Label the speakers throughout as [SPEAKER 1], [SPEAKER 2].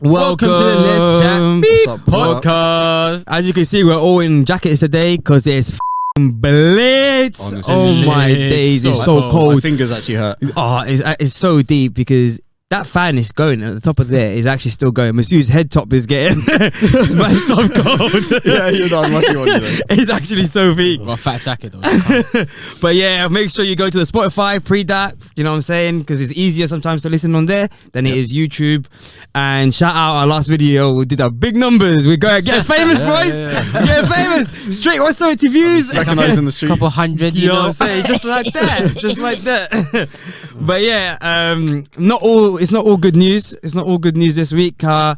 [SPEAKER 1] Welcome,
[SPEAKER 2] to the Let's Chat Beep
[SPEAKER 1] What's up, brother?
[SPEAKER 2] podcast.
[SPEAKER 1] As you can see, we're all in jackets today because it's f***ing blitz.
[SPEAKER 3] Honestly.
[SPEAKER 1] oh my
[SPEAKER 2] It's
[SPEAKER 1] days, it's
[SPEAKER 2] so
[SPEAKER 1] so
[SPEAKER 2] cold.
[SPEAKER 1] cold.
[SPEAKER 3] My fingers actually hurt.
[SPEAKER 1] Oh, it's, uh, it's so deep because that fan is going at the top of there is actually still going. Masu's head top is getting smashed up cold.
[SPEAKER 3] yeah, you're the unlucky one today.
[SPEAKER 1] it's actually so deep.
[SPEAKER 2] Got a fat jacket though.
[SPEAKER 1] But yeah, make sure you go to the Spotify pre that. You know what I'm saying? Because it's easier sometimes to listen on there than it is YouTube. And shout out our last video. We did our big numbers. We're going get famous, boys. Get famous. Straight 170 views.
[SPEAKER 3] Recognizing the streets.
[SPEAKER 2] Couple hundred,
[SPEAKER 1] You know what I'm saying? Just like that. Just like that. but yeah, um, not all it's not all good news. It's not all good news this week. Uh,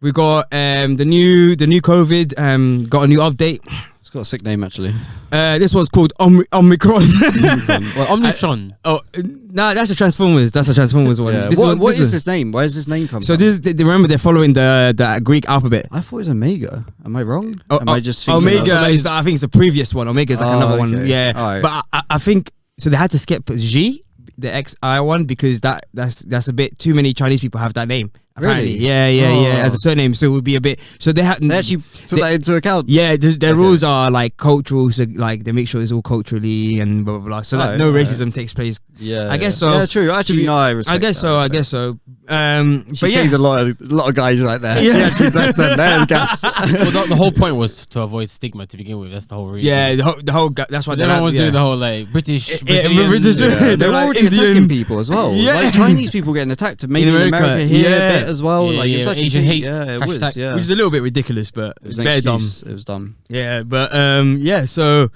[SPEAKER 1] we got um, the new the new COVID um, got a new update.
[SPEAKER 3] It's got a sick name actually.
[SPEAKER 1] Uh, this one's called Om- Omicron.
[SPEAKER 2] Well, Omnitron.
[SPEAKER 1] Oh no, that's a Transformers. That's a Transformers one.
[SPEAKER 3] Yeah. What,
[SPEAKER 1] one-
[SPEAKER 3] what is
[SPEAKER 1] one-
[SPEAKER 3] this name? Where does this name come
[SPEAKER 1] So
[SPEAKER 3] from?
[SPEAKER 1] this is- they, they remember they're following the the Greek alphabet.
[SPEAKER 3] I thought it was Omega. Am I wrong?
[SPEAKER 1] O-
[SPEAKER 3] Am
[SPEAKER 1] o-
[SPEAKER 3] I just thinking
[SPEAKER 1] Oh, Omega
[SPEAKER 3] of-
[SPEAKER 1] is I think it's the previous one. Omega is like
[SPEAKER 3] Oh,
[SPEAKER 1] another one.
[SPEAKER 3] okay.
[SPEAKER 1] Yeah,
[SPEAKER 3] Alright.
[SPEAKER 1] but I- I, I think so. They had to skip G, the X I one, because that that's that's a bit too many Chinese people have that name. Apparently.
[SPEAKER 3] Really?
[SPEAKER 1] Yeah, yeah, yeah.
[SPEAKER 3] Oh.
[SPEAKER 1] As a surname, so it would be a bit. So they had
[SPEAKER 3] They actually took
[SPEAKER 1] They-
[SPEAKER 3] that into account.
[SPEAKER 1] Yeah, the, their rules are like cultural, so like they make sure it's all culturally and blah blah blah, so that
[SPEAKER 3] Alright,
[SPEAKER 1] no
[SPEAKER 3] alright.
[SPEAKER 1] racism takes place.
[SPEAKER 3] Yeah,
[SPEAKER 1] I guess
[SPEAKER 3] yeah.
[SPEAKER 1] so.
[SPEAKER 3] Yeah, true. Actually,
[SPEAKER 1] She-
[SPEAKER 3] no, I respect
[SPEAKER 1] I guess
[SPEAKER 3] that,
[SPEAKER 1] so. I
[SPEAKER 3] respect
[SPEAKER 1] guess so. Um,
[SPEAKER 3] that. She
[SPEAKER 1] but yeah,
[SPEAKER 3] saves a lot of a lot of guys right there.
[SPEAKER 1] Yeah.
[SPEAKER 3] Yeah, she actually bless them. There, guys.
[SPEAKER 2] well, the, the whole point was to avoid stigma to begin with. That's the whole reason.
[SPEAKER 1] Yeah, the whole, the whole gu- that's why
[SPEAKER 2] 'Cause
[SPEAKER 1] they're
[SPEAKER 2] everyone
[SPEAKER 1] not-
[SPEAKER 2] was
[SPEAKER 1] yeah.
[SPEAKER 2] doing the whole like British, Brazilian,
[SPEAKER 1] British-
[SPEAKER 2] yeah.
[SPEAKER 1] They're
[SPEAKER 3] Yeah, they're
[SPEAKER 1] like
[SPEAKER 3] already
[SPEAKER 1] Indian-
[SPEAKER 3] attacking people as well.
[SPEAKER 1] Yeah.
[SPEAKER 3] Like Chinese people getting attacked, maybe in
[SPEAKER 1] America,
[SPEAKER 3] America, here
[SPEAKER 1] yeah.
[SPEAKER 3] a bit as well.
[SPEAKER 2] Yeah,
[SPEAKER 3] like it
[SPEAKER 2] yeah,
[SPEAKER 3] was actually
[SPEAKER 2] Asian hate,
[SPEAKER 3] Yeah, it
[SPEAKER 2] hashtag.
[SPEAKER 3] was. Yeah,
[SPEAKER 1] which is a little bit ridiculous, but
[SPEAKER 3] it was an
[SPEAKER 1] they're dumb.
[SPEAKER 3] excuse. It was dumb.
[SPEAKER 1] Yeah, but um, yeah, so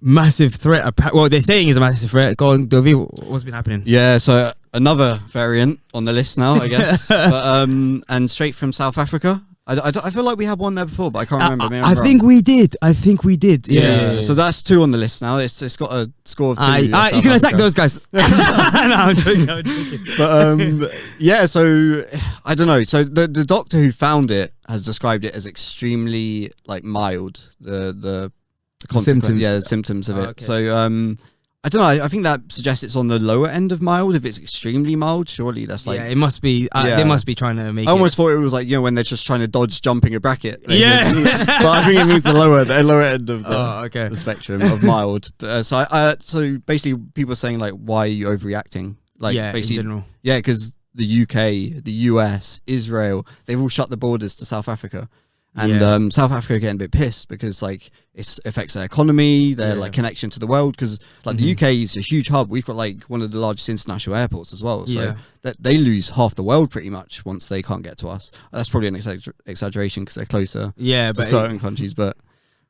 [SPEAKER 1] massive threat. appa- Well, they're saying it's a massive threat. Go on, Dovi, what's been happening?
[SPEAKER 3] Yeah, so another variant on the list now, I guess. but, um, and straight from South Africa. I, I, I feel like we had one there before, but I can't
[SPEAKER 1] I,
[SPEAKER 3] remember. Maybe
[SPEAKER 1] I- I
[SPEAKER 3] I'm wrong.
[SPEAKER 1] think we did. I think we did.
[SPEAKER 3] Yeah.
[SPEAKER 1] Yeah.
[SPEAKER 2] yeah, yeah.
[SPEAKER 3] So that's two on the list now. It's it's got a score of two.
[SPEAKER 1] I,
[SPEAKER 3] of
[SPEAKER 1] I, you
[SPEAKER 3] South
[SPEAKER 1] can attack
[SPEAKER 3] Africa.
[SPEAKER 1] those guys. no, I'm joking. I'm joking.
[SPEAKER 3] But um, yeah, so I don't know. So the the doctor who found it has described it as extremely like mild. The the, the consequence-
[SPEAKER 1] symptoms.
[SPEAKER 3] yeah, the symptoms of
[SPEAKER 1] Oh,
[SPEAKER 3] it.
[SPEAKER 1] okay.
[SPEAKER 3] So um, I don't know. I, I think that suggests it's on the lower end of mild. If it's extremely mild, surely that's like
[SPEAKER 1] yeah, it must be. Uh, They
[SPEAKER 3] Yeah.
[SPEAKER 1] must be trying to make.
[SPEAKER 3] I
[SPEAKER 1] it.
[SPEAKER 3] almost thought it was like you know when they're just trying to dodge jumping a bracket. They
[SPEAKER 1] Yeah.
[SPEAKER 3] just- but I think it means the lower the lower end of the,
[SPEAKER 1] Oh, okay.
[SPEAKER 3] the spectrum of mild. But, uh, so I, I so basically people are saying like why are you overreacting? Like
[SPEAKER 1] yeah, in
[SPEAKER 3] basically
[SPEAKER 1] general.
[SPEAKER 3] yeah because the UK, the US, Israel they've all shut the borders to South Africa. And
[SPEAKER 1] Yeah.
[SPEAKER 3] um, South Africa are getting a bit pissed because like it affects their economy, their
[SPEAKER 1] Yeah. Mm-hmm.
[SPEAKER 3] like connection to the world. Because like the UK is a huge hub. We've got like one of the largest international airports as well. So
[SPEAKER 1] Yeah.
[SPEAKER 3] that they lose half the world pretty much once they can't get to us. That's probably an exagger- exaggeration because they're closer
[SPEAKER 1] Yeah,
[SPEAKER 3] to
[SPEAKER 1] but
[SPEAKER 3] certain countries, but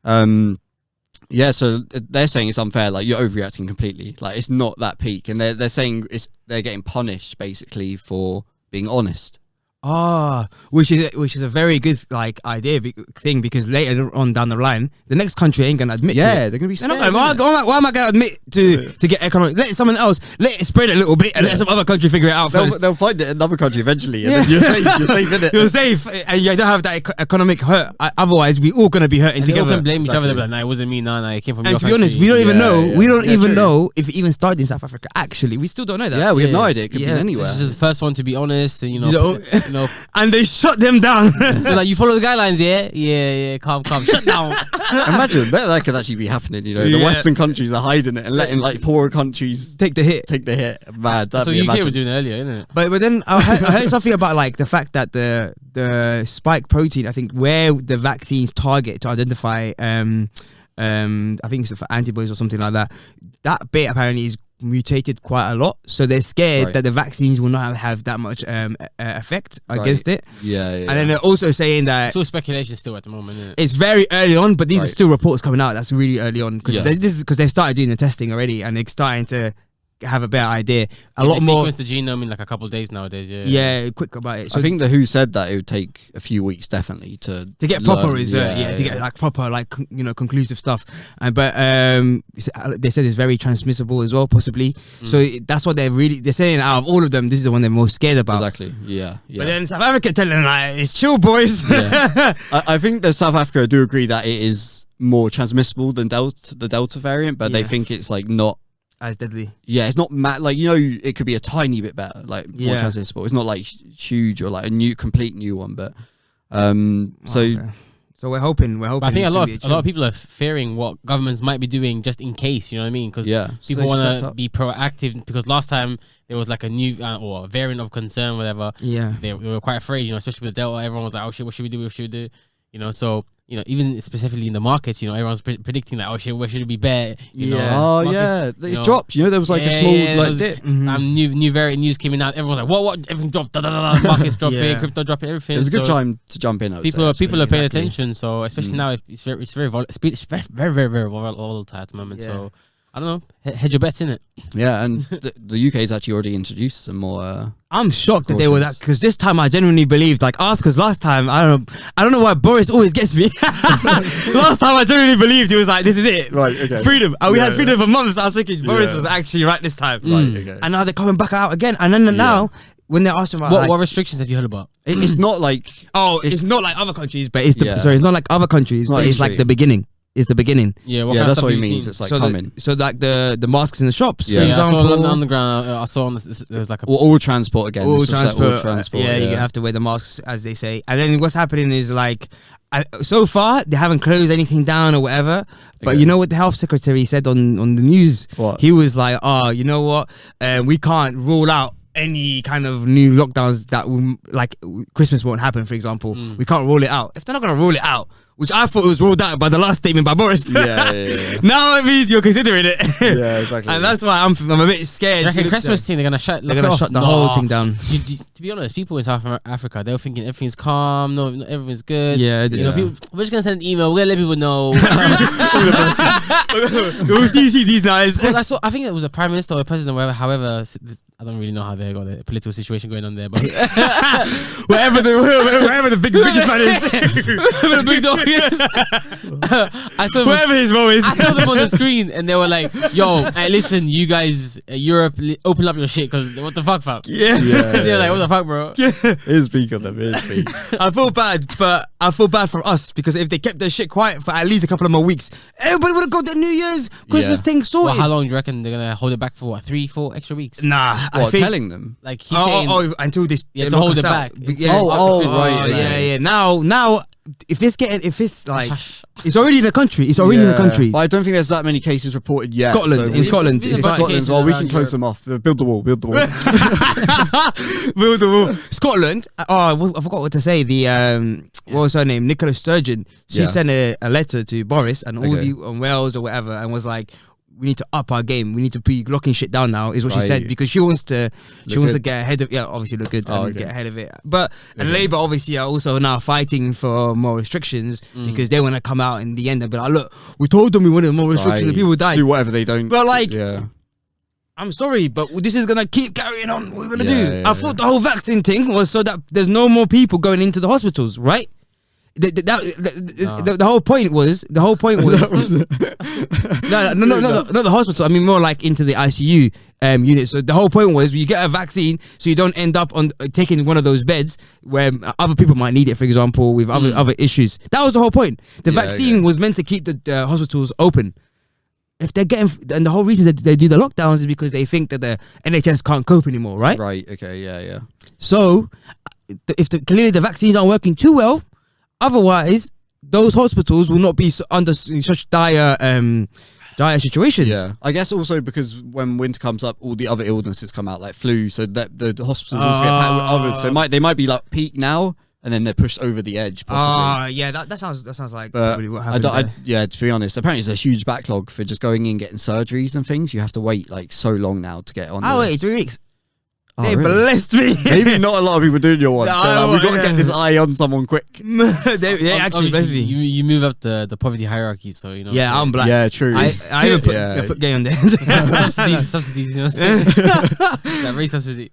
[SPEAKER 3] um, yeah. So uh, they're saying it's unfair. Like you're overreacting completely. Like it's not that peak, and they're they're saying it's they're getting punished basically for being honest.
[SPEAKER 1] Ah, which is which is a very good like idea be- thing because later on down the line, the next country ain't gonna admit. to
[SPEAKER 3] Yeah,
[SPEAKER 1] it.
[SPEAKER 3] they're gonna be.
[SPEAKER 1] They're
[SPEAKER 3] Scared,
[SPEAKER 1] not gonna- why, why am I, why am I gonna admit to to get economic? Let someone else let it spread a little bit and let some other country figure it out
[SPEAKER 3] they'll,
[SPEAKER 1] first.
[SPEAKER 3] they'll find it in another country eventually, and
[SPEAKER 1] Yeah.
[SPEAKER 3] then you're safe. You're safe in it.
[SPEAKER 1] You're safe and you don't have that eco- economic hurt. O- Otherwise, we all gonna be hurting
[SPEAKER 2] And they all
[SPEAKER 1] together.
[SPEAKER 2] can blame each other.
[SPEAKER 3] Exactly.
[SPEAKER 2] They're Like, nah, it wasn't me. Nah, nah, it came from.
[SPEAKER 1] and
[SPEAKER 2] your
[SPEAKER 1] to be honest,
[SPEAKER 2] country."
[SPEAKER 1] we don't even
[SPEAKER 3] Yeah,
[SPEAKER 1] know.
[SPEAKER 3] yeah.
[SPEAKER 1] We don't
[SPEAKER 3] Yeah,
[SPEAKER 1] even
[SPEAKER 3] true.
[SPEAKER 1] know if it even started in South Africa. Actually, we still don't know that.
[SPEAKER 3] yeah, we have no
[SPEAKER 2] Yeah.
[SPEAKER 3] idea. It could
[SPEAKER 1] Yeah.
[SPEAKER 3] be anywhere.
[SPEAKER 2] This is the first one to be honest, and you know,
[SPEAKER 1] You know-
[SPEAKER 2] you know,
[SPEAKER 1] And they shut them down.
[SPEAKER 2] They're like you follow the guidelines, yeah, yeah, yeah. Calm, calm. Shut down.
[SPEAKER 3] Imagine that, that could actually be happening. You know, the
[SPEAKER 1] Yeah.
[SPEAKER 3] Western countries are hiding it and letting like poorer countries
[SPEAKER 1] Take the hit.
[SPEAKER 3] take the hit. Mad.
[SPEAKER 2] That's
[SPEAKER 3] that'd
[SPEAKER 2] what
[SPEAKER 3] be
[SPEAKER 2] UK
[SPEAKER 3] imagine.
[SPEAKER 2] were doing earlier, isn't it?
[SPEAKER 1] But but then I heard, I heard something about like the fact that the the spike protein I think where the vaccines target to identify um um I think it's for antibodies or something like that that bit apparently is mutated quite a lot so they're scared
[SPEAKER 3] Right.
[SPEAKER 1] that the vaccines will not have that much um uh, effect against it
[SPEAKER 3] Yeah, yeah.
[SPEAKER 1] and then they're also saying that
[SPEAKER 2] It's all speculation still at the moment, isn't it?
[SPEAKER 1] it's very early on, but these are
[SPEAKER 3] Right.
[SPEAKER 1] still reports coming out. That's really early on because
[SPEAKER 3] Yeah.
[SPEAKER 1] this is because they've started doing the testing already and they're starting to have a better idea. A lot
[SPEAKER 2] they
[SPEAKER 1] more,
[SPEAKER 2] sequence the genome in like a couple of days nowadays. Yeah.
[SPEAKER 1] yeah, quick about it. So
[SPEAKER 3] I think the Who said that it would take a few weeks definitely to
[SPEAKER 1] to get proper
[SPEAKER 3] learn.
[SPEAKER 1] research, yeah, to get like proper like con- you know conclusive stuff and but um s- uh, they said it's very transmissible as well possibly so
[SPEAKER 2] Mm.
[SPEAKER 1] it- that's what they're really they're saying out of all of them this is the one they're most scared about
[SPEAKER 3] exactly. Yeah, yeah.
[SPEAKER 1] but then South Africa telling them like it's chill boys
[SPEAKER 3] Yeah. I, I think that South Africa do agree that it is more transmissible than Delta, the Delta variant, but
[SPEAKER 1] Yeah.
[SPEAKER 3] they think it's like not
[SPEAKER 1] as deadly.
[SPEAKER 3] yeah, it's not ma- like you know it could be a tiny bit better, like more
[SPEAKER 1] Yeah.
[SPEAKER 3] transmissible. It's not like hu- huge or like a new, complete new one, but um, so
[SPEAKER 1] Okay. so we're hoping, we're hoping.
[SPEAKER 2] But I think a
[SPEAKER 1] it's gonna
[SPEAKER 2] lot,
[SPEAKER 1] be
[SPEAKER 2] of, a
[SPEAKER 1] chill.
[SPEAKER 2] lot of people are fearing what governments might be doing just in case. You know what I mean? Because
[SPEAKER 3] yeah, so
[SPEAKER 2] people
[SPEAKER 3] they
[SPEAKER 2] want
[SPEAKER 3] stepped
[SPEAKER 2] to
[SPEAKER 3] up.
[SPEAKER 2] be proactive. Because last time there was like a new uh, or a variant of concern, whatever.
[SPEAKER 1] yeah,
[SPEAKER 2] They, they were quite afraid. You know, especially with Delta, everyone was like, "Oh shit, what should we do? What should we do?" You know, so you know, even specifically in the markets, you know, everyone's pre- predicting that. Oh shit, where should it be bet?
[SPEAKER 1] Yeah.
[SPEAKER 2] You know,
[SPEAKER 3] Oh
[SPEAKER 2] markets-
[SPEAKER 3] yeah, it
[SPEAKER 2] you know.
[SPEAKER 3] dropped. You know, there was like a
[SPEAKER 2] Yeah,
[SPEAKER 3] small
[SPEAKER 2] yeah, there
[SPEAKER 3] like
[SPEAKER 2] was-
[SPEAKER 3] dip. Mm-hmm.
[SPEAKER 1] Mhm.
[SPEAKER 2] Um, new new variant news came in out. Everyone's like, "What? What? Everything dropped. Da, da, da, da. Markets dropping,
[SPEAKER 1] Yeah.
[SPEAKER 2] crypto dropping, everything."
[SPEAKER 3] It was a good
[SPEAKER 2] So
[SPEAKER 3] time to jump in. I would
[SPEAKER 2] People
[SPEAKER 3] say,
[SPEAKER 2] are
[SPEAKER 3] actually.
[SPEAKER 2] people are paying
[SPEAKER 1] Exactly.
[SPEAKER 2] attention. So especially
[SPEAKER 1] Hmm.
[SPEAKER 2] now, it's very it's very vol- it's very very very, very vol- volatile at the moment.
[SPEAKER 1] Yeah.
[SPEAKER 2] So I don't know. H- hedge your bets in it.
[SPEAKER 3] Yeah, and the, the UK's actually already introduced some more. Uh,
[SPEAKER 1] I'm shocked that they were that
[SPEAKER 3] Precautions.
[SPEAKER 1] because this time I genuinely believed like ask because last time I don't know I don't know why Boris always gets me. last time I genuinely believed it was like this is it,
[SPEAKER 3] Right, okay.
[SPEAKER 1] Freedom. And we
[SPEAKER 3] Yeah,
[SPEAKER 1] had freedom for months. I was thinking Boris
[SPEAKER 3] Yeah. Mm.
[SPEAKER 1] was actually right this time,
[SPEAKER 3] okay.
[SPEAKER 1] and now they're coming back out again. And then now when they're asking about
[SPEAKER 2] What
[SPEAKER 1] like,
[SPEAKER 2] what restrictions have you heard about?
[SPEAKER 3] It, it's not like
[SPEAKER 1] oh it's,
[SPEAKER 3] it's-
[SPEAKER 1] not like other countries, but it's the
[SPEAKER 3] Yeah.
[SPEAKER 1] sorry it's not like other countries,
[SPEAKER 3] Not
[SPEAKER 1] but it's like
[SPEAKER 3] usually.
[SPEAKER 1] the beginning. It's the beginning.
[SPEAKER 2] Yeah, what kind
[SPEAKER 3] yeah,
[SPEAKER 2] of
[SPEAKER 3] that's
[SPEAKER 2] stuff
[SPEAKER 3] what
[SPEAKER 2] have
[SPEAKER 3] he
[SPEAKER 2] you
[SPEAKER 3] means.
[SPEAKER 2] seen?
[SPEAKER 3] It's like
[SPEAKER 1] so
[SPEAKER 3] coming.
[SPEAKER 1] The, so like the the masks in the shops,
[SPEAKER 3] Yeah.
[SPEAKER 1] for
[SPEAKER 2] yeah, I saw on
[SPEAKER 1] example.
[SPEAKER 2] the underground. I saw on the, there was like a
[SPEAKER 3] Well, all transport again.
[SPEAKER 1] all
[SPEAKER 3] It's just like
[SPEAKER 1] transport, uh,
[SPEAKER 3] all transport.
[SPEAKER 1] yeah, you have to wear the masks as they say. And then what's happening is like, I, so far they haven't closed anything down or whatever. But
[SPEAKER 3] Okay.
[SPEAKER 1] you know what the health secretary said on on the news?
[SPEAKER 3] What?
[SPEAKER 1] He was like, "Oh, you know what? Uh, we can't rule out." Any kind of new lockdowns that will, like Christmas won't happen, for example,
[SPEAKER 3] Mm.
[SPEAKER 1] we can't rule it out. If they're not gonna rule it out, which I thought was ruled out by the last statement by Boris,
[SPEAKER 3] yeah, yeah, yeah.
[SPEAKER 1] now it means you're considering it,
[SPEAKER 3] Yeah, exactly.
[SPEAKER 1] and that's why I'm I'm a bit scared.
[SPEAKER 2] You reckon
[SPEAKER 1] It
[SPEAKER 2] the
[SPEAKER 1] looks-
[SPEAKER 2] Christmas thing, they're gonna shut.
[SPEAKER 1] They're
[SPEAKER 2] lock it
[SPEAKER 1] gonna
[SPEAKER 2] off?
[SPEAKER 1] shut the
[SPEAKER 2] Nah.
[SPEAKER 1] whole thing down.
[SPEAKER 2] You- you- to be honest, people in South Af- Africa, they were thinking everything's calm, no, no everything's good.
[SPEAKER 1] Yeah,
[SPEAKER 2] you know,
[SPEAKER 1] yeah.
[SPEAKER 2] people, we're just gonna send an email. We're gonna let people know.
[SPEAKER 1] We'll see, you see these guys.
[SPEAKER 2] Because I saw, I think it was a prime minister or a president, whatever. However, s- this- I don't really know how they got the political situation going on there, but
[SPEAKER 1] wherever the wherever, wherever the big biggest man is,
[SPEAKER 2] the big dog is. I saw. them-
[SPEAKER 1] wherever his role is.
[SPEAKER 2] I saw them on the screen and they were like, "Yo, hey, listen, you guys, uh, Europe, li- open up your shit, cause what the fuck, fam?"
[SPEAKER 1] Yeah.
[SPEAKER 2] They're like, "What the fuck, bro?"
[SPEAKER 3] It is big on them. It is big.
[SPEAKER 1] I feel bad, but I feel bad for us because if they kept their shit quiet for at least a couple of more weeks, everybody would have got their New Year's, Christmas
[SPEAKER 3] Yeah.
[SPEAKER 1] thing
[SPEAKER 2] Well,
[SPEAKER 1] sorted.
[SPEAKER 2] how long do you reckon they're gonna hold it back for? What, three, four extra weeks?
[SPEAKER 1] Nah, I
[SPEAKER 3] What
[SPEAKER 1] think.
[SPEAKER 3] telling them?
[SPEAKER 2] Like he's
[SPEAKER 1] oh,
[SPEAKER 2] saying,
[SPEAKER 1] oh, oh, until this.
[SPEAKER 2] You
[SPEAKER 1] they
[SPEAKER 2] have to
[SPEAKER 1] knock
[SPEAKER 2] hold
[SPEAKER 1] us
[SPEAKER 2] it
[SPEAKER 1] out.
[SPEAKER 2] back.
[SPEAKER 1] But Yeah,
[SPEAKER 3] Oh,
[SPEAKER 1] after
[SPEAKER 3] oh,
[SPEAKER 1] Christmas.
[SPEAKER 3] right,
[SPEAKER 1] yeah, yeah,
[SPEAKER 3] right.
[SPEAKER 1] Now, now, if this getting, if it's like,
[SPEAKER 2] Shush.
[SPEAKER 1] it's already in the country. It's already in the
[SPEAKER 3] Yeah.
[SPEAKER 1] country.
[SPEAKER 3] But I don't think there's that many cases reported yet.
[SPEAKER 1] Scotland, in
[SPEAKER 3] we-
[SPEAKER 1] Scotland, it's
[SPEAKER 2] It's
[SPEAKER 3] in
[SPEAKER 2] about
[SPEAKER 1] like-
[SPEAKER 3] Scotland,
[SPEAKER 2] cases
[SPEAKER 3] well, we
[SPEAKER 2] around
[SPEAKER 3] can close them off. The- Build the wall. Build the wall.
[SPEAKER 1] Build the wall. Scotland. uh, Oh, I w- I forgot what to say. The um, what was her name? Nicola Sturgeon. She
[SPEAKER 3] Yeah.
[SPEAKER 1] sent a, a letter to Boris and all
[SPEAKER 3] Okay.
[SPEAKER 1] the on Wales or whatever, and was like, "We need to up our game. We need to be locking shit down now." Is what she said
[SPEAKER 3] Right.
[SPEAKER 1] because she wants to. she
[SPEAKER 3] Look
[SPEAKER 1] wants to
[SPEAKER 3] good.
[SPEAKER 1] get ahead of yeah, obviously look good
[SPEAKER 3] Oh,
[SPEAKER 1] and
[SPEAKER 3] okay.
[SPEAKER 1] get ahead of it. But and Labour obviously are also now fighting for more restrictions
[SPEAKER 3] Mm.
[SPEAKER 1] because they want to come out in the end and be like, "Look, we told them we wanted more restrictions.
[SPEAKER 3] Right.
[SPEAKER 1] and people
[SPEAKER 3] Just
[SPEAKER 1] died."
[SPEAKER 3] Do whatever they don't.
[SPEAKER 1] But, like,
[SPEAKER 3] yeah,
[SPEAKER 1] I'm sorry, but this is gonna keep carrying on. What are we gonna
[SPEAKER 3] Yeah,
[SPEAKER 1] do?
[SPEAKER 3] yeah,
[SPEAKER 1] I thought the whole vaccine thing was so that there's no more people going into the hospitals, right? The, the, that, the,
[SPEAKER 2] No.
[SPEAKER 1] the, the whole point was the whole point was no, no, no, no, no, not the hospital. I mean, more like into the ICU um, unit. So the whole point was you get a vaccine, so you don't end up on uh, taking one of those beds where um, other people might need it. For example, with other other issues. That was the whole point. The
[SPEAKER 3] Hmm. Yeah,
[SPEAKER 1] vaccine
[SPEAKER 3] okay.
[SPEAKER 1] was meant to keep the uh, hospitals open if they're getting and the whole reason that they do the lockdowns is because they think that the NHS can't cope anymore, right?
[SPEAKER 3] right. Okay, yeah, yeah.
[SPEAKER 1] So th- if the, clearly the vaccines aren't working too well, otherwise those hospitals will not be s- under s- in such dire um dire situations.
[SPEAKER 3] Yeah, I guess also because when winter comes up, all the other illnesses come out, like flu. So that the, the hospitals also get packed with others. So it might they might be like peak now, and then they're pushed over the edge. Possibly.
[SPEAKER 1] Ah, yeah, that, that sounds that sounds like
[SPEAKER 3] but
[SPEAKER 1] really what
[SPEAKER 3] I
[SPEAKER 1] happened.
[SPEAKER 3] don't, I,
[SPEAKER 1] there.
[SPEAKER 3] yeah, to be honest, apparently there's a huge backlog for just going in getting surgeries and things. You have to wait like so long now to get on.
[SPEAKER 1] I,
[SPEAKER 3] the
[SPEAKER 1] waited
[SPEAKER 3] list.
[SPEAKER 1] Oh, three weeks.
[SPEAKER 3] Oh,
[SPEAKER 1] they
[SPEAKER 3] really?
[SPEAKER 1] blessed me.
[SPEAKER 3] Maybe not a lot of people doing your ones.
[SPEAKER 1] No,
[SPEAKER 3] so like,
[SPEAKER 1] I-
[SPEAKER 3] we've got to
[SPEAKER 1] yeah.
[SPEAKER 3] get this eye on someone quick.
[SPEAKER 1] they they
[SPEAKER 2] Ob-
[SPEAKER 1] actually blessed
[SPEAKER 2] obviously,
[SPEAKER 1] me.
[SPEAKER 2] You, you move up the, the poverty hierarchy, so you know.
[SPEAKER 1] yeah,
[SPEAKER 2] so
[SPEAKER 1] I'm black.
[SPEAKER 3] yeah, true.
[SPEAKER 1] I, I even put,
[SPEAKER 3] Yeah.
[SPEAKER 1] I put gay on there.
[SPEAKER 2] subsidies, subsidies, you know, what I'm saying? that race subsidy.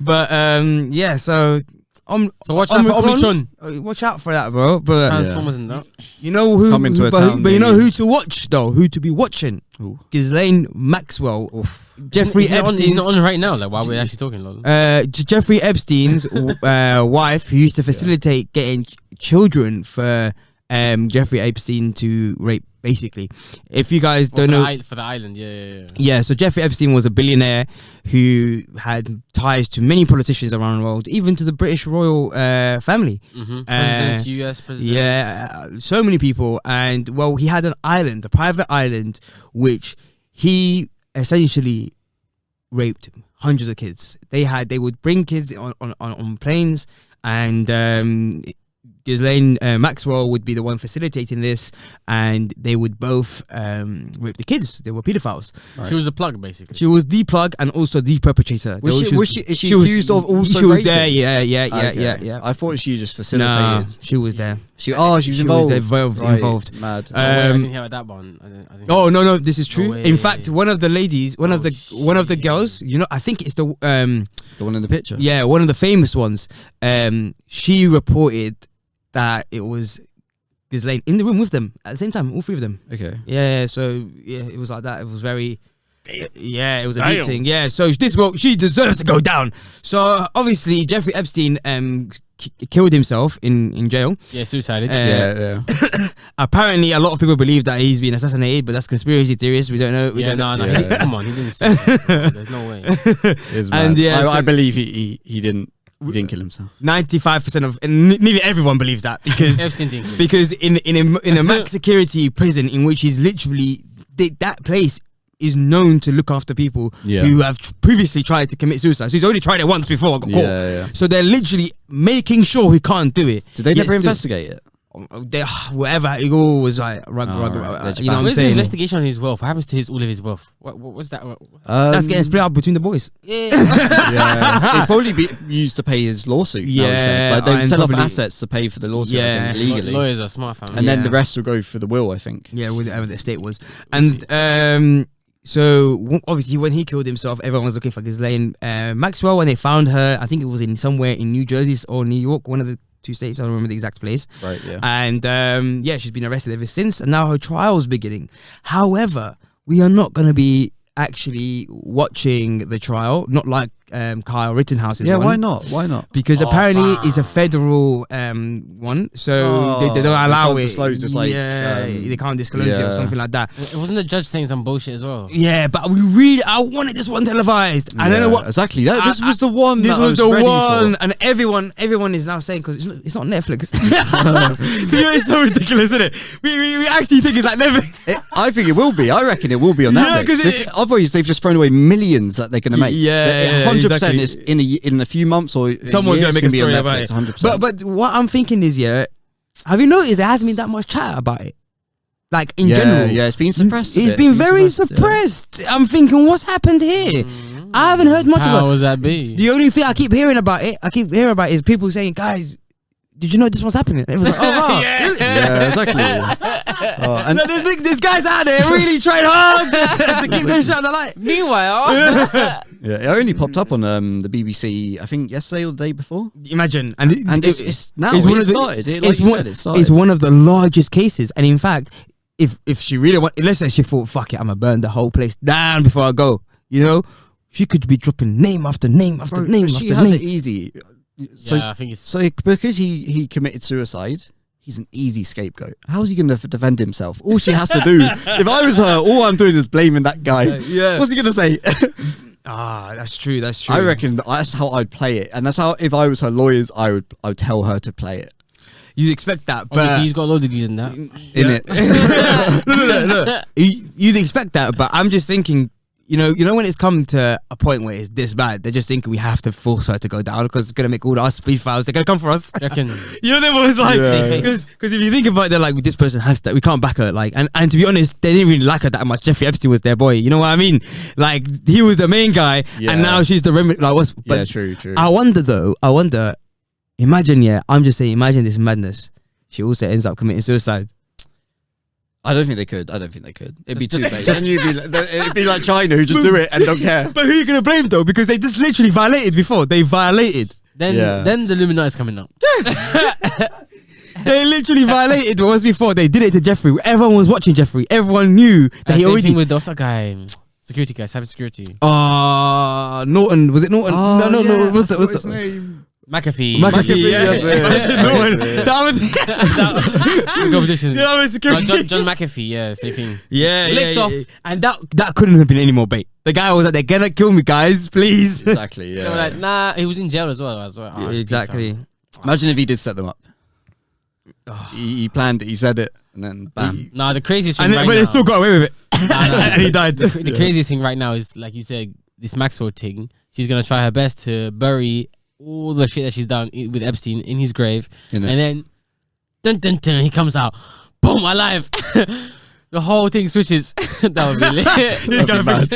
[SPEAKER 1] but um, yeah, so um,
[SPEAKER 2] So watch out for Omicron,
[SPEAKER 1] Uh, Watch out for that, bro. But
[SPEAKER 2] Transformers, and that.
[SPEAKER 1] you know who,
[SPEAKER 3] Come into
[SPEAKER 1] who-
[SPEAKER 3] a
[SPEAKER 1] but, who-
[SPEAKER 3] town
[SPEAKER 1] but you
[SPEAKER 3] near
[SPEAKER 1] know
[SPEAKER 3] you.
[SPEAKER 1] who to watch though, who to be watching?
[SPEAKER 3] Ooh.
[SPEAKER 1] Ghislaine Maxwell,
[SPEAKER 3] Oof.
[SPEAKER 1] Jeffrey
[SPEAKER 2] He's not on, he's
[SPEAKER 1] Epstein's,
[SPEAKER 2] not on right now. Like, why are we actually talking? Lol?
[SPEAKER 1] uh, J- Jeffrey Epstein's w- uh, wife, who used to facilitate getting ch- children for um, Jeffrey Epstein to rape. Basically, if you guys
[SPEAKER 2] Well,
[SPEAKER 1] don't
[SPEAKER 2] Oh, for
[SPEAKER 1] know,
[SPEAKER 2] the, isl- for the island. Yeah, yeah, yeah.
[SPEAKER 1] yeah, so Jeffrey Epstein was a billionaire who had ties to many politicians around the world, even to the British royal uh, family.
[SPEAKER 2] Mm-hmm.
[SPEAKER 1] Uh,
[SPEAKER 2] Presidents, US presidents.
[SPEAKER 1] Yeah, so many people. And well, he had an island, a private island, which he essentially raped hundreds of kids. They had, they would bring kids on, on, on- on planes, and um, Ghislaine uh, Maxwell would be the one facilitating this, and they would both um, rape the kids. They were pedophiles.
[SPEAKER 2] She was a plug, basically.
[SPEAKER 1] She was the plug and also the perpetrator.
[SPEAKER 3] Was
[SPEAKER 1] There
[SPEAKER 3] she- was she- is she accused of also
[SPEAKER 1] She was
[SPEAKER 3] raping?
[SPEAKER 1] there, yeah, yeah, yeah,
[SPEAKER 3] Okay.
[SPEAKER 1] yeah, yeah.
[SPEAKER 3] I thought she just
[SPEAKER 1] Nah,
[SPEAKER 3] facilitated.
[SPEAKER 1] she was there.
[SPEAKER 3] She oh, she was
[SPEAKER 1] She
[SPEAKER 3] involved.
[SPEAKER 1] was involved-
[SPEAKER 3] Right,
[SPEAKER 1] involved.
[SPEAKER 3] Mad.
[SPEAKER 1] Uh,
[SPEAKER 2] Oh, wait, I
[SPEAKER 1] um,
[SPEAKER 2] didn't hear about that one. I didn't, I didn't
[SPEAKER 1] Oh no no, this is true.
[SPEAKER 2] No
[SPEAKER 1] In
[SPEAKER 2] way.
[SPEAKER 1] fact, one of the ladies, one of
[SPEAKER 2] Oh,
[SPEAKER 1] the one of the
[SPEAKER 2] shit.
[SPEAKER 1] girls, you know, I think it's the um
[SPEAKER 3] the one in the picture.
[SPEAKER 1] yeah one of the famous ones. Um, she reported that it was Ghislaine in the room with them at the same time, all three of them.
[SPEAKER 3] Okay.
[SPEAKER 1] Yeah, so yeah, it was like that. It was very. Yeah, it was a
[SPEAKER 2] Damn.
[SPEAKER 1] deep thing. Yeah, so this well, she deserves to go down. So obviously Jeffrey Epstein um k- killed himself in in jail.
[SPEAKER 2] yeah, suicided.
[SPEAKER 1] Uh,
[SPEAKER 3] yeah, yeah.
[SPEAKER 1] Apparently, a lot of people believe that he's been assassinated, but that's conspiracy theorists. We don't know. We
[SPEAKER 2] yeah,
[SPEAKER 1] don't know.
[SPEAKER 2] no, no.
[SPEAKER 3] Yeah.
[SPEAKER 2] he didn't- Come on, he didn't suicide. bro. There's no way.
[SPEAKER 1] And
[SPEAKER 3] It's mad.
[SPEAKER 1] yeah,
[SPEAKER 3] I,
[SPEAKER 1] so-
[SPEAKER 3] I believe he, he he didn't he didn't kill himself.
[SPEAKER 1] Ninety-five percent of and n- nearly everyone believes that because
[SPEAKER 2] Epstein didn't kill him.
[SPEAKER 1] because in in a, in a max security prison in which he's literally they, that place is known to look after people
[SPEAKER 3] Yeah.
[SPEAKER 1] who have tr- previously tried to commit suicide. So he's already tried it once before, and got caught.
[SPEAKER 3] Yeah, yeah.
[SPEAKER 1] So they're literally making sure he can't do it.
[SPEAKER 3] Did they
[SPEAKER 1] Yet
[SPEAKER 3] never
[SPEAKER 1] still-
[SPEAKER 3] investigate it?
[SPEAKER 1] They, whatever it all was like, rug,
[SPEAKER 3] Oh,
[SPEAKER 1] rug,
[SPEAKER 3] right.
[SPEAKER 1] rug,
[SPEAKER 3] Legend
[SPEAKER 1] you know what I'm
[SPEAKER 2] Where's the
[SPEAKER 1] saying?
[SPEAKER 2] investigation on his wealth? What happens to his all of his wealth? What, what was that? What-
[SPEAKER 3] Um,
[SPEAKER 1] That's getting split up between the boys.
[SPEAKER 3] yeah. It'd probably be used to pay his lawsuit.
[SPEAKER 1] Yeah,
[SPEAKER 3] nowadays. like
[SPEAKER 1] and
[SPEAKER 3] they sell off
[SPEAKER 1] probably-
[SPEAKER 3] assets to pay for the lawsuit.
[SPEAKER 1] Yeah.
[SPEAKER 3] I think, legally,
[SPEAKER 2] Lawyers are smart, fam.
[SPEAKER 3] and then the
[SPEAKER 1] Yeah.
[SPEAKER 3] rest will go for the will. I think.
[SPEAKER 1] Yeah, whatever the state was. And um, so w- obviously, when he killed himself, everyone was looking for Ghislaine uh, Maxwell. When they found her, I think it was in somewhere in New Jersey s- or New York, one of the two states. I don't remember the exact place.
[SPEAKER 3] Right. Yeah.
[SPEAKER 1] And um, yeah, she's been arrested ever since, and now her trial's beginning. However, we are not going to be actually watching the trial, not like um, Kyle Rittenhouse's
[SPEAKER 3] yeah.
[SPEAKER 1] one.
[SPEAKER 3] Why not? Why not?
[SPEAKER 1] Because
[SPEAKER 2] Oh,
[SPEAKER 1] apparently it's a
[SPEAKER 2] fuck.
[SPEAKER 1] federal um, one, so they, they
[SPEAKER 3] Oh,
[SPEAKER 1] don't
[SPEAKER 3] they
[SPEAKER 1] allow
[SPEAKER 3] can't
[SPEAKER 1] it.
[SPEAKER 3] disclose, it's like,
[SPEAKER 1] yeah,
[SPEAKER 3] um,
[SPEAKER 1] they can't disclose it or
[SPEAKER 3] yeah.
[SPEAKER 1] something like that.
[SPEAKER 2] It wasn't the judge saying some bullshit as well.
[SPEAKER 1] Yeah, but we really, I wanted this one televised. I don't know
[SPEAKER 3] Yeah,
[SPEAKER 1] what.
[SPEAKER 3] exactly. That, this
[SPEAKER 1] I-
[SPEAKER 3] was the one.
[SPEAKER 1] This
[SPEAKER 3] that I
[SPEAKER 1] was, the
[SPEAKER 3] ready for.
[SPEAKER 1] one, and everyone, everyone is now saying because it's, not- it's not Netflix. To you, it's so ridiculous, isn't it? We, we, we actually think it's like Netflix.
[SPEAKER 3] It, I think it will be. I reckon it will be on
[SPEAKER 1] Yeah,
[SPEAKER 3] that.
[SPEAKER 1] 'cause
[SPEAKER 3] because
[SPEAKER 1] it-
[SPEAKER 3] otherwise they've just thrown away millions that they're going to
[SPEAKER 1] Y-
[SPEAKER 3] make.
[SPEAKER 1] yeah, yeah,
[SPEAKER 3] hundred
[SPEAKER 1] exactly.
[SPEAKER 3] percent is in a y- in a few months or a
[SPEAKER 1] Someone's
[SPEAKER 3] year,
[SPEAKER 1] gonna make a
[SPEAKER 3] it's gonna be on
[SPEAKER 1] story about it.
[SPEAKER 3] Netflix, Hundred
[SPEAKER 1] But
[SPEAKER 3] percent.
[SPEAKER 1] but what I'm thinking is, yeah, have you noticed there hasn't been that much chat about it? Like in
[SPEAKER 3] yeah,
[SPEAKER 1] general,
[SPEAKER 3] yeah, it's been suppressed. a
[SPEAKER 1] He's
[SPEAKER 3] bit.
[SPEAKER 1] been very
[SPEAKER 3] yeah. Mm.
[SPEAKER 1] suppressed. I'm thinking, what's happened here? I haven't heard much
[SPEAKER 2] How
[SPEAKER 1] of it.
[SPEAKER 2] was that be?
[SPEAKER 1] The only thing I keep hearing about it, I keep hearing about it, is people saying, guys, did you know this was happening? It was like, oh, wow. really?
[SPEAKER 3] Yeah, exactly. Oh, and
[SPEAKER 1] No, this, this, this guy's out there really trying hard to, to keep this shit on the light.
[SPEAKER 4] Meanwhile,
[SPEAKER 3] yeah, it only popped up on um, the BBC. I think yesterday or the day before.
[SPEAKER 1] Imagine, and, it-
[SPEAKER 3] And
[SPEAKER 1] it-
[SPEAKER 3] it's- it's now, it
[SPEAKER 1] of the-
[SPEAKER 3] started. It- like you
[SPEAKER 1] one,
[SPEAKER 3] said, it started.
[SPEAKER 1] it's one of the largest cases, and in fact, if if she really want, let's say she thought, "Fuck it, I'm gonna burn the whole place down before I go," you know, she could be dropping name after name after
[SPEAKER 3] Bro,
[SPEAKER 1] name
[SPEAKER 3] she
[SPEAKER 1] after
[SPEAKER 3] has
[SPEAKER 1] name.
[SPEAKER 3] it easy. So
[SPEAKER 2] yeah, I think it's.
[SPEAKER 3] So because he he committed suicide, he's an easy scapegoat. How's he going to defend himself? All she has to do, if I was her, all I'm doing is blaming that guy.
[SPEAKER 1] yeah.
[SPEAKER 3] What's he going to say?
[SPEAKER 1] Ah, that's true. That's true.
[SPEAKER 3] I reckon that's how I'd play it, and that's how if I was her lawyers, I would I would tell her to play it.
[SPEAKER 1] you expect that, but
[SPEAKER 2] Obviously, he's got low degrees in that.
[SPEAKER 3] In it,
[SPEAKER 1] you, you'd expect that, but I'm just thinking, you know, you know, when it's come to a point where it's this bad, they're just thinking we have to force her to go down because it's gonna make all our speed files. They're gonna come for us.
[SPEAKER 2] Reckon.
[SPEAKER 1] You know, they were always like,
[SPEAKER 3] Yeah.
[SPEAKER 2] Safe
[SPEAKER 1] because if you think about it, they're like, this person has that. We can't back her. Like, and, and to be honest, they didn't really like her that much. Jeffrey Epstein was their boy. You know what I mean? Like, he was the main guy,
[SPEAKER 3] Yeah.
[SPEAKER 1] and now she's the remnant. Like, what's? But
[SPEAKER 3] yeah, true, true.
[SPEAKER 1] I wonder though. I wonder. Imagine, yeah. I'm just saying. Imagine this madness. She also ends up committing suicide.
[SPEAKER 3] I don't think they could. I don't think they could. It'd be
[SPEAKER 2] Just-
[SPEAKER 3] too
[SPEAKER 2] just-
[SPEAKER 3] big. Then you'd be like, it'd be like China who just do it and don't care.
[SPEAKER 1] But who are you gonna blame though? Because they just literally violated before. They violated.
[SPEAKER 2] Then,
[SPEAKER 3] Yeah.
[SPEAKER 2] then the Illuminati's coming up.
[SPEAKER 1] They literally violated once before. They did it to Jeffrey. Everyone was watching Jeffrey. Everyone knew that
[SPEAKER 2] Uh,
[SPEAKER 1] he
[SPEAKER 2] same
[SPEAKER 1] already.
[SPEAKER 2] thing with the other guy, mm, security guy, cybersecurity. Oh,
[SPEAKER 1] Ah, Norton was it Norton? no, no, no. What's the, what's the,
[SPEAKER 3] Oh, name?
[SPEAKER 2] McAfee.
[SPEAKER 1] McAfee,
[SPEAKER 3] McAfee,
[SPEAKER 1] yeah.
[SPEAKER 3] yes, yeah.
[SPEAKER 1] No one-
[SPEAKER 3] Yeah.
[SPEAKER 1] That was
[SPEAKER 2] That- competition.
[SPEAKER 1] that was
[SPEAKER 2] No,
[SPEAKER 1] security.
[SPEAKER 2] John, John McAfee, yeah, same thing.
[SPEAKER 1] yeah, yeah,
[SPEAKER 2] Licked
[SPEAKER 1] yeah,
[SPEAKER 2] off.
[SPEAKER 1] yeah. and that that couldn't have been any more bait. The guy was like, "They're gonna kill me, guys, please."
[SPEAKER 3] exactly.
[SPEAKER 2] They were
[SPEAKER 3] Yeah.
[SPEAKER 2] like, nah, he was in jail as well. As well. Ah,
[SPEAKER 1] exactly.
[SPEAKER 3] Imagine if he did set them up. He, he planned it. He said it, and then bam.
[SPEAKER 2] Nah, the craziest thing.
[SPEAKER 1] And
[SPEAKER 2] right
[SPEAKER 1] then, but
[SPEAKER 2] now,
[SPEAKER 1] they still got away with it,
[SPEAKER 2] Nah, nah,
[SPEAKER 1] and he died.
[SPEAKER 2] the craziest thing right now is like you said, this Maxwell thing. She's gonna try her best to bury all the shit that she's done i- with Epstein in his grave,
[SPEAKER 3] In it.
[SPEAKER 2] and then, dun dun dun, he comes out, boom, alive. the whole thing switches. that would be lit.
[SPEAKER 1] This guy,
[SPEAKER 3] That'd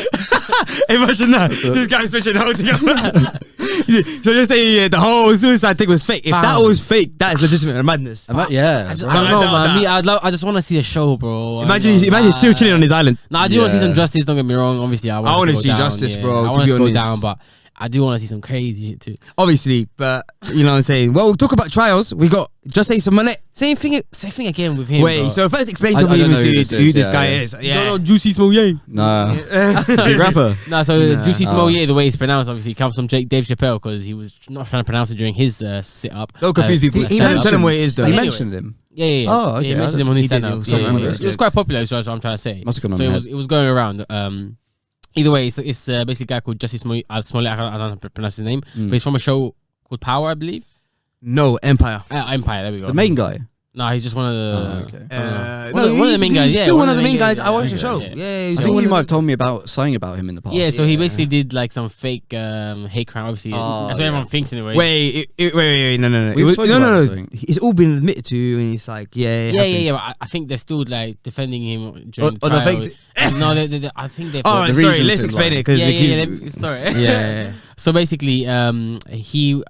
[SPEAKER 1] imagine that. This guy switching the whole thing up. so you're saying yeah, the whole suicide thing was fake? If that
[SPEAKER 2] Fam. Oh,
[SPEAKER 1] was fake, that is legitimate and madness.
[SPEAKER 3] Ima- yeah.
[SPEAKER 2] I, just,
[SPEAKER 3] bro.
[SPEAKER 2] I don't know,
[SPEAKER 1] I doubt
[SPEAKER 2] man.
[SPEAKER 1] that.
[SPEAKER 2] Me, I'd love. I just want to see a show, bro. I
[SPEAKER 1] imagine,
[SPEAKER 2] don't
[SPEAKER 1] he's,
[SPEAKER 2] know,
[SPEAKER 1] imagine he's still
[SPEAKER 2] man.
[SPEAKER 1] chilling on his island.
[SPEAKER 2] Nah, I do want to see some
[SPEAKER 3] Yeah.
[SPEAKER 2] justice. Don't get me wrong. Obviously, I want.
[SPEAKER 1] wanna
[SPEAKER 2] to go
[SPEAKER 1] see
[SPEAKER 2] down,
[SPEAKER 1] justice,
[SPEAKER 2] yeah.
[SPEAKER 1] bro,
[SPEAKER 2] I
[SPEAKER 1] to
[SPEAKER 2] want
[SPEAKER 1] be
[SPEAKER 2] to go
[SPEAKER 1] honest.
[SPEAKER 2] down, but I do want to see some crazy shit too.
[SPEAKER 1] Obviously, but you know what I'm saying. Well, we'll talk about trials. We got just Ace Monet.
[SPEAKER 2] Same thing. Same thing again with him.
[SPEAKER 1] Wait,
[SPEAKER 2] bro.
[SPEAKER 1] so first explain
[SPEAKER 3] I-
[SPEAKER 1] to
[SPEAKER 3] I
[SPEAKER 1] me
[SPEAKER 3] don't
[SPEAKER 1] who,
[SPEAKER 3] know who
[SPEAKER 1] this,
[SPEAKER 3] this
[SPEAKER 1] who
[SPEAKER 3] is,
[SPEAKER 1] this
[SPEAKER 3] yeah,
[SPEAKER 1] guy
[SPEAKER 3] yeah.
[SPEAKER 1] is. Yeah.
[SPEAKER 2] no, no, Juicy Small Yay.
[SPEAKER 3] No. Is he a rapper?
[SPEAKER 2] No, so
[SPEAKER 1] Nah, Oh.
[SPEAKER 2] Juicy
[SPEAKER 3] nah.
[SPEAKER 2] Small Yay, the way it's pronounced, obviously comes from Jake Dave Chappelle because he was not trying to pronounce it during his uh, sit up.
[SPEAKER 1] Don't confuse people. He
[SPEAKER 3] He
[SPEAKER 1] mentioned-
[SPEAKER 3] mentioned-
[SPEAKER 1] tell him what it is, though.
[SPEAKER 3] He
[SPEAKER 2] Anyway.
[SPEAKER 3] mentioned him.
[SPEAKER 2] Yeah, yeah, yeah.
[SPEAKER 3] Oh, okay,
[SPEAKER 2] He
[SPEAKER 3] I
[SPEAKER 2] mentioned
[SPEAKER 3] didn't-
[SPEAKER 2] him on his
[SPEAKER 1] he did
[SPEAKER 2] stand
[SPEAKER 1] do
[SPEAKER 2] up.
[SPEAKER 1] some
[SPEAKER 2] Yeah, yeah,
[SPEAKER 1] random
[SPEAKER 2] it, was, it was
[SPEAKER 3] jokes.
[SPEAKER 2] quite popular, so that's what I'm trying to say.
[SPEAKER 3] Must have gone on
[SPEAKER 2] so it
[SPEAKER 3] my
[SPEAKER 2] was, it was going around. Um, either way, it's, it's uh, basically a guy called Justice Smollett. Uh, Smollett I, don't, I don't know how to pronounce his name,
[SPEAKER 3] Mm.
[SPEAKER 2] but he's from a show called Power, I believe.
[SPEAKER 1] No, Empire.
[SPEAKER 2] Uh, Empire, there we go.
[SPEAKER 3] The main guy.
[SPEAKER 2] No, he's just one of the.
[SPEAKER 3] Oh, okay.
[SPEAKER 1] Uh,
[SPEAKER 2] One of the- one of the main guys,
[SPEAKER 1] He's
[SPEAKER 2] yeah,
[SPEAKER 1] still one
[SPEAKER 2] one of
[SPEAKER 1] of the
[SPEAKER 2] the
[SPEAKER 1] main
[SPEAKER 2] main
[SPEAKER 1] guys.
[SPEAKER 2] guys,
[SPEAKER 1] I watched the
[SPEAKER 2] yeah,
[SPEAKER 1] show.
[SPEAKER 2] yeah.
[SPEAKER 1] Yeah, he's
[SPEAKER 3] I
[SPEAKER 1] still
[SPEAKER 3] think
[SPEAKER 1] one
[SPEAKER 3] you
[SPEAKER 1] of
[SPEAKER 3] might
[SPEAKER 1] the-
[SPEAKER 3] have told me about something about him in the past.
[SPEAKER 2] Yeah, so he
[SPEAKER 1] Yeah.
[SPEAKER 2] basically did like some fake um, hate crime. Obviously,
[SPEAKER 3] Oh,
[SPEAKER 2] that's what
[SPEAKER 3] yeah.
[SPEAKER 2] everyone thinks anyway.
[SPEAKER 1] Wait, it- it- wait, wait, wait, no, no, no. It
[SPEAKER 3] We've
[SPEAKER 1] was-
[SPEAKER 3] spoken
[SPEAKER 1] no,
[SPEAKER 3] about
[SPEAKER 1] no,
[SPEAKER 3] this, I
[SPEAKER 1] no.
[SPEAKER 3] think.
[SPEAKER 1] It's all been admitted to, and it's like, yeah, it
[SPEAKER 2] yeah, yeah, yeah.
[SPEAKER 1] happened.
[SPEAKER 2] But I, I think they're still like defending him
[SPEAKER 1] On
[SPEAKER 3] Oh,
[SPEAKER 2] during
[SPEAKER 1] on the
[SPEAKER 2] trial.
[SPEAKER 1] fake.
[SPEAKER 2] And no, they, they, they- I think they've.
[SPEAKER 1] All right,
[SPEAKER 3] the
[SPEAKER 1] sorry.
[SPEAKER 3] reasons
[SPEAKER 1] Let's
[SPEAKER 3] in
[SPEAKER 1] explain it
[SPEAKER 3] life.
[SPEAKER 1] because
[SPEAKER 2] yeah, yeah, yeah, they- sorry.
[SPEAKER 1] yeah, yeah.
[SPEAKER 2] so basically, um, he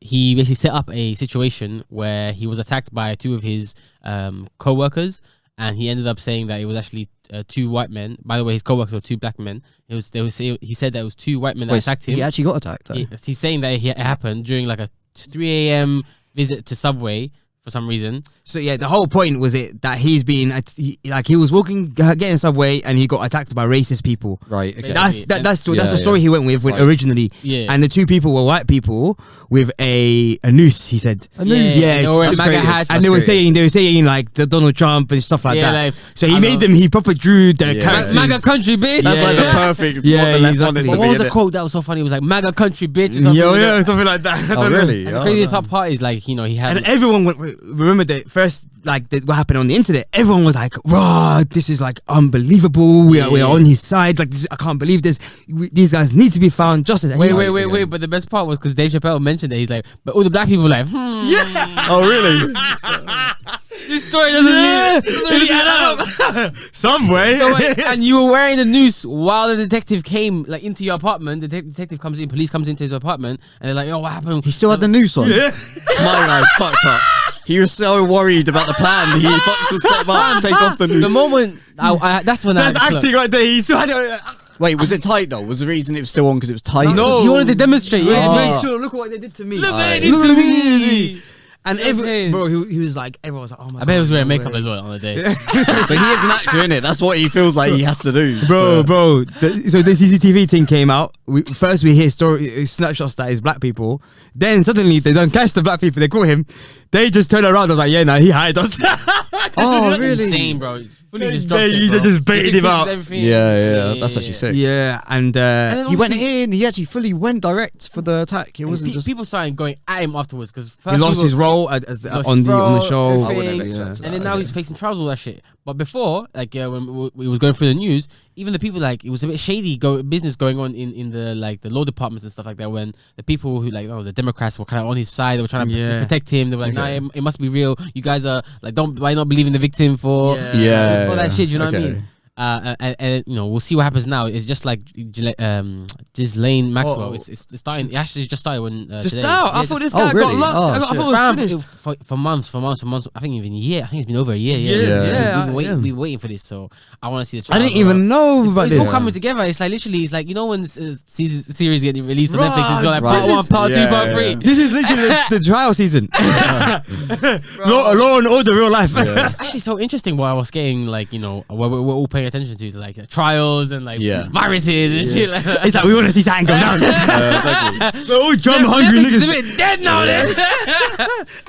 [SPEAKER 2] he basically set up a situation where he was attacked by two of his um co-workers, and he ended up saying that it was actually uh, two white men. By the way, his co-workers were two black men. It was they was he said that it was two white men that
[SPEAKER 3] Wait,
[SPEAKER 2] attacked him.
[SPEAKER 3] He actually got attacked. Though.
[SPEAKER 2] He- he's saying that it happened during like a 3 a.m. visit to Subway for some reason.
[SPEAKER 1] So yeah, the whole point was it that he's been at- he- like he was walking, uh, getting subway, and he got attacked by racist people.
[SPEAKER 3] Right. Okay.
[SPEAKER 2] That-
[SPEAKER 1] That's that, that's the, that's
[SPEAKER 3] Yeah,
[SPEAKER 1] the story
[SPEAKER 3] yeah.
[SPEAKER 1] he went with when,
[SPEAKER 3] Right.
[SPEAKER 1] originally,
[SPEAKER 2] Yeah.
[SPEAKER 1] and the two people were white people with a a noose. He said,
[SPEAKER 3] I knew-
[SPEAKER 2] Yeah,
[SPEAKER 1] yeah,
[SPEAKER 2] they were wearing
[SPEAKER 1] it's
[SPEAKER 2] MAGA
[SPEAKER 3] creative.
[SPEAKER 2] hats.
[SPEAKER 1] and they were
[SPEAKER 3] That's great.
[SPEAKER 1] saying they were saying like the Donald Trump and stuff like
[SPEAKER 2] Yeah,
[SPEAKER 1] that.
[SPEAKER 2] like,
[SPEAKER 1] so he
[SPEAKER 2] I
[SPEAKER 1] made
[SPEAKER 2] know.
[SPEAKER 1] them. He proper drew their
[SPEAKER 3] Yeah.
[SPEAKER 1] characters.
[SPEAKER 2] MAGA country, bitch.
[SPEAKER 3] That's
[SPEAKER 1] Yeah,
[SPEAKER 3] like
[SPEAKER 1] yeah.
[SPEAKER 3] the perfect.
[SPEAKER 1] Yeah,
[SPEAKER 3] what the left
[SPEAKER 1] exactly.
[SPEAKER 3] wanted to
[SPEAKER 2] What
[SPEAKER 3] be,
[SPEAKER 2] was the
[SPEAKER 3] innit?
[SPEAKER 2] quote that was so funny? It was like MAGA country, bitch. Or something
[SPEAKER 1] Yo,
[SPEAKER 2] like that.
[SPEAKER 1] yeah, something like that. I
[SPEAKER 3] Oh
[SPEAKER 1] don't know.
[SPEAKER 3] really?
[SPEAKER 2] And
[SPEAKER 3] Oh,
[SPEAKER 2] the craziest
[SPEAKER 3] no.
[SPEAKER 2] part- part is like you know he had
[SPEAKER 1] And everyone went, remember the first, like, the, what happened on the internet? Everyone was like, raw, this is like unbelievable. We are, we are
[SPEAKER 2] Yeah.
[SPEAKER 1] on his side. Like, this, I can't believe this. We, these guys need to be found justice. And
[SPEAKER 2] wait
[SPEAKER 1] he's
[SPEAKER 2] wait
[SPEAKER 1] like,
[SPEAKER 2] wait wait. But the best part was because Dave Chappelle mentioned that he's like, but all the black people were like, hmm,
[SPEAKER 1] Yeah.
[SPEAKER 3] Oh really?
[SPEAKER 2] this story doesn't
[SPEAKER 1] Yeah.
[SPEAKER 2] need doesn't really add up.
[SPEAKER 1] Some way.
[SPEAKER 2] So, like, and you were wearing the noose while the detective came like into your apartment. The detec- detective comes in, police comes into his apartment, and they're like, "Yo, what happened?"
[SPEAKER 3] He still had the noose on. My guy fucked up. He was so worried about the plan. He fucked to set up, take off the
[SPEAKER 2] The
[SPEAKER 3] noose.
[SPEAKER 2] moment I, I, that's when
[SPEAKER 1] That's
[SPEAKER 2] I
[SPEAKER 1] acting right there. He still had it. uh,
[SPEAKER 3] Wait, was it tight though? Was the reason it was still on because it was tight?
[SPEAKER 1] No.
[SPEAKER 2] He wanted to demonstrate.
[SPEAKER 1] Yeah,
[SPEAKER 2] Yeah,
[SPEAKER 1] Oh.
[SPEAKER 2] Oh.
[SPEAKER 1] make sure. Look what they did to me.
[SPEAKER 2] Look what
[SPEAKER 3] they
[SPEAKER 1] Aye.
[SPEAKER 2] did
[SPEAKER 1] Look
[SPEAKER 2] to
[SPEAKER 1] what
[SPEAKER 2] me.
[SPEAKER 1] And
[SPEAKER 2] That's
[SPEAKER 1] every,
[SPEAKER 2] him.
[SPEAKER 1] bro, he, he was like, everyone was like, oh my god.
[SPEAKER 2] I bet he was wearing
[SPEAKER 1] no
[SPEAKER 2] makeup
[SPEAKER 1] way.
[SPEAKER 2] as well on the day.
[SPEAKER 3] but he is an actor, innit? That's what he feels like he has to do.
[SPEAKER 1] Bro,
[SPEAKER 3] to-
[SPEAKER 1] bro. The, so the CCTV thing came out. We, first, we hear story uh, snapshots that is black people. Then suddenly they don't catch the black people. They caught him. They just turn around. I was like, yeah, nah, he hired us.
[SPEAKER 3] Oh really?
[SPEAKER 2] Insane, bro. Fully just
[SPEAKER 1] They-
[SPEAKER 2] dropped
[SPEAKER 1] they
[SPEAKER 2] it, bro.
[SPEAKER 1] just baited
[SPEAKER 2] He did
[SPEAKER 1] him out.
[SPEAKER 2] everything.
[SPEAKER 3] Yeah, yeah, that's actually sick.
[SPEAKER 1] yeah, and, uh,
[SPEAKER 2] And then
[SPEAKER 3] He went
[SPEAKER 2] obviously-
[SPEAKER 3] in. He actually fully went direct for the attack. It
[SPEAKER 2] and
[SPEAKER 3] wasn't
[SPEAKER 2] pe-
[SPEAKER 3] just.
[SPEAKER 2] people started going at him afterwards because first
[SPEAKER 1] he lost
[SPEAKER 2] people-
[SPEAKER 1] his role at, as,
[SPEAKER 2] lost
[SPEAKER 1] uh, on
[SPEAKER 2] his
[SPEAKER 1] the on the
[SPEAKER 2] role,
[SPEAKER 1] show. Oh,
[SPEAKER 2] I wouldn't have
[SPEAKER 3] expected
[SPEAKER 1] Yeah.
[SPEAKER 2] and then
[SPEAKER 3] that,
[SPEAKER 2] now
[SPEAKER 3] okay.
[SPEAKER 2] he's facing trials all that shit. But before, like uh, when w- we was going through the news, even the people like it was a bit shady go- business going on in, in the like the law departments and stuff like that. When the people who like oh the Democrats were kind of on his side, they were trying to
[SPEAKER 1] Yeah.
[SPEAKER 2] protect him. They were like,
[SPEAKER 3] Okay.
[SPEAKER 2] nah, it, it must be real. You guys are like don't why not believe in the victim for
[SPEAKER 1] Yeah.
[SPEAKER 3] Yeah,
[SPEAKER 2] all that
[SPEAKER 3] yeah.
[SPEAKER 2] shit. You know what I
[SPEAKER 3] Okay.
[SPEAKER 2] mean? Uh, and, and you know we'll see what happens now. It's just like Gile- um, Ghislaine Maxwell.
[SPEAKER 1] Oh.
[SPEAKER 2] It's, it's it's starting. It actually just started when uh,
[SPEAKER 1] Just
[SPEAKER 2] today.
[SPEAKER 1] now, I
[SPEAKER 2] Yeah,
[SPEAKER 1] thought
[SPEAKER 2] just-
[SPEAKER 1] this
[SPEAKER 3] Oh,
[SPEAKER 1] guy got
[SPEAKER 3] really?
[SPEAKER 1] locked.
[SPEAKER 3] Oh,
[SPEAKER 1] I, got- I
[SPEAKER 3] shit.
[SPEAKER 1] thought
[SPEAKER 2] Fam,
[SPEAKER 1] it was
[SPEAKER 2] it-
[SPEAKER 1] finished.
[SPEAKER 2] for, for months, for months, for months. I think even a year. I think it's been over a year. Yeah,
[SPEAKER 1] Years,
[SPEAKER 2] yeah.
[SPEAKER 1] yeah,
[SPEAKER 2] We've been wait-
[SPEAKER 1] yeah.
[SPEAKER 2] we've been waiting for this, so I want to see the.
[SPEAKER 1] I
[SPEAKER 2] Trial
[SPEAKER 1] didn't even know
[SPEAKER 2] It's,
[SPEAKER 1] about
[SPEAKER 2] it's
[SPEAKER 1] this.
[SPEAKER 2] all coming together. It's like literally, it's like you know when uh, season, series get released on
[SPEAKER 1] Right,
[SPEAKER 2] Netflix. It's got like
[SPEAKER 1] right.
[SPEAKER 2] part
[SPEAKER 1] This
[SPEAKER 2] one,
[SPEAKER 1] is-
[SPEAKER 2] part two,
[SPEAKER 3] yeah,
[SPEAKER 2] part
[SPEAKER 3] yeah.
[SPEAKER 2] three.
[SPEAKER 1] This is literally the, the trial season. law, law and order, real life.
[SPEAKER 2] It's actually so interesting. Why I was getting like you know we're, we're all paying attention to is like uh, trials and like
[SPEAKER 3] Yeah.
[SPEAKER 2] viruses and
[SPEAKER 3] Yeah.
[SPEAKER 2] shit like that.
[SPEAKER 1] It's like we want to see something go down.
[SPEAKER 3] Uh, exactly.
[SPEAKER 1] oh, drama hungry
[SPEAKER 2] Netflix is
[SPEAKER 1] niggas.
[SPEAKER 2] a bit dead now. Then.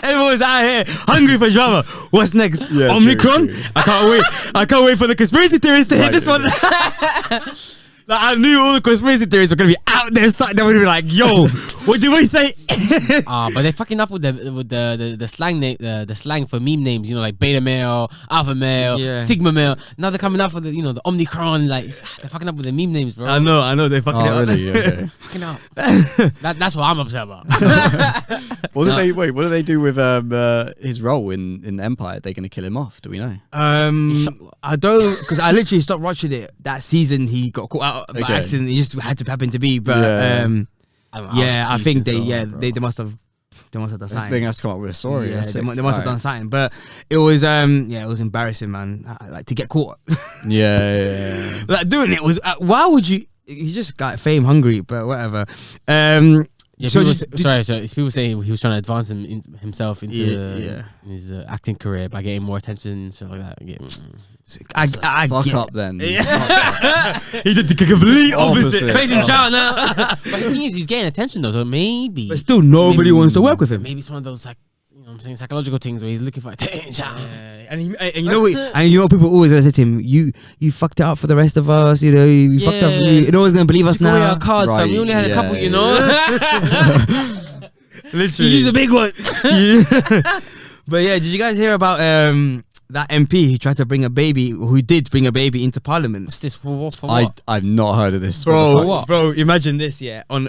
[SPEAKER 1] Everyone's out here hungry for drama. What's next?
[SPEAKER 3] Yeah, true,
[SPEAKER 1] Omicron.
[SPEAKER 3] true.
[SPEAKER 1] I can't wait. I can't wait for the conspiracy theories to hit
[SPEAKER 3] Right,
[SPEAKER 1] this one. Like, I knew all the conspiracy theories were gonna be out there. So they would be like, "Yo, what did we say?"
[SPEAKER 2] Ah, but they're fucking up with the with the the, the slang name the, the slang for meme names. You know, like beta male, alpha male,
[SPEAKER 1] Yeah.
[SPEAKER 2] sigma male. Now they're coming up for the you know the omicron. Like it's- they're fucking up with the meme names, bro.
[SPEAKER 1] I know, I know. They fucking.
[SPEAKER 3] oh, really? Okay.
[SPEAKER 2] fucking up. that, that's what I'm upset about.
[SPEAKER 3] What do they wait? What do they do with um, uh, his role in in Empire? Are they going to kill him off? Do we know?
[SPEAKER 1] Um, I don't because I literally stopped watching it that season. He got caught out by
[SPEAKER 3] Okay.
[SPEAKER 1] accident. It just had to happen to be. But
[SPEAKER 3] Yeah.
[SPEAKER 1] um,
[SPEAKER 2] I'm out
[SPEAKER 1] yeah, I
[SPEAKER 2] of
[SPEAKER 1] think
[SPEAKER 2] pieces,
[SPEAKER 1] they
[SPEAKER 2] so,
[SPEAKER 1] yeah
[SPEAKER 2] bro.
[SPEAKER 1] they, they must have they must have done
[SPEAKER 3] They're
[SPEAKER 1] something.
[SPEAKER 3] going to come up with a story.
[SPEAKER 1] yeah,
[SPEAKER 3] that's
[SPEAKER 1] they,
[SPEAKER 3] it.
[SPEAKER 1] mu- they must have done
[SPEAKER 3] Alright.
[SPEAKER 1] something. But it was um yeah it was embarrassing, man. I- I like to get caught
[SPEAKER 3] Yeah, yeah, yeah, yeah.
[SPEAKER 1] like doing it was uh, why would you? You just got fame hungry, but whatever. Um,
[SPEAKER 2] Yeah,
[SPEAKER 1] so
[SPEAKER 2] people
[SPEAKER 1] just-
[SPEAKER 2] s- sorry, sorry. People say he was trying to advance him in, himself into
[SPEAKER 1] Yeah, yeah.
[SPEAKER 2] his uh, acting career by getting more attention and stuff like that. Yeah.
[SPEAKER 1] I, I, I
[SPEAKER 3] Fuck
[SPEAKER 1] get-
[SPEAKER 3] up then.
[SPEAKER 1] He did the complete opposite.
[SPEAKER 3] Opposite.
[SPEAKER 2] Facing the child now. but the thing is, he's getting attention though, so maybe.
[SPEAKER 1] But still, nobody
[SPEAKER 2] maybe-
[SPEAKER 1] wants to work with him.
[SPEAKER 2] Maybe it's one of those like, you know, what I'm saying psychological things where he's looking for attention.
[SPEAKER 1] And, he, and and you know what? And you know people always gonna say to him, "You you fucked it up for the rest of us. You know, you fucked up.
[SPEAKER 2] Yeah.
[SPEAKER 1] You, no one's gonna believe us
[SPEAKER 2] Took away
[SPEAKER 1] now."
[SPEAKER 2] our cards, fam. We
[SPEAKER 3] Right,
[SPEAKER 2] only had a
[SPEAKER 3] yeah,
[SPEAKER 2] couple, you
[SPEAKER 3] yeah.
[SPEAKER 2] know.
[SPEAKER 1] Literally,
[SPEAKER 2] He's a big one.
[SPEAKER 1] Yeah. but yeah, did you guys hear about um that MP who tried to bring a baby, who did bring a baby into Parliament?
[SPEAKER 2] What's this for? What, for
[SPEAKER 3] I
[SPEAKER 2] what?
[SPEAKER 3] I've not heard of this.
[SPEAKER 1] Bro,
[SPEAKER 3] motherfucker.
[SPEAKER 2] what?
[SPEAKER 1] bro, imagine this. Yeah, on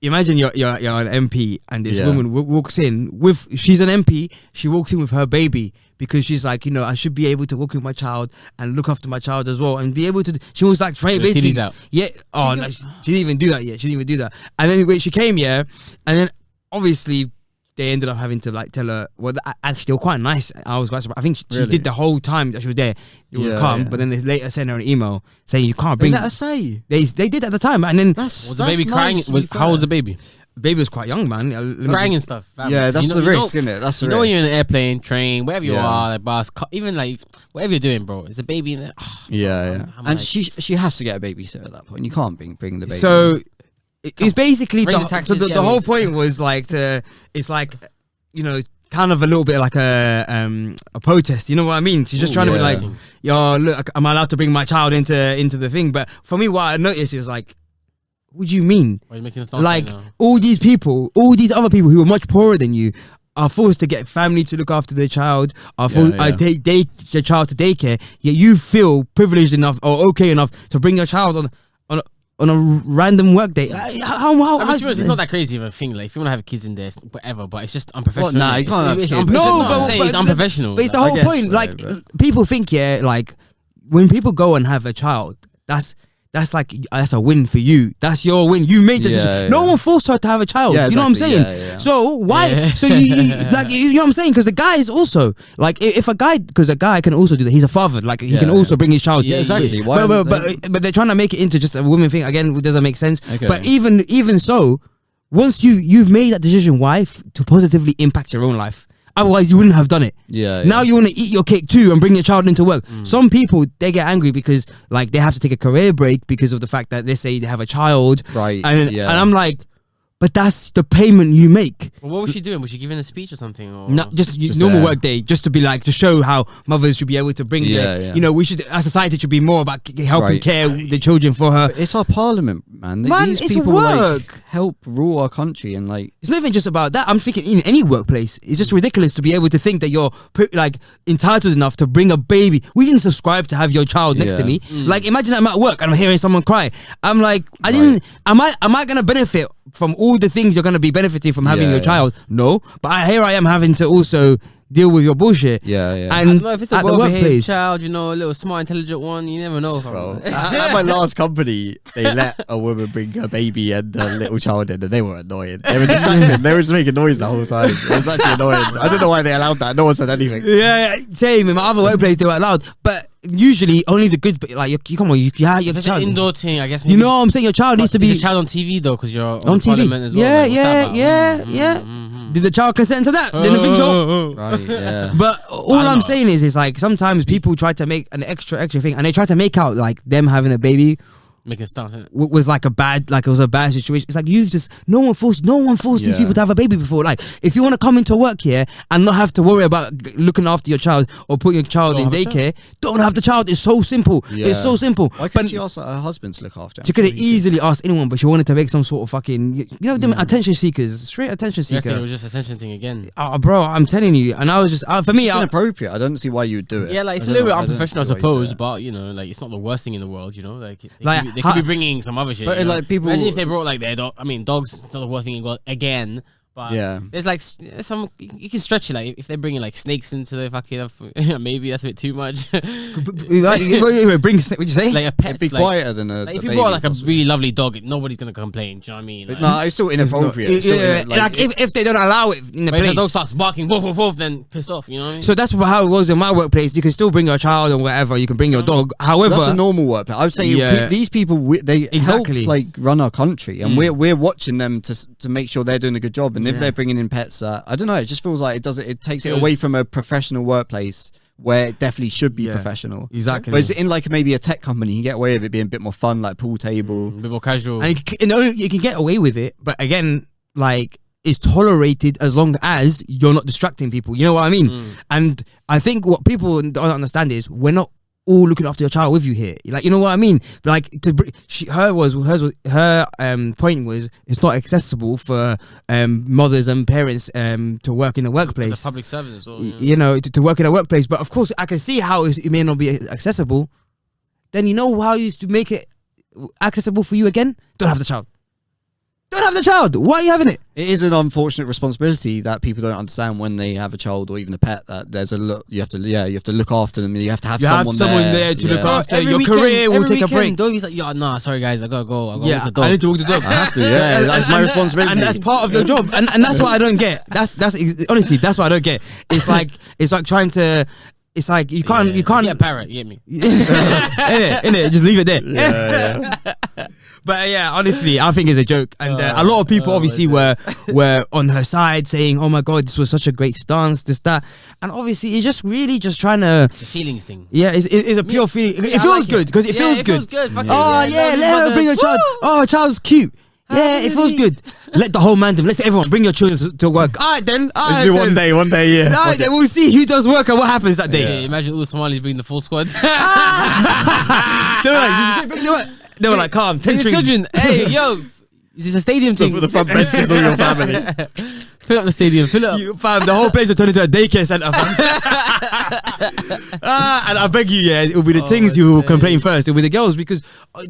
[SPEAKER 1] imagine you're you're, you're an MP and this
[SPEAKER 3] Yeah.
[SPEAKER 1] woman w- walks in with she's an MP. She walks in with her baby because she's like, you know, I should be able to walk with my child and look after my child as well and be able to. d- She was like trying
[SPEAKER 2] Put her titties
[SPEAKER 1] basically.
[SPEAKER 2] out.
[SPEAKER 1] Yeah. Oh, no, she, she didn't even do that yet. She didn't even do that. And then when she came, yeah, and then obviously. They ended up having to like tell her. Well, th- a- actually, they were quite nice. I was quite surprised. I think she, she
[SPEAKER 3] Really?
[SPEAKER 1] did the whole time that she was there. It was
[SPEAKER 3] Yeah,
[SPEAKER 1] calm,
[SPEAKER 3] yeah.
[SPEAKER 1] but then they later sent her an email saying you can't
[SPEAKER 3] They
[SPEAKER 1] bring.
[SPEAKER 3] let us say.
[SPEAKER 1] They they did at the time, and then
[SPEAKER 3] That's
[SPEAKER 2] Was the baby crying? Was, how old was the baby?
[SPEAKER 1] baby was quite young, man. Uh, let me-
[SPEAKER 2] Crying and stuff. fam.
[SPEAKER 3] Yeah, that's
[SPEAKER 2] know-
[SPEAKER 3] the
[SPEAKER 2] know-
[SPEAKER 3] risk, isn't it? That's the
[SPEAKER 2] you know when
[SPEAKER 3] risk.
[SPEAKER 2] you're in an airplane, train, wherever you
[SPEAKER 3] Yeah.
[SPEAKER 2] are, like bus, car, even like whatever you're doing, bro. It's a baby in there.
[SPEAKER 3] yeah, yeah.
[SPEAKER 2] I'm
[SPEAKER 3] and
[SPEAKER 2] like-
[SPEAKER 3] she she has to get a babysitter at that point. You can't bring bring the baby.
[SPEAKER 1] So it- it's basically
[SPEAKER 2] Raise
[SPEAKER 1] the,
[SPEAKER 2] the taxes,
[SPEAKER 1] so the,
[SPEAKER 2] yeah,
[SPEAKER 1] the whole
[SPEAKER 2] raise-
[SPEAKER 1] point was like to it's like you know kind of a little bit like a um a protest. You know what I mean? She's just
[SPEAKER 3] Ooh,
[SPEAKER 1] trying to be
[SPEAKER 3] yeah.
[SPEAKER 1] like, yo, look, am I allowed to bring my child into into the thing? But for me, what I noticed is like, what do you mean?
[SPEAKER 2] Or you're making a start
[SPEAKER 1] like
[SPEAKER 2] right now.
[SPEAKER 1] all these people, all these other people who are much poorer than you are forced to get family to look after their child, are forced
[SPEAKER 3] Yeah,
[SPEAKER 1] are
[SPEAKER 3] yeah.
[SPEAKER 1] take day, their child to daycare. Yet you feel privileged enough or okay enough to bring your child on on a- on a random work day. Like, How, how,
[SPEAKER 2] I
[SPEAKER 1] how-
[SPEAKER 2] mean, to be honest, it's not that crazy of a thing. Like, if you want to have kids in there, it's whatever. But it's just unprofessional.
[SPEAKER 3] Well, nah,
[SPEAKER 2] innit?
[SPEAKER 3] you can't
[SPEAKER 2] It's-
[SPEAKER 3] have
[SPEAKER 2] it's
[SPEAKER 3] kids.
[SPEAKER 2] unprofessional.
[SPEAKER 1] no,
[SPEAKER 3] No,
[SPEAKER 1] but,
[SPEAKER 2] I'm saying
[SPEAKER 1] but
[SPEAKER 2] it's unprofessional.
[SPEAKER 1] But it's the
[SPEAKER 3] like-
[SPEAKER 1] whole
[SPEAKER 3] I guess
[SPEAKER 1] point.
[SPEAKER 3] so,
[SPEAKER 1] like
[SPEAKER 3] but-
[SPEAKER 1] people think, yeah, like when people go and have a child, that's that's like that's a win for you. That's your win. You made the
[SPEAKER 3] Yeah,
[SPEAKER 1] decision. No
[SPEAKER 3] yeah.
[SPEAKER 1] one forced her to have a child.
[SPEAKER 3] Yeah,
[SPEAKER 1] you know what I'm
[SPEAKER 3] exactly.
[SPEAKER 1] saying?
[SPEAKER 3] Yeah, yeah.
[SPEAKER 1] So why? So you, you like you know what I'm saying? Because the guys also like i- if a guy because a guy can also do that. He's a father. Like he can
[SPEAKER 3] Yeah.
[SPEAKER 1] also bring his child.
[SPEAKER 3] Yeah, exactly. Why
[SPEAKER 1] But, but,
[SPEAKER 3] aren't they-
[SPEAKER 1] but, but they're trying to make it into just a woman thing again. It doesn't make sense.
[SPEAKER 3] Okay.
[SPEAKER 1] But even even so, once you you've made that decision, why F- to positively impact your own life? Otherwise, you wouldn't have done it.
[SPEAKER 3] yeah, Mm.
[SPEAKER 1] Now you want to eat your cake too and bring your child into work. Some people they get angry because like they have to take a career break because of the fact that they say they have a child.
[SPEAKER 3] Right,
[SPEAKER 1] And
[SPEAKER 3] yeah.
[SPEAKER 1] and I'm like, but that's the payment you make.
[SPEAKER 2] Well, what was she doing? Was she giving a speech or something? Or
[SPEAKER 1] Not just, you
[SPEAKER 3] Just
[SPEAKER 1] normal
[SPEAKER 3] there.
[SPEAKER 1] work day, just to be like to show how mothers should be able to bring
[SPEAKER 3] Yeah,
[SPEAKER 1] their,
[SPEAKER 3] yeah.
[SPEAKER 1] you know, we should our society should be more about c- helping
[SPEAKER 3] Right.
[SPEAKER 1] care the children for her.
[SPEAKER 3] But it's our parliament, man. Th-
[SPEAKER 1] Man,
[SPEAKER 3] These
[SPEAKER 1] it's
[SPEAKER 3] people
[SPEAKER 1] work.
[SPEAKER 3] like help rule our country and like
[SPEAKER 1] It's not even just about that. I'm thinking in any workplace, it's just ridiculous to be able to think that you're pri- like entitled enough to bring a baby. We didn't subscribe to have your child next to
[SPEAKER 3] Yeah. Mm.
[SPEAKER 1] me. Like, imagine I'm at work and I'm hearing someone cry. I'm like, I didn't. Am I? Am I going to benefit from all the things you're going to be benefiting from having
[SPEAKER 3] Yeah,
[SPEAKER 1] your
[SPEAKER 3] yeah.
[SPEAKER 1] child? No, but I, here I am having to also deal with your bullshit.
[SPEAKER 3] yeah, yeah.
[SPEAKER 2] I
[SPEAKER 1] And
[SPEAKER 2] don't know if it's a
[SPEAKER 1] Mm, at the
[SPEAKER 2] well-behaved
[SPEAKER 1] workplace,
[SPEAKER 2] child, you know, a little smart, intelligent one. You never know. fam.
[SPEAKER 3] Bro, at, at my last company, they let a woman bring her baby and her little child in, and they were annoying. They were distracted. they were just making noise the whole time. It was actually annoying. I don't know why they allowed that. No one said anything.
[SPEAKER 1] Yeah, yeah, same. In my other workplace, they were allowed, but usually only the good, but like you, you come on, you, yeah, your
[SPEAKER 2] If it's an
[SPEAKER 1] child.
[SPEAKER 2] indoor thing, I guess.
[SPEAKER 1] you
[SPEAKER 2] maybe-
[SPEAKER 1] know what I'm saying? Your child needs to
[SPEAKER 2] It's
[SPEAKER 1] be.
[SPEAKER 2] a child on TV though, because you're on,
[SPEAKER 1] On
[SPEAKER 2] the Parliament
[SPEAKER 1] TV.
[SPEAKER 2] as well.
[SPEAKER 1] Yeah,
[SPEAKER 2] like, what's that
[SPEAKER 1] yeah,
[SPEAKER 2] about? Oh,
[SPEAKER 1] yeah, yeah.
[SPEAKER 2] Mm, mm, mm, mm.
[SPEAKER 1] Did the child consent to that? Then I think so.
[SPEAKER 3] Right, yeah.
[SPEAKER 1] But all
[SPEAKER 2] don't
[SPEAKER 1] I'm
[SPEAKER 2] know.
[SPEAKER 1] saying is, is like sometimes people try to make an extra, extra thing, and they try to make out like them having a baby
[SPEAKER 2] Making stuff. innit?
[SPEAKER 1] w- was like a bad, like it was a bad situation. It's like you've just no one forced, no one forced these
[SPEAKER 3] Yeah.
[SPEAKER 1] people to have a baby before. Like if you want to come into work here and not have to worry about g- looking after your child or putting your child
[SPEAKER 2] Don't
[SPEAKER 1] in
[SPEAKER 2] have a child.
[SPEAKER 1] daycare, don't have the child. It's so simple.
[SPEAKER 3] Yeah.
[SPEAKER 1] It's so simple.
[SPEAKER 3] Why
[SPEAKER 1] But-
[SPEAKER 3] couldn't she ask her husband to look after him?
[SPEAKER 1] she could have easily asked anyone, but she wanted to make some sort of fucking, you know,
[SPEAKER 2] Mm.
[SPEAKER 1] them attention seekers, straight attention
[SPEAKER 2] You reckon it
[SPEAKER 1] seeker.
[SPEAKER 2] was just ascension thing again.
[SPEAKER 1] Oh, bro, I'm telling you. And I was just, uh, for me,
[SPEAKER 3] it's
[SPEAKER 1] I,
[SPEAKER 3] inappropriate. I don't see why you would do it.
[SPEAKER 2] Yeah, like it's
[SPEAKER 3] I
[SPEAKER 2] a
[SPEAKER 3] don't
[SPEAKER 2] little bit
[SPEAKER 3] know- I don't
[SPEAKER 2] unprofessional, I
[SPEAKER 3] see why you'd do
[SPEAKER 2] suppose.
[SPEAKER 3] it.
[SPEAKER 2] But you know, like it's not the worst thing in the world. You know, like they,
[SPEAKER 1] Like,
[SPEAKER 2] could, be, they
[SPEAKER 1] how-
[SPEAKER 2] could be bringing some other shit.
[SPEAKER 3] But,
[SPEAKER 2] you know?
[SPEAKER 3] like, people-
[SPEAKER 2] imagine if they brought like their dog. I mean, dogs. It's not the worst thing in the world again. But
[SPEAKER 3] Yeah.
[SPEAKER 2] there's like s- there's some you you can stretch it. Like if they're bringing like snakes into the fucking, maybe that's a bit too much.
[SPEAKER 1] like, it brings, what'd you say?
[SPEAKER 2] like a
[SPEAKER 3] It'd
[SPEAKER 2] pet.
[SPEAKER 3] be
[SPEAKER 2] Like,
[SPEAKER 3] quieter than a.
[SPEAKER 2] like,
[SPEAKER 3] a
[SPEAKER 2] if you
[SPEAKER 3] baby,
[SPEAKER 2] brought like a
[SPEAKER 3] possibly.
[SPEAKER 2] really lovely dog, nobody's gonna complain. Do you know what I mean?
[SPEAKER 3] But
[SPEAKER 2] Like,
[SPEAKER 3] No, it's still inappropriate. It's
[SPEAKER 1] yeah,
[SPEAKER 3] still in-
[SPEAKER 1] like, if, if they don't allow it in the
[SPEAKER 2] but if
[SPEAKER 1] place.
[SPEAKER 2] the dog starts barking, woof woof woof, then piss off. You know what I mean?
[SPEAKER 1] so that's how it was in my workplace. You can still bring your child or whatever. You can bring your dog. However,
[SPEAKER 3] That's a normal work. I would say pe-
[SPEAKER 1] Yeah.
[SPEAKER 3] these people we- they
[SPEAKER 1] Exactly. Mm.
[SPEAKER 3] help like run our country, and we're we're watching them to s- to make sure they're doing a good job. And if they're bringing in pets, uh, I don't know. It just feels like it does it. It takes it away from a professional workplace where it definitely should be
[SPEAKER 1] Yeah.
[SPEAKER 3] professional.
[SPEAKER 1] exactly.
[SPEAKER 3] Whereas in like maybe a tech company, you can get away with it being a bit more fun, like pool table.
[SPEAKER 1] Mm.
[SPEAKER 2] a bit more casual.
[SPEAKER 1] and you can, and only- you can get away with it, but again, like it's tolerated as long as you're not distracting people. You know what I mean? And I think what people don't understand is we're not all looking after your child with you here. Like you know what I mean? Like to br- she, her was hers was her um point was it's not accessible for um mothers and parents um to work in the workplace
[SPEAKER 2] It's a public servant as well.
[SPEAKER 1] y-
[SPEAKER 2] yeah.
[SPEAKER 1] you know, to, to work in a workplace. But of course, I can see how it it may not be accessible. Then you know how you to make it accessible for you again. Don't have the child. Don't have the child. Why are you having it?
[SPEAKER 3] It is an unfortunate responsibility that people don't understand when they have a child or even a pet. That there's a look you have to yeah you have to look after them. You have to have
[SPEAKER 1] You have
[SPEAKER 3] someone
[SPEAKER 1] someone there to
[SPEAKER 3] yeah.
[SPEAKER 1] look after. your career will
[SPEAKER 2] every
[SPEAKER 1] take a break.
[SPEAKER 2] weekend, Though he's like, yeah, nah, sorry guys, I gotta go. I gotta walk the dog.
[SPEAKER 1] I need to walk the dog.
[SPEAKER 3] I have to yeah. That's my
[SPEAKER 1] and-
[SPEAKER 3] responsibility.
[SPEAKER 1] and that's part of your job, and and that's what I don't get. That's that's ex- honestly that's what I don't get. It's like it's like trying to, it's like you can't
[SPEAKER 2] Yeah,
[SPEAKER 1] you can't
[SPEAKER 2] get a parrot. You get me?
[SPEAKER 1] in it, in it, just leave it there. but uh, yeah, honestly, I think it's a joke, and uh, a lot of people
[SPEAKER 2] oh my
[SPEAKER 1] obviously were were on her side, saying, "Oh my god, this was such a great stance, this that," and obviously, it's just really just trying to.
[SPEAKER 2] It's a feelings thing.
[SPEAKER 1] Yeah, it's, it- it's a pure feeling. It
[SPEAKER 2] I
[SPEAKER 1] feels
[SPEAKER 2] like
[SPEAKER 1] good because it,
[SPEAKER 2] Yeah,
[SPEAKER 1] feels
[SPEAKER 2] it
[SPEAKER 1] good.
[SPEAKER 2] feels good. Fuck
[SPEAKER 1] Oh
[SPEAKER 2] it,
[SPEAKER 1] yeah,
[SPEAKER 2] lovely
[SPEAKER 1] let her bring her
[SPEAKER 2] mothers.
[SPEAKER 1] child. Oh, her child's cute. Yeah, it feels
[SPEAKER 2] Hallelujah.
[SPEAKER 1] good. Let the whole mandem. Let's everyone bring your children to, to work. All right then. All right,
[SPEAKER 3] Let's do one
[SPEAKER 1] then.
[SPEAKER 3] day, one day, yeah.
[SPEAKER 1] All right, then we'll see who does work and what happens that
[SPEAKER 2] Yeah.
[SPEAKER 1] day.
[SPEAKER 2] imagine all the Somalis bringing the full squad.
[SPEAKER 1] They were like, "Did you say bring them work?" they were like, calm, ten
[SPEAKER 2] Bring the children. Hey, yo, is this a stadium thing?
[SPEAKER 3] for the front benches of your family.
[SPEAKER 2] fill up the stadium. Fill up.
[SPEAKER 1] You, fam, the whole place will turn into a daycare center. Fam. ah, and I beg you, yeah, it will be the
[SPEAKER 2] Oh,
[SPEAKER 1] things you will
[SPEAKER 2] days.
[SPEAKER 1] complain first. It will be the girls because uh,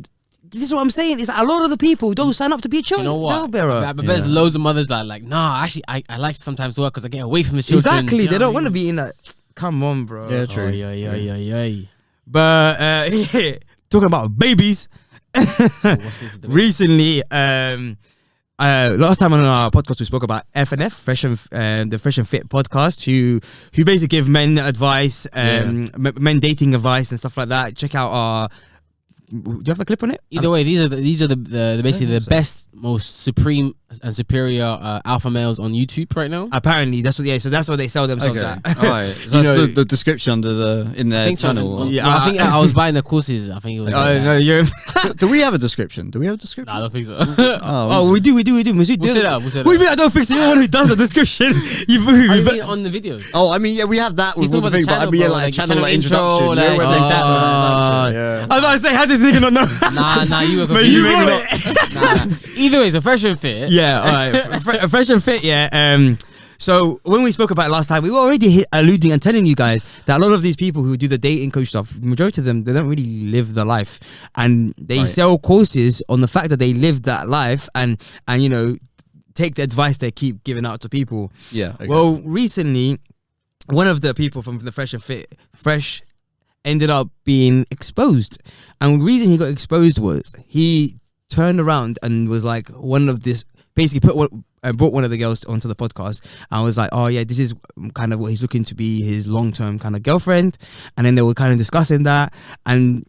[SPEAKER 1] this is what I'm saying. Is that a lot of the people don't sign up to be a
[SPEAKER 2] You
[SPEAKER 1] children.
[SPEAKER 2] know what? I bet there's loads of mothers that are like, nah, actually, I, I like to sometimes work because I get away from the children.
[SPEAKER 1] Exactly, they don't want to
[SPEAKER 2] to
[SPEAKER 1] be in that. Come on, bro.
[SPEAKER 3] Yeah,
[SPEAKER 2] True.
[SPEAKER 3] true.
[SPEAKER 2] Oh, yeah, yeah, yeah, yeah.
[SPEAKER 1] But uh, yeah, talking about babies,
[SPEAKER 2] What's this? debate?
[SPEAKER 1] recently, um, uh, last time on our podcast, we spoke about FNF, Fresh and um, the Fresh and Fit podcast, who who basically give men advice, um, m- men dating advice and stuff like that. Check out our. Do you have a clip on it?
[SPEAKER 2] Either way, these are the, these are the, the, the basically the
[SPEAKER 3] so.
[SPEAKER 2] best, most supreme and superior uh, alpha males on YouTube right now.
[SPEAKER 1] Uh, Apparently, that's what. Yeah, so that's what they sell themselves
[SPEAKER 3] Okay. All
[SPEAKER 1] at.
[SPEAKER 3] right. So
[SPEAKER 1] You
[SPEAKER 3] that's
[SPEAKER 1] know-
[SPEAKER 3] the, the description under the in
[SPEAKER 2] I
[SPEAKER 3] their
[SPEAKER 2] think so.
[SPEAKER 3] channel. or-
[SPEAKER 2] No,
[SPEAKER 1] Yeah,
[SPEAKER 2] I think uh, I, was buying the courses. I think it was.
[SPEAKER 1] Oh
[SPEAKER 2] like that.
[SPEAKER 1] no, you're.
[SPEAKER 3] do, do we have a description? Do we have a
[SPEAKER 2] Nah,
[SPEAKER 3] description?
[SPEAKER 2] I don't think so.
[SPEAKER 1] Oh, we do, we do, we do. Masood, do-
[SPEAKER 2] We'll set it up, we'll set it
[SPEAKER 1] What do you
[SPEAKER 2] up.
[SPEAKER 1] mean I don't fix it? You're the one who does the description. you,
[SPEAKER 2] I
[SPEAKER 1] you,
[SPEAKER 2] mean, on the videos.
[SPEAKER 3] Oh, I mean, yeah, we have that
[SPEAKER 2] He's
[SPEAKER 3] with all
[SPEAKER 2] talking
[SPEAKER 3] the
[SPEAKER 2] about the
[SPEAKER 3] things, but I
[SPEAKER 2] channel,
[SPEAKER 3] mean, yeah,
[SPEAKER 2] bro, like, channel
[SPEAKER 3] like, channel, like introduction.
[SPEAKER 2] intro,
[SPEAKER 3] yeah,
[SPEAKER 2] like,
[SPEAKER 3] where they
[SPEAKER 2] like
[SPEAKER 1] that.
[SPEAKER 3] start with that shit,
[SPEAKER 1] I was about to say, how's this nigga not know?
[SPEAKER 2] Nah, nah, you were
[SPEAKER 3] Maybe
[SPEAKER 2] confused.
[SPEAKER 3] you
[SPEAKER 1] wrote
[SPEAKER 3] not-
[SPEAKER 2] Nah, nah. Either way, so fresh and fit.
[SPEAKER 1] yeah, all right. Fre- fresh and fit, yeah. Um, so when we spoke about it last time, we were already hi- alluding and telling you guys that a lot of these people who do the dating coach stuff, majority of them, they don't really live the life, and they
[SPEAKER 3] Right.
[SPEAKER 1] sell courses on the fact that they live that life, and and you know, take the advice they keep giving out to people.
[SPEAKER 3] Yeah. okay.
[SPEAKER 1] Well, recently, one of the people from the Fresh and Fit Fresh ended up being exposed, and the reason he got exposed was he turned around and was like one of this basically put one, uh, brought one of the girls onto the podcast. I was like, oh yeah, this is kind of what he's looking to be his long term kind of girlfriend, and then they were kind of discussing that, and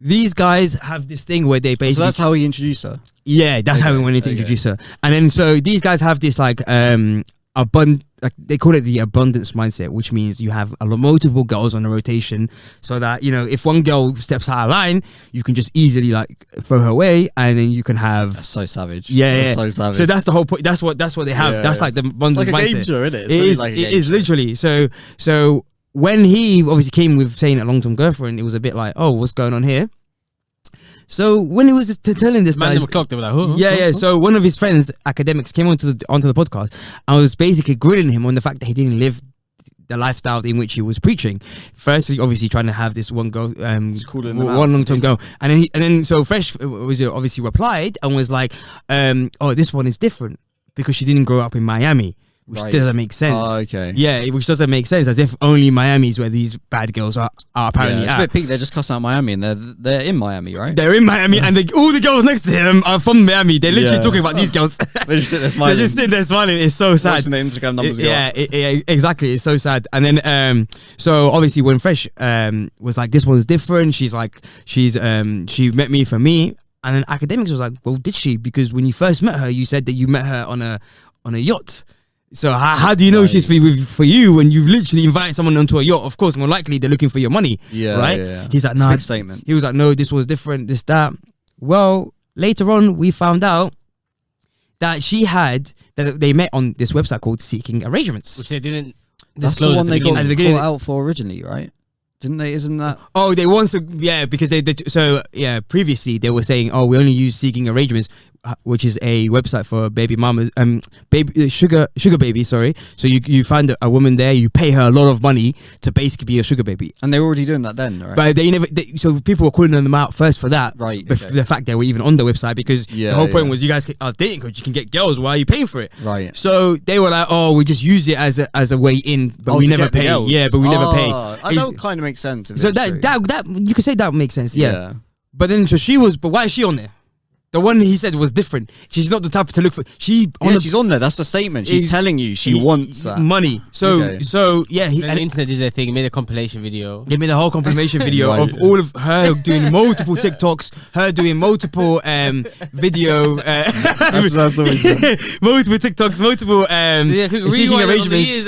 [SPEAKER 1] these guys have this thing where they
[SPEAKER 3] So
[SPEAKER 1] basically
[SPEAKER 3] that's how he introduced her.
[SPEAKER 1] yeah, that's how we
[SPEAKER 3] Okay,
[SPEAKER 1] wanted to
[SPEAKER 3] okay.
[SPEAKER 1] introduce her. And then so these guys have this like um abund like they call it the abundance mindset, which means you have a lot multiple girls on a rotation so that, you know, if one girl steps out of line, you can just easily like throw her away and then you can have
[SPEAKER 3] That's so savage.
[SPEAKER 1] Yeah, yeah.
[SPEAKER 3] so savage.
[SPEAKER 1] so that's the whole point. That's what that's what they have.
[SPEAKER 3] Yeah,
[SPEAKER 1] that's
[SPEAKER 3] yeah.
[SPEAKER 1] like the abundance
[SPEAKER 3] like a
[SPEAKER 1] mindset.
[SPEAKER 3] game show, isn't it?
[SPEAKER 1] It is. it is literally. So so when he obviously came with saying a long term girlfriend, it was a bit like, oh, what's going on here? So when he was just t- telling this
[SPEAKER 2] Man,
[SPEAKER 1] guy,
[SPEAKER 2] them clock. They were like, huh, huh,
[SPEAKER 1] yeah,
[SPEAKER 2] huh,
[SPEAKER 1] yeah.
[SPEAKER 2] huh.
[SPEAKER 1] So one of his friends, academics, came onto the onto the podcast and was basically grilling him on the fact that he didn't live the lifestyle in which he was preaching. Firstly, obviously trying to have this one go, um,
[SPEAKER 3] calling them out.
[SPEAKER 1] one long term goal, and then he, and then so Fresh was uh, obviously replied and was like, um, "Oh, this one is different because she didn't grow up in Miami, which
[SPEAKER 3] Right.
[SPEAKER 1] doesn't make sense."
[SPEAKER 3] Oh, okay.
[SPEAKER 1] yeah, which doesn't make sense, as if only Miami's where these bad girls are, are apparently
[SPEAKER 3] it's a
[SPEAKER 1] at.
[SPEAKER 3] bit peak. They're just cussing out Miami, and they're they're in Miami, right?
[SPEAKER 1] They're in Miami, and the, all the girls next to him are from Miami. They're literally
[SPEAKER 3] Yeah.
[SPEAKER 1] talking about these girls.
[SPEAKER 3] They just sit there
[SPEAKER 1] They're
[SPEAKER 3] smiling.
[SPEAKER 1] just sitting there smiling. It's so sad.
[SPEAKER 3] watching the Instagram numbers.
[SPEAKER 1] It-
[SPEAKER 3] go up.
[SPEAKER 1] yeah, it- it- exactly. It's so sad. And then, um, so obviously, when Fresh um was like, "This one's different," she's like, "She's um she met me for me." And then academics was like, "Well, did she? Because when you first met her, you said that you met her on a on a yacht." So how, how do you know she's for, with- for you when you've literally invited someone onto a yacht? Of course, more likely they're looking for your money,
[SPEAKER 3] Yeah,
[SPEAKER 1] right?
[SPEAKER 3] yeah, yeah.
[SPEAKER 1] He's like,
[SPEAKER 3] It's a
[SPEAKER 1] "Nah,
[SPEAKER 3] big statement.
[SPEAKER 1] he was like, no, this was different, this, that. Well, later on, we found out that she had, that they met on this website called Seeking
[SPEAKER 2] Which
[SPEAKER 1] Arrangements.
[SPEAKER 2] they didn't
[SPEAKER 3] That's the
[SPEAKER 2] disclose at
[SPEAKER 3] one
[SPEAKER 2] the
[SPEAKER 3] they got
[SPEAKER 1] At
[SPEAKER 2] beginning.
[SPEAKER 1] the beginning.
[SPEAKER 3] caught out for originally, right? Didn't they? Isn't that
[SPEAKER 1] Oh, they want to, yeah, because they, they, so, yeah, previously they were saying, oh, we only use Seeking Arrangements, uh, which is a website for baby mamas, um, baby, uh, sugar, sugar baby, sorry. So you, you find a woman there, you pay her a lot of money to basically be a sugar baby.
[SPEAKER 3] And they were already doing that then, right?
[SPEAKER 1] But they never. They, so people were calling them out first for that,
[SPEAKER 3] Right,
[SPEAKER 1] bef-
[SPEAKER 3] okay.
[SPEAKER 1] The fact they were even on the website because
[SPEAKER 3] Yeah,
[SPEAKER 1] the whole point
[SPEAKER 3] yeah.
[SPEAKER 1] was you guys are dating coach. You can get girls. Why are you paying for it?
[SPEAKER 3] Right.
[SPEAKER 1] So they were like, "Oh, we just use it as a as a way in, but
[SPEAKER 3] Oh,
[SPEAKER 1] we
[SPEAKER 3] to
[SPEAKER 1] never
[SPEAKER 3] get the
[SPEAKER 1] pay."
[SPEAKER 3] girls.
[SPEAKER 1] Yeah, but we never pay.
[SPEAKER 3] Ah,
[SPEAKER 1] It's-
[SPEAKER 3] that kind of makes sense. if
[SPEAKER 1] so
[SPEAKER 3] it's
[SPEAKER 1] that
[SPEAKER 3] true.
[SPEAKER 1] that that you could say that makes sense. Yeah. But then so she was. But why is she on there? The one he said was different. She's not the type to look for. She on
[SPEAKER 3] Yeah,
[SPEAKER 1] the
[SPEAKER 3] she's on there. That's the statement.
[SPEAKER 1] Is-
[SPEAKER 3] She's telling you she wants that.
[SPEAKER 1] money. So
[SPEAKER 3] Okay.
[SPEAKER 1] so yeah. He,
[SPEAKER 2] Then
[SPEAKER 1] and
[SPEAKER 2] the internet did their thing, made a compilation video.
[SPEAKER 1] Give me the whole confirmation video
[SPEAKER 3] Right.
[SPEAKER 1] of all of her doing multiple TikToks, her doing multiple um, video, uh,
[SPEAKER 3] That's, that's always
[SPEAKER 1] multiple TikToks, multiple um, seeking arrangements.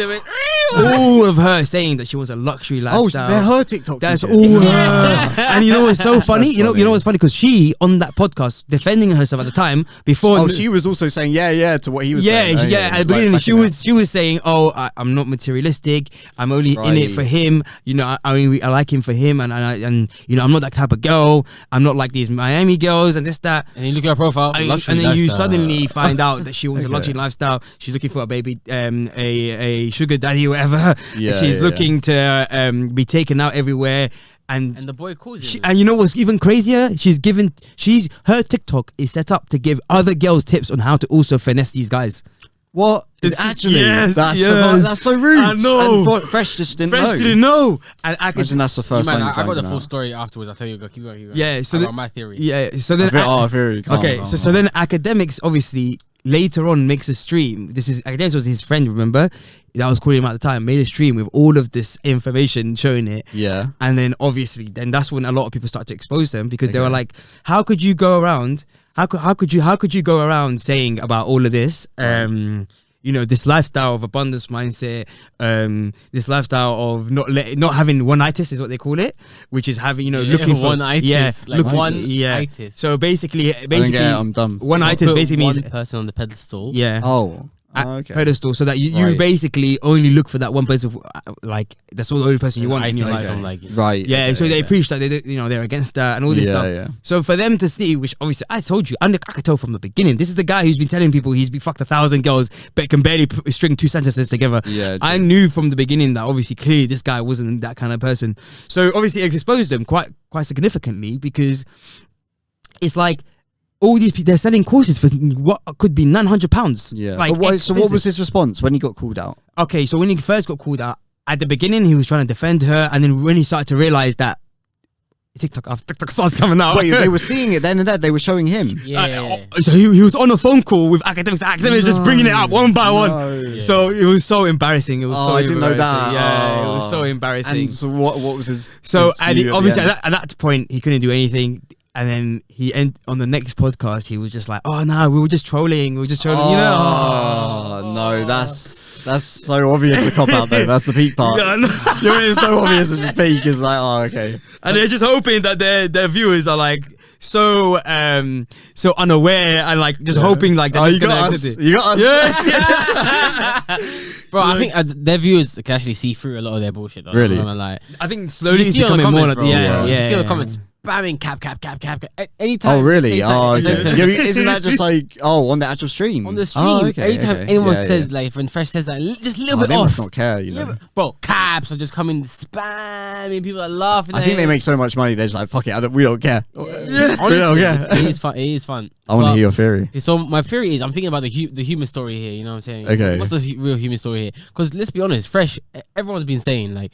[SPEAKER 1] All of her saying that she wants a luxury
[SPEAKER 3] oh,
[SPEAKER 1] lifestyle.
[SPEAKER 3] they're her TikTok.
[SPEAKER 1] That's all her. and you know what's so funny?
[SPEAKER 3] That's
[SPEAKER 1] you know, you
[SPEAKER 3] funny.
[SPEAKER 1] know what's funny because she on that podcast defending herself at the time before.
[SPEAKER 3] Oh, she was also saying yeah, yeah to what he was
[SPEAKER 1] yeah,
[SPEAKER 3] saying.
[SPEAKER 1] yeah,
[SPEAKER 3] Oh,
[SPEAKER 1] At the
[SPEAKER 3] Like,
[SPEAKER 1] beginning,
[SPEAKER 3] back
[SPEAKER 1] she
[SPEAKER 3] in that.
[SPEAKER 1] was she was saying, "Oh, I, I'm not materialistic. I'm only in it
[SPEAKER 3] Right.
[SPEAKER 1] for him. You know, I, I mean, I like him for him, and and, I, and you know, I'm not that type of girl. I'm not like these Miami girls and this that."
[SPEAKER 2] And you look at her profile,
[SPEAKER 1] I-
[SPEAKER 2] luxury
[SPEAKER 1] and then you
[SPEAKER 2] lifestyle.
[SPEAKER 1] suddenly find out that she wants a
[SPEAKER 3] Okay.
[SPEAKER 1] luxury lifestyle. She's looking for a baby, um, a a sugar daddy, whatever.
[SPEAKER 3] Yeah,
[SPEAKER 1] She's
[SPEAKER 3] yeah,
[SPEAKER 1] looking to um, be taken out everywhere, and
[SPEAKER 2] and the boy calls
[SPEAKER 1] she,
[SPEAKER 2] you.
[SPEAKER 1] and you know what's even crazier? She's given she's her TikTok is set up to give other girls tips on how to also finesse these guys.
[SPEAKER 3] What? Is
[SPEAKER 1] It's-
[SPEAKER 3] actually
[SPEAKER 1] yes,
[SPEAKER 3] that's So,
[SPEAKER 1] yes.
[SPEAKER 3] that's so rude.
[SPEAKER 1] I know.
[SPEAKER 3] And Fo- Fresh just didn't
[SPEAKER 1] Fresh
[SPEAKER 3] know.
[SPEAKER 1] didn't know, and I could,
[SPEAKER 3] Imagine that's the
[SPEAKER 2] You
[SPEAKER 3] first
[SPEAKER 2] might-
[SPEAKER 3] time. you
[SPEAKER 2] I, I got
[SPEAKER 3] find
[SPEAKER 2] the
[SPEAKER 3] it
[SPEAKER 2] full
[SPEAKER 3] out.
[SPEAKER 2] story afterwards. I'll tell you. Go, keep going. Keep going.
[SPEAKER 1] yeah. So
[SPEAKER 2] I
[SPEAKER 1] the,
[SPEAKER 2] got my theory.
[SPEAKER 1] yeah, so
[SPEAKER 3] I
[SPEAKER 1] then
[SPEAKER 3] feel-
[SPEAKER 1] I-
[SPEAKER 3] oh, I feel you. Come on,
[SPEAKER 1] okay,
[SPEAKER 3] come
[SPEAKER 1] so
[SPEAKER 3] on,
[SPEAKER 1] so then academics obviously later on makes a stream. This is academics was his friend, remember? That was calling him at the time. Made a stream with all of this information showing it.
[SPEAKER 3] Yeah.
[SPEAKER 1] And then obviously, then that's when a lot of people start to expose them because they were
[SPEAKER 3] Okay.
[SPEAKER 1] like, "How could you go around? How could how could you how could you go around saying about all of this? Um, you know, this lifestyle of abundance mindset, um, this lifestyle of not let, not having one-itis is what they call it, which is having you know
[SPEAKER 2] Yeah,
[SPEAKER 1] looking for
[SPEAKER 2] one-itis,
[SPEAKER 1] yeah,
[SPEAKER 2] like one-itis.
[SPEAKER 1] So basically,
[SPEAKER 3] I don't
[SPEAKER 1] basically,
[SPEAKER 3] get it, I'm dumb.
[SPEAKER 1] one-itis
[SPEAKER 2] Put
[SPEAKER 1] basically
[SPEAKER 2] one
[SPEAKER 1] means uh,
[SPEAKER 2] person on the pedestal.
[SPEAKER 1] yeah
[SPEAKER 3] Oh.
[SPEAKER 1] at
[SPEAKER 3] Okay.
[SPEAKER 1] pedestal so that you, you
[SPEAKER 3] Right.
[SPEAKER 1] basically only look for that one person who, uh, like that's all the only person you want in your
[SPEAKER 2] itis
[SPEAKER 1] life
[SPEAKER 2] is on, like,
[SPEAKER 3] Right.
[SPEAKER 1] yeah,
[SPEAKER 3] okay,
[SPEAKER 1] so they
[SPEAKER 3] okay.
[SPEAKER 1] preach that they don't- you know they're against that and all this
[SPEAKER 3] Yeah,
[SPEAKER 1] stuff.
[SPEAKER 3] yeah.
[SPEAKER 1] So for them to see, which obviously I told you, and look, I could tell from the beginning, this is the guy who's been telling people he's been fucked a thousand girls, but can barely p- string two sentences together.
[SPEAKER 3] Yeah,
[SPEAKER 1] I
[SPEAKER 3] true.
[SPEAKER 1] knew from the beginning that obviously clearly this guy wasn't that kind of person. So obviously it exposed them quite quite significantly because it's like. All these people, they're selling courses for what could be nine hundred pounds.
[SPEAKER 3] Yeah.
[SPEAKER 1] Like,
[SPEAKER 3] But why- so what
[SPEAKER 1] expensive.
[SPEAKER 3] was his response when he got called out?
[SPEAKER 1] Okay, so when he first got called out, at the beginning he was trying to defend her, and then when he started to realize that TikTok after TikTok starts coming out.
[SPEAKER 3] Wait, they were seeing it then and there. They were showing him.
[SPEAKER 1] Uh,
[SPEAKER 2] Yeah.
[SPEAKER 1] oh, so he, he was on a phone call with academics. Academics just bringing it up one by
[SPEAKER 3] No.
[SPEAKER 1] one.
[SPEAKER 2] Yeah.
[SPEAKER 1] So it was so embarrassing. It was
[SPEAKER 3] Oh,
[SPEAKER 1] so
[SPEAKER 3] I didn't know that.
[SPEAKER 1] embarrassing. Yeah, it was so
[SPEAKER 3] Oh.
[SPEAKER 1] embarrassing.
[SPEAKER 3] And so what? What was his?
[SPEAKER 1] So
[SPEAKER 3] his
[SPEAKER 1] and
[SPEAKER 3] view
[SPEAKER 1] he,
[SPEAKER 3] at the
[SPEAKER 1] obviously at
[SPEAKER 3] end?
[SPEAKER 1] that, at that point he couldn't do anything, and then he end on the next podcast he was just like, "Oh no, we were just trolling, we were just trolling," you know. Oh.
[SPEAKER 3] Oh, no, that's that's so obvious a cop out though. That's the peak part.
[SPEAKER 1] Yeah, I know.
[SPEAKER 3] You know, it's so obvious it's a peak. It's like, oh, okay.
[SPEAKER 1] and they're just hoping that their their viewers are like so um so unaware and like just hoping like they're
[SPEAKER 3] Oh,
[SPEAKER 1] just
[SPEAKER 3] you got
[SPEAKER 1] gonna
[SPEAKER 3] us.
[SPEAKER 1] accept it.
[SPEAKER 3] You got us.
[SPEAKER 1] Yeah,
[SPEAKER 2] Bro, I think uh, their viewers can actually see through a lot of their bullshit. Though,
[SPEAKER 3] Really?
[SPEAKER 2] I'm not gonna lie.
[SPEAKER 1] I think slowly it's
[SPEAKER 2] see on the
[SPEAKER 1] becoming more.
[SPEAKER 2] comments,
[SPEAKER 1] Like, yeah,
[SPEAKER 2] bro.
[SPEAKER 3] Yeah.
[SPEAKER 1] yeah,
[SPEAKER 2] you
[SPEAKER 1] yeah,
[SPEAKER 2] see all
[SPEAKER 1] yeah.
[SPEAKER 2] the comments spamming cap, cap, cap, cap, cap. A- Anytime.
[SPEAKER 3] Oh,
[SPEAKER 2] say
[SPEAKER 3] really? Oh,
[SPEAKER 2] something- say
[SPEAKER 3] okay.
[SPEAKER 2] something-
[SPEAKER 3] Yeah, isn't that just like, oh, on the actual stream?
[SPEAKER 2] on the stream.
[SPEAKER 3] Oh, okay,
[SPEAKER 2] Every time
[SPEAKER 3] okay.
[SPEAKER 2] anyone
[SPEAKER 3] Yeah,
[SPEAKER 2] says
[SPEAKER 3] yeah.
[SPEAKER 2] like when Fresh says that, li- just a
[SPEAKER 3] Oh,
[SPEAKER 2] little
[SPEAKER 3] they
[SPEAKER 2] bit off.
[SPEAKER 3] must not care, you know.
[SPEAKER 2] Little bit- Bro, caps are just coming spamming. People are laughing.
[SPEAKER 3] I
[SPEAKER 2] at
[SPEAKER 3] think they
[SPEAKER 2] it.
[SPEAKER 3] make so much money, they're just like, fuck it, I don't, we don't care. we don't
[SPEAKER 2] Honestly, it's- it
[SPEAKER 3] care.
[SPEAKER 2] is fun. It is fun.
[SPEAKER 3] I want
[SPEAKER 2] But-
[SPEAKER 3] to hear your theory.
[SPEAKER 2] So my theory is, I'm thinking about the hu- the human story here. You know what I'm saying?
[SPEAKER 3] Okay.
[SPEAKER 2] What's the hu- real human story here? Because let's be honest, fresh. e- Everyone's been saying like,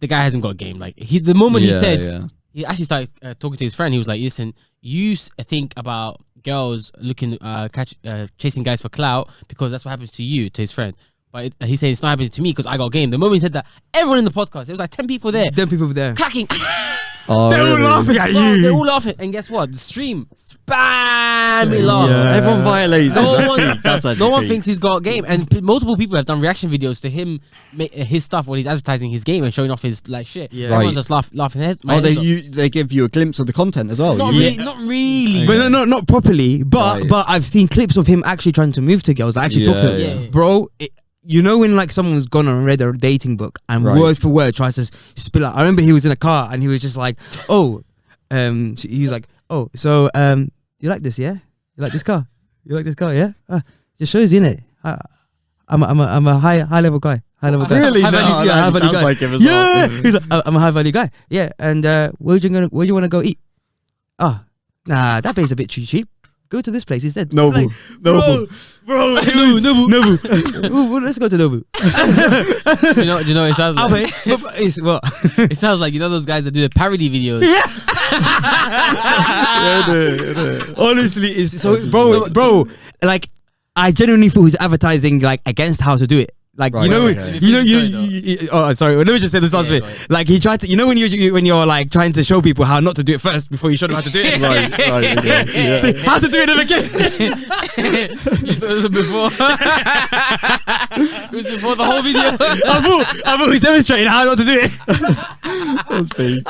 [SPEAKER 2] the guy hasn't got a game. Like he, the moment he
[SPEAKER 3] Yeah,
[SPEAKER 2] said,
[SPEAKER 3] yeah.
[SPEAKER 2] he actually started uh, talking to his friend. He was like, "Listen, you s- think about girls looking, uh, catch, uh, chasing guys for clout because that's what happens to you." To his friend, but it, he said it's not happening to me because I got a game. The moment he said that, everyone in the podcast, there was like ten people there,
[SPEAKER 1] Them people there.
[SPEAKER 2] clacking.
[SPEAKER 3] Oh,
[SPEAKER 1] They're all
[SPEAKER 3] really?
[SPEAKER 1] laughing at
[SPEAKER 2] Bro, they're
[SPEAKER 1] you.
[SPEAKER 2] all laughing, and guess what? The stream spamming laughs.
[SPEAKER 3] Yeah. Everyone violates. it.
[SPEAKER 2] No
[SPEAKER 3] That's
[SPEAKER 2] one,
[SPEAKER 3] peak. That's
[SPEAKER 2] no
[SPEAKER 3] actually
[SPEAKER 2] one
[SPEAKER 3] peak.
[SPEAKER 2] thinks he's got a game, and p- multiple people have done reaction videos to him, ma- his stuff when he's advertising his game and showing off his like shit.
[SPEAKER 1] Yeah.
[SPEAKER 2] Everyone's
[SPEAKER 3] Right.
[SPEAKER 2] just laugh, laughing. Head, my
[SPEAKER 3] Oh, they
[SPEAKER 2] heads up.
[SPEAKER 3] you they give you a glimpse of the content as well.
[SPEAKER 2] not
[SPEAKER 3] You-
[SPEAKER 2] really, not really.
[SPEAKER 1] But no, no, not properly. But
[SPEAKER 3] Right.
[SPEAKER 1] but I've seen clips of him actually trying to move to girls. I actually talked to
[SPEAKER 3] Yeah,
[SPEAKER 1] him,
[SPEAKER 2] yeah.
[SPEAKER 1] bro. It, you know when like someone's gone and read a dating book and
[SPEAKER 3] Right.
[SPEAKER 1] word for word tries to s- spill out. I remember he was in a car and he was just like, "Oh," um, so he was like, "Oh, so um, you like this, yeah? You like this car? You like this car, yeah? Uh, just shows you in it. I, I'm a, I'm a, I'm a high high level guy, high level guy.
[SPEAKER 3] Really?
[SPEAKER 1] high
[SPEAKER 3] No, "Oh, that
[SPEAKER 1] high
[SPEAKER 3] sounds like him as
[SPEAKER 1] yeah.
[SPEAKER 3] well. Mm.
[SPEAKER 1] He's like, "I- I'm a high value guy. Yeah, and uh, where do you gonna where do you want to go eat? Oh, nah, that place a bit too cheap. Go to this place instead.
[SPEAKER 3] Nobu.
[SPEAKER 1] Like,
[SPEAKER 3] Nobu.
[SPEAKER 1] bro, Nobu, Nobu, Nobu. Well, well, Let's go to Nobu.
[SPEAKER 2] you know, you know, it sounds
[SPEAKER 1] I'll
[SPEAKER 2] like
[SPEAKER 1] pay. But- but It's what?
[SPEAKER 2] eh. it sounds like you know those guys that do the parody videos.
[SPEAKER 3] Yeah, it is, it is.
[SPEAKER 1] Honestly, it's so, bro, bro. Like, I genuinely thought he was advertising like against how to do it. Like
[SPEAKER 3] Right,
[SPEAKER 1] you know,
[SPEAKER 3] okay.
[SPEAKER 1] you know, you,
[SPEAKER 2] Sorry, though.
[SPEAKER 1] you- you- Oh, sorry. Let me just say this last
[SPEAKER 2] Yeah,
[SPEAKER 1] bit.
[SPEAKER 2] go ahead.
[SPEAKER 1] Like he tried to. You know when you, you when you're like trying to show people how not to do it first before you show them how to do it.
[SPEAKER 3] Right, right, okay, yeah.
[SPEAKER 1] How to do it in the beginning.
[SPEAKER 2] it was before. it was before the whole video.
[SPEAKER 1] Abu, Abu, he's demonstrating how not to do it.
[SPEAKER 3] That's peak.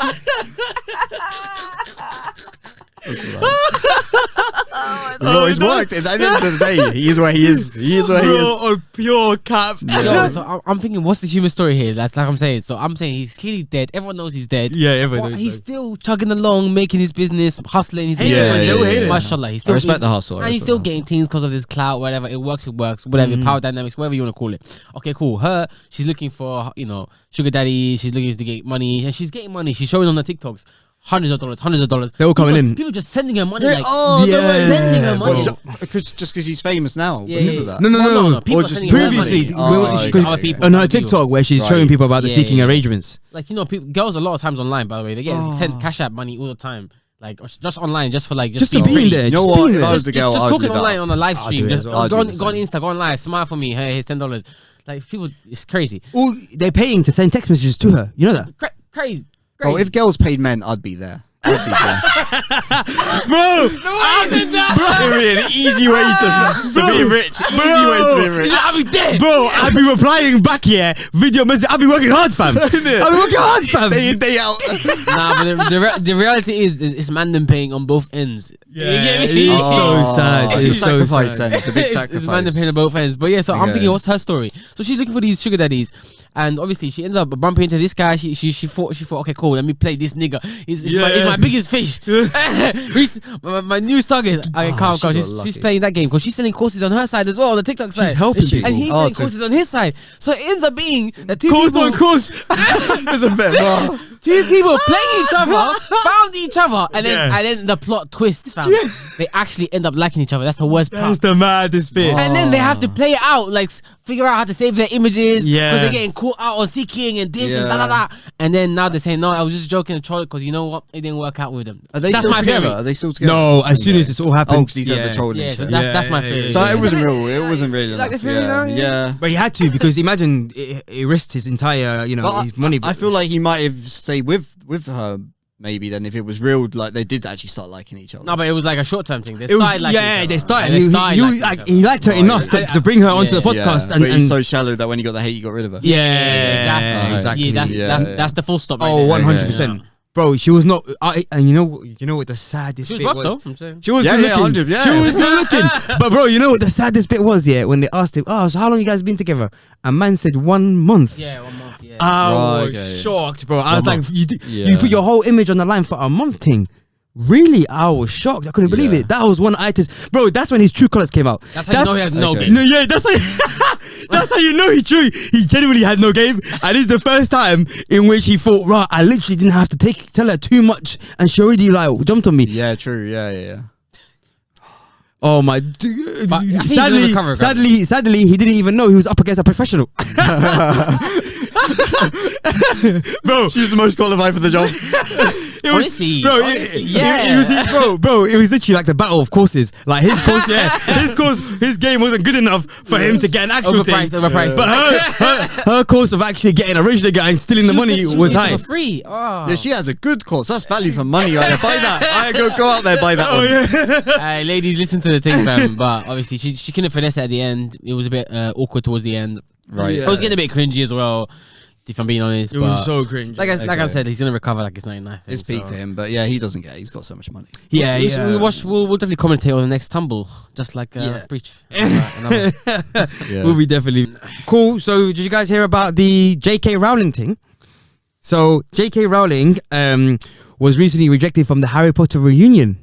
[SPEAKER 3] No,
[SPEAKER 2] Oh,
[SPEAKER 3] it's worked. At the end of the day, he is where he is. He is where he is.
[SPEAKER 1] on pure cap.
[SPEAKER 2] Yo, so I'm- I'm thinking, what's the human story here? That's like I'm saying. So I'm saying he's clearly dead. Everyone knows he's dead.
[SPEAKER 1] Yeah, everyone
[SPEAKER 2] But
[SPEAKER 1] knows
[SPEAKER 2] he's
[SPEAKER 1] that.
[SPEAKER 2] still chugging along, making his business, hustling. He's
[SPEAKER 1] Hey,
[SPEAKER 3] yeah, yeah, yeah, yeah.
[SPEAKER 2] Mashallah, he's still
[SPEAKER 3] respect
[SPEAKER 2] he's-
[SPEAKER 3] the hustle, Mm-hmm. I
[SPEAKER 2] and he's
[SPEAKER 3] respect
[SPEAKER 2] still
[SPEAKER 3] the
[SPEAKER 2] getting things because of this clout, whatever. It works, it works, whatever. Power dynamics, whatever you want to call it. Okay, cool. Her, she's looking for you know sugar daddy. She's looking to get money, and she's getting money. She's showing on the TikToks. Hundreds of dollars, hundreds of dollars.
[SPEAKER 1] They're all coming
[SPEAKER 2] people,
[SPEAKER 1] in.
[SPEAKER 2] People just sending her money. like,
[SPEAKER 3] oh,
[SPEAKER 1] no Yeah. way.
[SPEAKER 2] sending her
[SPEAKER 1] Yeah,
[SPEAKER 2] money.
[SPEAKER 1] bro.
[SPEAKER 3] Just because he's famous now.
[SPEAKER 2] Yeah,
[SPEAKER 3] because
[SPEAKER 2] yeah,
[SPEAKER 3] of
[SPEAKER 2] yeah.
[SPEAKER 3] that.
[SPEAKER 1] No, no,
[SPEAKER 2] Well,
[SPEAKER 1] no.
[SPEAKER 2] People
[SPEAKER 3] Or
[SPEAKER 2] are
[SPEAKER 3] just
[SPEAKER 2] sending her money.
[SPEAKER 1] Previously,
[SPEAKER 3] Oh,
[SPEAKER 1] when-
[SPEAKER 3] okay,
[SPEAKER 1] because
[SPEAKER 2] Other people,
[SPEAKER 1] on her
[SPEAKER 2] other people.
[SPEAKER 1] TikTok where she's
[SPEAKER 3] Right.
[SPEAKER 1] showing people about the
[SPEAKER 2] Yeah,
[SPEAKER 1] seeking
[SPEAKER 2] yeah, yeah.
[SPEAKER 1] arrangements.
[SPEAKER 2] like you know, people, girls a lot of times online. By the way, they get
[SPEAKER 3] Ah.
[SPEAKER 2] sent cash app money all the time, like or just online, just for like just,
[SPEAKER 1] Just to
[SPEAKER 2] being
[SPEAKER 1] be in
[SPEAKER 2] pretty.
[SPEAKER 1] there.
[SPEAKER 3] You know
[SPEAKER 1] Just
[SPEAKER 3] what?
[SPEAKER 1] being
[SPEAKER 3] If
[SPEAKER 1] there.
[SPEAKER 3] I was the
[SPEAKER 2] Just,
[SPEAKER 3] girl,
[SPEAKER 2] just
[SPEAKER 3] I'd "Oh,
[SPEAKER 2] talking
[SPEAKER 3] do that.
[SPEAKER 2] online on the live
[SPEAKER 1] I'll
[SPEAKER 2] stream.
[SPEAKER 1] do it
[SPEAKER 2] Just
[SPEAKER 1] as
[SPEAKER 3] well. I'll
[SPEAKER 2] go,
[SPEAKER 3] do
[SPEAKER 2] on,
[SPEAKER 3] the
[SPEAKER 2] go on
[SPEAKER 3] same.
[SPEAKER 2] Insta, go online, smile for me. Hey, here's ten dollars. Like people, it's crazy,
[SPEAKER 1] Or they're paying to send text messages to her. You know that,
[SPEAKER 2] Cra- crazy, crazy.
[SPEAKER 3] Oh, if girls paid men, I'd be there. I'd be there.
[SPEAKER 1] bro.
[SPEAKER 2] I did that.
[SPEAKER 3] Period. Easy way to, to be rich. Easy way to be rich.
[SPEAKER 2] I'll be dead.
[SPEAKER 1] Bro, I've been replying back here, video message. I've been working hard, fam. I've been working hard, fam.
[SPEAKER 3] Day in, day out.
[SPEAKER 2] Nah, but the, the, re- the reality is, is it's man them paying on both ends. you get me?
[SPEAKER 1] it's so sad.
[SPEAKER 3] Oh,
[SPEAKER 1] It's,
[SPEAKER 3] It's a
[SPEAKER 1] so sad.
[SPEAKER 3] sacrifice, then. It's a big
[SPEAKER 2] It's-
[SPEAKER 3] sacrifice.
[SPEAKER 2] It's man dependent on both ends. But yeah, so I'm
[SPEAKER 3] Okay.
[SPEAKER 2] thinking, what's her story? So she's looking for these sugar daddies, and obviously she ended up bumping into this guy. She she she thought she thought, okay, cool, let me play this nigga. He's, he's, my, he's
[SPEAKER 1] Yeah.
[SPEAKER 2] my biggest fish. Rec- my, my new song is okay, calm,
[SPEAKER 3] Oh, she
[SPEAKER 2] calm.
[SPEAKER 3] got
[SPEAKER 2] She's,
[SPEAKER 3] lucky.
[SPEAKER 2] she's playing that game because she's selling courses on her side as well on the TikTok side.
[SPEAKER 1] helping
[SPEAKER 3] Is she?
[SPEAKER 1] people.
[SPEAKER 2] And he's
[SPEAKER 3] Oh,
[SPEAKER 2] selling
[SPEAKER 3] so-
[SPEAKER 2] courses on his side. So it ends up being that two
[SPEAKER 1] Course
[SPEAKER 2] people,
[SPEAKER 1] on course.
[SPEAKER 3] It's a bit. Well,
[SPEAKER 2] two people playing each other, found each other, and then
[SPEAKER 1] Yeah.
[SPEAKER 2] and then the plot twists, fam. They actually end up liking each other. That's the worst part. Oh,
[SPEAKER 1] That's the maddest bit.
[SPEAKER 2] And then they have to play it out like s- figure out how to save their images
[SPEAKER 1] Oh. Yeah.
[SPEAKER 2] because they're getting caught out on seeking and this and
[SPEAKER 3] Yeah.
[SPEAKER 2] da da da. And then now they're saying, no, I was just joking and trolling because you know what? It didn't work out with them.
[SPEAKER 3] Are they
[SPEAKER 2] That's
[SPEAKER 3] still
[SPEAKER 2] my
[SPEAKER 3] together?
[SPEAKER 2] theory.
[SPEAKER 3] Are they still together?
[SPEAKER 1] No, as soon as this all happened,
[SPEAKER 3] Oh, because he said the trolling.
[SPEAKER 2] Yeah, so
[SPEAKER 3] shit.
[SPEAKER 2] that's
[SPEAKER 1] Yeah,
[SPEAKER 2] that's my
[SPEAKER 1] yeah,
[SPEAKER 2] theory.
[SPEAKER 1] yeah,
[SPEAKER 3] So
[SPEAKER 1] yeah.
[SPEAKER 3] it wasn't
[SPEAKER 4] Isn't it-
[SPEAKER 3] real. It wasn't really
[SPEAKER 4] like
[SPEAKER 3] like,
[SPEAKER 4] the theory
[SPEAKER 3] yeah,
[SPEAKER 4] now, yeah?
[SPEAKER 3] yeah.
[SPEAKER 1] But he had to because imagine it, it risked his entire, you know,
[SPEAKER 3] But I,
[SPEAKER 1] his money.
[SPEAKER 3] I feel like he might have stayed with with her maybe then if it was real. Like they did actually start liking each other.
[SPEAKER 2] no, but it was like a short term thing. They
[SPEAKER 1] it was,
[SPEAKER 2] started like
[SPEAKER 1] yeah, they started.
[SPEAKER 2] They
[SPEAKER 1] you-
[SPEAKER 2] started
[SPEAKER 1] you-
[SPEAKER 2] liking each
[SPEAKER 1] like,
[SPEAKER 2] other.
[SPEAKER 1] he liked her
[SPEAKER 3] Right.
[SPEAKER 1] enough to,
[SPEAKER 2] Yeah.
[SPEAKER 1] to bring her onto the
[SPEAKER 2] Yeah.
[SPEAKER 1] podcast,
[SPEAKER 3] yeah.
[SPEAKER 1] and,
[SPEAKER 3] but
[SPEAKER 1] and
[SPEAKER 3] he's so shallow that when he got the hate, he got rid of her.
[SPEAKER 1] yeah,
[SPEAKER 2] exactly.
[SPEAKER 1] exactly.
[SPEAKER 2] Yeah, that's,
[SPEAKER 3] Yeah,
[SPEAKER 2] that's,
[SPEAKER 3] yeah.
[SPEAKER 2] that's the full stop. Right
[SPEAKER 1] oh,
[SPEAKER 2] there.
[SPEAKER 1] one hundred percent, bro. She was not, I, and you know, you know what the saddest
[SPEAKER 2] She was
[SPEAKER 1] bit
[SPEAKER 2] buff
[SPEAKER 1] was.
[SPEAKER 2] though. I'm saying.
[SPEAKER 1] She was
[SPEAKER 3] Yeah,
[SPEAKER 1] good
[SPEAKER 3] yeah,
[SPEAKER 1] looking.
[SPEAKER 3] 100, yeah.
[SPEAKER 1] She was good looking. but bro, you know what the saddest bit was? Yeah, when they asked him, "Oh, so how long you guys been together?" A man said one month.
[SPEAKER 2] Yeah, one month. Yeah.
[SPEAKER 1] Uh, I
[SPEAKER 3] Right,
[SPEAKER 1] was
[SPEAKER 3] okay.
[SPEAKER 1] shocked, bro. I was
[SPEAKER 3] One
[SPEAKER 1] like, you, did, you
[SPEAKER 3] Yeah.
[SPEAKER 1] put your whole image on the line for a month thing. Really, I was shocked. I couldn't believe
[SPEAKER 3] Yeah.
[SPEAKER 1] it. That was one artist, bro. That's when his true colors came out.
[SPEAKER 2] that's how you know he has no
[SPEAKER 3] okay.
[SPEAKER 2] game.
[SPEAKER 1] No, yeah, that's how. that's how you know he true. He genuinely had no game, and it's the first time in which he thought, right, I literally didn't have to take tell her too much, and she already like jumped on me.
[SPEAKER 3] Yeah, true. Yeah, yeah, yeah.
[SPEAKER 1] Oh my!
[SPEAKER 2] But I think he's
[SPEAKER 1] sadly,
[SPEAKER 2] undercover, guys.
[SPEAKER 1] sadly, sadly, he didn't even know he was up against a professional. bro,
[SPEAKER 3] She's the most qualified for the job.
[SPEAKER 1] it was,
[SPEAKER 2] Honestly,
[SPEAKER 1] bro, it-
[SPEAKER 2] honestly,
[SPEAKER 1] it-
[SPEAKER 2] yeah.
[SPEAKER 1] it, was- it- bro, bro, it was literally like the battle of courses. Like his course, yeah, his course, his game wasn't good enough for him to get an actual
[SPEAKER 2] Overpriced,
[SPEAKER 1] thing.
[SPEAKER 2] overpriced.
[SPEAKER 1] But her, her, her course of actually getting a originally getting stealing the
[SPEAKER 2] She
[SPEAKER 1] money
[SPEAKER 2] she
[SPEAKER 1] was,
[SPEAKER 2] using it
[SPEAKER 1] high.
[SPEAKER 2] for free. Oh.
[SPEAKER 3] yeah, she has a good course. That's value for money. I buy that. I go go out there buy that
[SPEAKER 1] Oh,
[SPEAKER 3] one.
[SPEAKER 2] Aye, ladies, listen to the thing, fam. But obviously, she she couldn't finesse it at the end. It was a bit uh, awkward towards the end.
[SPEAKER 3] Right.
[SPEAKER 1] Yeah.
[SPEAKER 2] It was getting a bit cringy as well, if I'm being honest.
[SPEAKER 1] It
[SPEAKER 2] but
[SPEAKER 1] was so cringe.
[SPEAKER 2] like I, like I
[SPEAKER 3] Okay.
[SPEAKER 2] said, he's gonna recover like it's 99.
[SPEAKER 3] It's peak for him, but yeah, he doesn't get. It. He's got so much money.
[SPEAKER 2] Yeah,
[SPEAKER 1] It's-
[SPEAKER 2] it's-
[SPEAKER 1] yeah.
[SPEAKER 2] we watch. We'll, we'll definitely commentate on the next tumble, just like uh,
[SPEAKER 1] Yeah.
[SPEAKER 2] preach. Alright, another-
[SPEAKER 3] Yeah.
[SPEAKER 1] We'll be definitely cool. So, did you guys hear about the J.K. Rowling thing? So, J.K. Rowling um, was recently rejected from the Harry Potter reunion.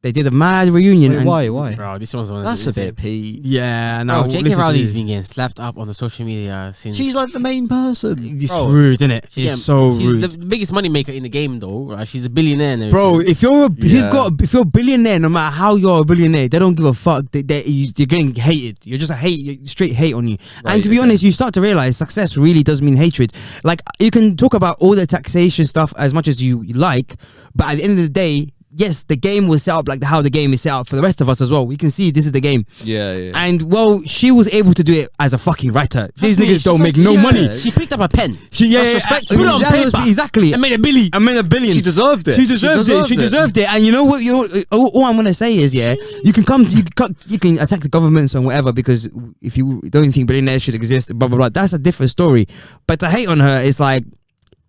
[SPEAKER 1] They did a mad reunion.
[SPEAKER 3] Wait,
[SPEAKER 1] and-
[SPEAKER 3] why? Why?
[SPEAKER 2] Bro, this one's one. of
[SPEAKER 3] That's a
[SPEAKER 2] those-
[SPEAKER 3] bit peak.
[SPEAKER 1] Yeah, no.
[SPEAKER 2] Bro, J.K.
[SPEAKER 1] listen to
[SPEAKER 2] Rowling's
[SPEAKER 1] this.
[SPEAKER 2] been getting slapped up on the social media since.
[SPEAKER 3] She's like the main person.
[SPEAKER 1] It's
[SPEAKER 2] Bro,
[SPEAKER 1] rude, isn't it? It's
[SPEAKER 2] She getting-
[SPEAKER 1] so
[SPEAKER 2] she's
[SPEAKER 1] rude.
[SPEAKER 2] the biggest money maker in the game, though. Right? She's a billionaire. and
[SPEAKER 1] Bro,
[SPEAKER 2] everything.
[SPEAKER 1] if you're a, if you've
[SPEAKER 3] Yeah.
[SPEAKER 1] got if you're a billionaire, no matter how you're a billionaire, they don't give a fuck. They, they, you- you're getting hated. You're just a hate, you're straight hate on you. and
[SPEAKER 3] Right,
[SPEAKER 1] to be
[SPEAKER 3] okay.
[SPEAKER 1] honest, you start to realize success really does mean hatred. Like you can talk about all the taxation stuff as much as you like, but at the end of the day, yes, the game was set up like how the game is set up for the rest of us as well. We can see this is the game.
[SPEAKER 3] Yeah, yeah.
[SPEAKER 1] And well, she was able to do it as a fucking writer. These
[SPEAKER 2] me,
[SPEAKER 1] niggas
[SPEAKER 2] she's
[SPEAKER 1] don't
[SPEAKER 3] like-
[SPEAKER 1] make no
[SPEAKER 3] yeah.
[SPEAKER 1] money.
[SPEAKER 2] she picked up a pen.
[SPEAKER 1] She, yeah,
[SPEAKER 3] That's
[SPEAKER 1] yeah,
[SPEAKER 3] respectable.
[SPEAKER 1] yeah,
[SPEAKER 2] Put it on
[SPEAKER 1] that was-
[SPEAKER 2] paper.
[SPEAKER 1] exactly.
[SPEAKER 2] I made a billy.
[SPEAKER 1] I mean a billion.
[SPEAKER 3] She deserved it.
[SPEAKER 1] She deserved, it. She deserved it. And you know what? You know, all, all I'm gonna say is, yeah, you can come, you can, cut- you can attack the governments and whatever because if you don't think billionaires should exist, blah blah blah. That's a different story. But to hate on her is like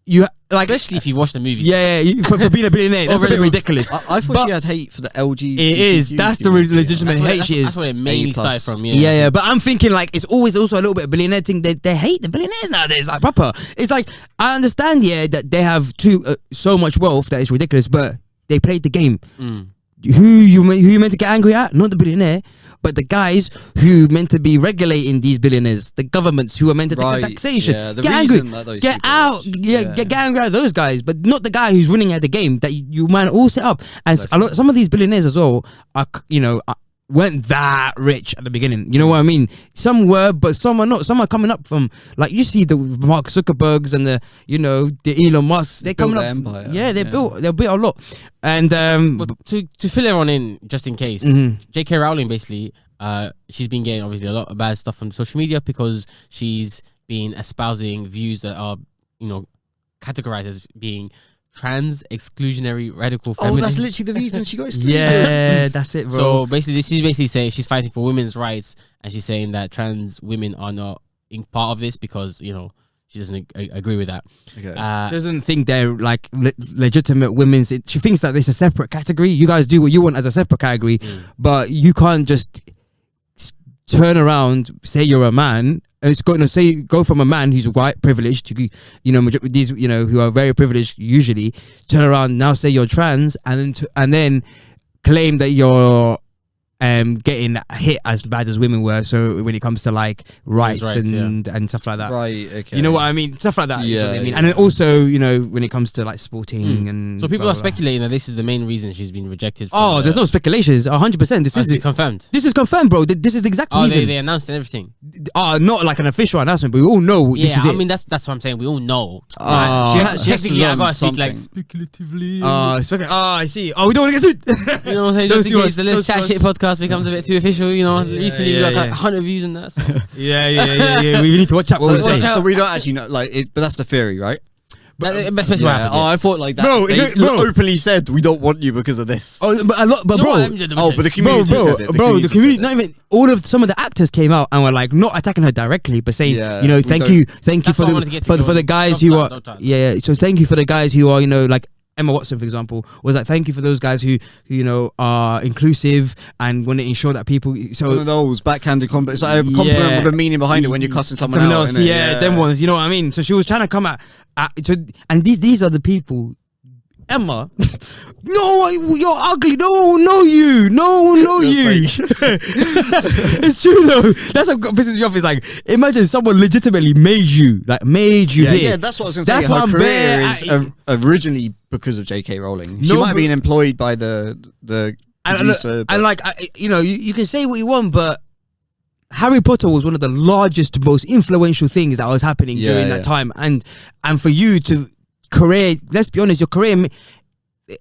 [SPEAKER 1] you like
[SPEAKER 2] Especially if you watch the movie.
[SPEAKER 1] yeah, you, for, for being a billionaire, that's a bit
[SPEAKER 2] Overly rude.
[SPEAKER 1] ridiculous.
[SPEAKER 3] I, I thought
[SPEAKER 1] But-
[SPEAKER 3] she had hate for the LG.
[SPEAKER 1] It is. That's the re- legitimate
[SPEAKER 2] that's what,
[SPEAKER 1] hate
[SPEAKER 2] that's,
[SPEAKER 1] she is.
[SPEAKER 2] that's what it mainly started
[SPEAKER 3] plus.
[SPEAKER 2] from.
[SPEAKER 1] Yeah. yeah, But I'm thinking like it's always also a little bit of billionaire thing. They, they hate the billionaires nowadays, like proper. It's like I understand, yeah, that they have too uh, so much wealth that it's ridiculous, but they played the game.
[SPEAKER 3] Mm.
[SPEAKER 1] Who you me- who you meant to get angry at? Not the billionaire, but the guys who meant to be regulating these billionaires, the governments who are meant to take
[SPEAKER 3] Right,
[SPEAKER 1] the taxation.
[SPEAKER 3] yeah, the
[SPEAKER 1] get
[SPEAKER 3] reason
[SPEAKER 1] angry,
[SPEAKER 3] that those
[SPEAKER 1] get
[SPEAKER 3] people-
[SPEAKER 1] out, yeah,
[SPEAKER 3] yeah.
[SPEAKER 1] get, get angry at those guys, but not the guy who's winning at the game that you, you man all set up. And s- a lot, some of these billionaires as well are, c- you know, are, weren't that rich at the beginning. You know what I mean? Some were, but some are not. Some are coming up from like you see the Mark Zuckerbergs and the you know the Elon Musk. They're
[SPEAKER 3] built
[SPEAKER 1] coming up.
[SPEAKER 3] their
[SPEAKER 1] from-
[SPEAKER 3] empire,
[SPEAKER 1] Yeah, they
[SPEAKER 3] yeah.
[SPEAKER 1] built. They built a lot. And um,
[SPEAKER 2] But to to fill everyone in, just in case,
[SPEAKER 1] Mhm.
[SPEAKER 2] J.K. Rowling basically, uh, she's been getting obviously a lot of bad stuff on social media because she's been espousing views that are, you know, categorized as being trans, exclusionary, radical.
[SPEAKER 3] Oh,
[SPEAKER 2] feminist.
[SPEAKER 3] that's literally the reason she got excluded.
[SPEAKER 1] yeah, that's it, bro.
[SPEAKER 2] So basically, this- she's basically saying she's fighting for women's rights, and she's saying that trans women are not in part of this because you know she doesn't ag- agree with that.
[SPEAKER 3] Okay.
[SPEAKER 1] She
[SPEAKER 2] Uh,
[SPEAKER 1] doesn't think they're like le- legitimate women's. It, she thinks that it's a separate category. You guys do what you want as a separate category,
[SPEAKER 2] Mm.
[SPEAKER 1] but you can't just s- turn around say you're a man. And it's going to say go from a man who's white privileged to you know major- these you know who are very privileged usually turn around now say you're trans and then t- and then claim that you're um, getting hit as bad as women were. So when it comes to like rights,
[SPEAKER 2] rights, yeah.
[SPEAKER 1] and and stuff like that,
[SPEAKER 3] Right. Okay.
[SPEAKER 1] you know what I mean, stuff like that. is what
[SPEAKER 3] Yeah,
[SPEAKER 1] I mean,
[SPEAKER 3] yeah.
[SPEAKER 1] and then also you know when it comes to like sporting and
[SPEAKER 2] Hmm. So people
[SPEAKER 1] Mm, blah,
[SPEAKER 2] are
[SPEAKER 1] blah, blah.
[SPEAKER 2] speculating that this is the main reason she's been rejected. From
[SPEAKER 1] Oh, there's no speculations. 100. percent This
[SPEAKER 2] This
[SPEAKER 1] is
[SPEAKER 2] is confirmed.
[SPEAKER 1] this is confirmed, bro. Th- This is the exact
[SPEAKER 2] Oh, they,
[SPEAKER 1] reason.
[SPEAKER 2] they announced and everything.
[SPEAKER 1] Uh, not like an official announcement, but we all know this
[SPEAKER 2] yeah,
[SPEAKER 1] is
[SPEAKER 2] I
[SPEAKER 1] it.
[SPEAKER 2] mean that's that's what I'm saying. We all know.
[SPEAKER 1] Ah.
[SPEAKER 3] She ha- she has to
[SPEAKER 2] technically, I
[SPEAKER 3] learn
[SPEAKER 2] gotta speak like
[SPEAKER 3] something.
[SPEAKER 2] speculatively.
[SPEAKER 1] uh, spec- oh, I see. Oh, we don't want to get sued.
[SPEAKER 2] you know what I'm saying?
[SPEAKER 1] Those
[SPEAKER 2] Just in
[SPEAKER 1] who are-
[SPEAKER 2] case the Let's
[SPEAKER 1] those who
[SPEAKER 2] Chat
[SPEAKER 1] are-
[SPEAKER 2] Shit podcast becomes a bit too official, you know.
[SPEAKER 1] Yeah,
[SPEAKER 2] recently
[SPEAKER 1] yeah,
[SPEAKER 2] we got like
[SPEAKER 1] yeah.
[SPEAKER 2] 100 views on that. So.
[SPEAKER 1] yeah, yeah, yeah, yeah. We need to watch out what
[SPEAKER 3] So,
[SPEAKER 1] we
[SPEAKER 3] so,
[SPEAKER 1] say.
[SPEAKER 2] out.
[SPEAKER 3] so we don't actually know, like, it, but that's the theory, right?
[SPEAKER 2] That- that's basically what
[SPEAKER 3] Yeah.
[SPEAKER 2] happened.
[SPEAKER 3] Oh,
[SPEAKER 2] yeah.
[SPEAKER 3] I thought like that.
[SPEAKER 1] Bro,
[SPEAKER 3] they
[SPEAKER 1] if it- bro.
[SPEAKER 3] openly said we don't want you because of this.
[SPEAKER 1] Oh, but a lot, but
[SPEAKER 2] You know
[SPEAKER 1] bro,
[SPEAKER 2] what? Let me just double
[SPEAKER 3] Oh,
[SPEAKER 2] check.
[SPEAKER 3] but the
[SPEAKER 1] bro,
[SPEAKER 3] community
[SPEAKER 1] bro,
[SPEAKER 3] said it. The
[SPEAKER 1] bro, the
[SPEAKER 3] said
[SPEAKER 1] community,
[SPEAKER 3] it.
[SPEAKER 1] not even all of some of the actors came out and were like not attacking her directly, but saying,
[SPEAKER 3] Yeah,
[SPEAKER 1] you know,
[SPEAKER 3] we
[SPEAKER 1] thank
[SPEAKER 3] don't-
[SPEAKER 1] you, thank you
[SPEAKER 2] That's
[SPEAKER 1] for
[SPEAKER 2] what I wanted
[SPEAKER 1] the
[SPEAKER 2] to get to,
[SPEAKER 1] for, the- for the
[SPEAKER 2] Jordan.
[SPEAKER 1] guys
[SPEAKER 2] Don't
[SPEAKER 1] who
[SPEAKER 2] plan,
[SPEAKER 1] are
[SPEAKER 2] don't plan.
[SPEAKER 1] yeah, yeah. So thank you for the guys who are you know like Emma Watson for example was like thank you for those guys who, who you know are inclusive and want to ensure that people
[SPEAKER 3] One of
[SPEAKER 1] so
[SPEAKER 3] those backhanded compliments. Like a compliment
[SPEAKER 1] Yeah.
[SPEAKER 3] with a meaning behind it when you're cussing someone, out,
[SPEAKER 1] else
[SPEAKER 3] innit?
[SPEAKER 1] yeah, them ones you know what I mean. So she was trying to come at, at so, and these these are the people. Emma, no, you're ugly. No, one know you. No, one know you.
[SPEAKER 3] Just
[SPEAKER 1] it's true though. That's what pisses me off. Is like imagine someone legitimately made you, like made you
[SPEAKER 3] Yeah,
[SPEAKER 1] here.
[SPEAKER 3] yeah, that's what I was going to
[SPEAKER 1] That's
[SPEAKER 3] say.
[SPEAKER 1] what
[SPEAKER 3] Her
[SPEAKER 1] I'm
[SPEAKER 3] career
[SPEAKER 1] bare-
[SPEAKER 3] is o- originally because of J.K. Rowling. She
[SPEAKER 1] No,
[SPEAKER 3] might have
[SPEAKER 1] but-
[SPEAKER 3] been employed by the the
[SPEAKER 1] and,
[SPEAKER 3] producer,
[SPEAKER 1] look,
[SPEAKER 3] but-
[SPEAKER 1] and like I, you know, you, you can say what you want, but Harry Potter was one of the largest, most influential things that was happening
[SPEAKER 3] Yeah,
[SPEAKER 1] during that
[SPEAKER 3] yeah.
[SPEAKER 1] time, and and for you to career, let's be honest, your career. m-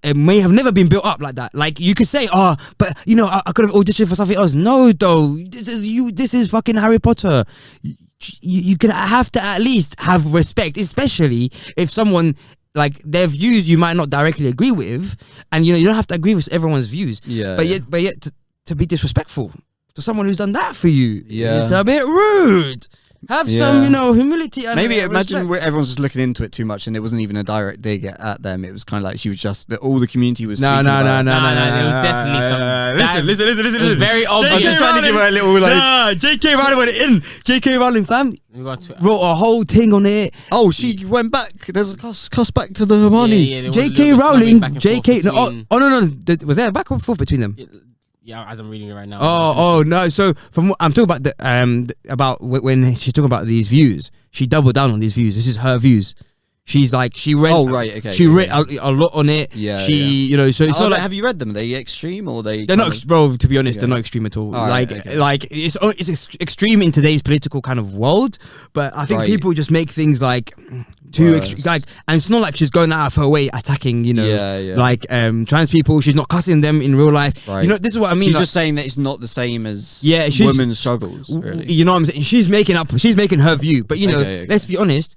[SPEAKER 1] It may have never been built up like that. Like you could say, "Oh, but you know, I, I could have auditioned for something else." No, though, this is you. This is fucking Harry Potter. You, you you can have to at least have respect, especially if someone like their views you might not directly agree with, and you know you don't have to agree with everyone's views
[SPEAKER 3] yeah,
[SPEAKER 1] but
[SPEAKER 3] yeah.
[SPEAKER 1] yet, but yet, to, to be disrespectful to someone who's done that for you,
[SPEAKER 3] Yeah.
[SPEAKER 1] it's a bit rude. Have some,
[SPEAKER 3] Yeah.
[SPEAKER 1] you know, humility. And
[SPEAKER 3] Maybe
[SPEAKER 1] uh,
[SPEAKER 3] imagine
[SPEAKER 1] respect.
[SPEAKER 3] where everyone's just looking into it too much, and it wasn't even a direct dig at- at them. It was kind of like she was just that all the community was.
[SPEAKER 1] No,
[SPEAKER 3] tweeting
[SPEAKER 1] no, no, no,
[SPEAKER 3] about it.
[SPEAKER 1] no, no,
[SPEAKER 2] Nah, nah,
[SPEAKER 1] no,
[SPEAKER 2] it was
[SPEAKER 1] no,
[SPEAKER 2] definitely
[SPEAKER 1] no,
[SPEAKER 2] some-
[SPEAKER 1] no, no.
[SPEAKER 2] that-
[SPEAKER 1] Listen, listen, listen, listen.
[SPEAKER 2] it was
[SPEAKER 1] listen.
[SPEAKER 2] very obvious.
[SPEAKER 1] JK
[SPEAKER 3] I'm just trying to give her
[SPEAKER 1] Rowling-
[SPEAKER 3] a little like.
[SPEAKER 1] Nah, J.K. Rowling went in. J.K. Rowling fam
[SPEAKER 2] We got to-
[SPEAKER 1] wrote a whole thing on it.
[SPEAKER 3] Oh, she went back. There's a cost, cost back to the Hermione.
[SPEAKER 2] Yeah, yeah, there was a
[SPEAKER 1] J.K.
[SPEAKER 2] little bit of
[SPEAKER 1] Rowling,
[SPEAKER 2] back and forth
[SPEAKER 1] J.K. No, oh,
[SPEAKER 2] between-
[SPEAKER 1] oh no, no, th- was there a back and forth between them?
[SPEAKER 2] yeah, as I'm reading it right now.
[SPEAKER 1] Oh, oh no! So from what I'm talking about the um th- about wh- when she's talking about these views, she doubled down on these views. This is her views. She's like she read.
[SPEAKER 3] Oh, right, okay,
[SPEAKER 1] She
[SPEAKER 3] yeah,
[SPEAKER 1] read a, a lot on it.
[SPEAKER 3] Yeah,
[SPEAKER 1] She,
[SPEAKER 3] yeah.
[SPEAKER 1] you know, so it's
[SPEAKER 3] Oh,
[SPEAKER 1] not
[SPEAKER 3] but
[SPEAKER 1] like
[SPEAKER 3] have you read them? Are they extreme or they?
[SPEAKER 1] they're
[SPEAKER 3] kind
[SPEAKER 1] not,
[SPEAKER 3] of-
[SPEAKER 1] ex- bro. To be honest,
[SPEAKER 3] Yeah.
[SPEAKER 1] they're not extreme at all.
[SPEAKER 3] All right,
[SPEAKER 1] like,
[SPEAKER 3] okay.
[SPEAKER 1] like it's o- it's ex- extreme in today's political kind of world. But I think
[SPEAKER 3] Right.
[SPEAKER 1] people just make things like too
[SPEAKER 3] Worse.
[SPEAKER 1] extreme. Like, and it's not like she's going out of her way attacking, you know,
[SPEAKER 3] Yeah, yeah.
[SPEAKER 1] like um trans people. She's not cussing them in real life.
[SPEAKER 3] Right.
[SPEAKER 1] You know, this is what I mean.
[SPEAKER 3] She's
[SPEAKER 1] like-
[SPEAKER 3] just saying that it's not the same as
[SPEAKER 1] Yeah, she's-
[SPEAKER 3] women's struggles. Really.
[SPEAKER 1] You know what I'm saying? She's making up. She's making her view. But you know,
[SPEAKER 3] Okay, okay.
[SPEAKER 1] let's be honest.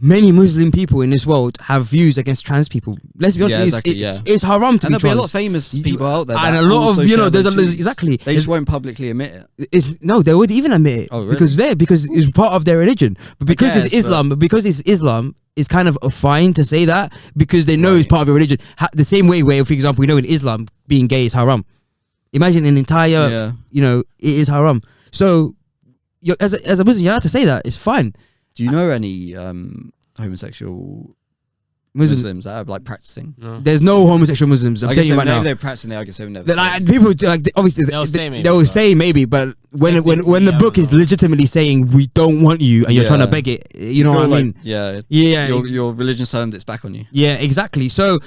[SPEAKER 1] Many Muslim people in this world have views against trans people. Let's be honest.
[SPEAKER 3] Yeah,
[SPEAKER 1] it's-
[SPEAKER 3] exactly,
[SPEAKER 1] it-
[SPEAKER 3] yeah.
[SPEAKER 1] It's haram to
[SPEAKER 3] and
[SPEAKER 1] be
[SPEAKER 3] there'll be a lot of
[SPEAKER 1] trans.
[SPEAKER 3] famous
[SPEAKER 1] You-
[SPEAKER 3] people out there,
[SPEAKER 1] and
[SPEAKER 3] that
[SPEAKER 1] a lot
[SPEAKER 3] also
[SPEAKER 1] of you
[SPEAKER 3] share
[SPEAKER 1] know, there's a
[SPEAKER 3] those views.
[SPEAKER 1] exactly.
[SPEAKER 3] They
[SPEAKER 1] It's,
[SPEAKER 3] just won't publicly admit it.
[SPEAKER 1] it's- no, they would even admit it
[SPEAKER 3] Oh, really?
[SPEAKER 1] because there because it's part of their religion. But because
[SPEAKER 3] guess,
[SPEAKER 1] it's
[SPEAKER 3] but-
[SPEAKER 1] Islam, but because it's Islam. It's kind of a fine to say that because they know it's
[SPEAKER 3] Right.
[SPEAKER 1] part of your religion. Ha- the same way, where for example, we know in Islam being gay is haram. Imagine an entire
[SPEAKER 3] yeah.
[SPEAKER 1] you know, it is haram. So, you're, as a, as a Muslim, you're allowed to say that. It's fine.
[SPEAKER 3] Do you know any um, homosexual
[SPEAKER 1] Muslim,
[SPEAKER 3] Muslims that are like practicing?
[SPEAKER 2] No.
[SPEAKER 1] there's no homosexual Muslims. I'm
[SPEAKER 3] I guess
[SPEAKER 1] telling you
[SPEAKER 3] if
[SPEAKER 1] right now.
[SPEAKER 3] they're practicing. I guess they've never.
[SPEAKER 1] That,
[SPEAKER 3] said
[SPEAKER 1] like,
[SPEAKER 3] it.
[SPEAKER 1] people do, like they- obviously
[SPEAKER 2] They'll
[SPEAKER 1] they-
[SPEAKER 2] say maybe,
[SPEAKER 1] they'll
[SPEAKER 2] but-
[SPEAKER 1] say maybe, but when when when the
[SPEAKER 2] Technically,
[SPEAKER 1] book
[SPEAKER 2] I
[SPEAKER 1] is
[SPEAKER 2] don't know.
[SPEAKER 1] legitimately saying we don't want you and you're trying to
[SPEAKER 3] Yeah.
[SPEAKER 1] beg it, you know
[SPEAKER 3] feel
[SPEAKER 1] what I
[SPEAKER 3] like-
[SPEAKER 1] mean?
[SPEAKER 3] Yeah,
[SPEAKER 1] yeah,
[SPEAKER 3] your your religion turned its back on you.
[SPEAKER 1] Yeah, exactly. So,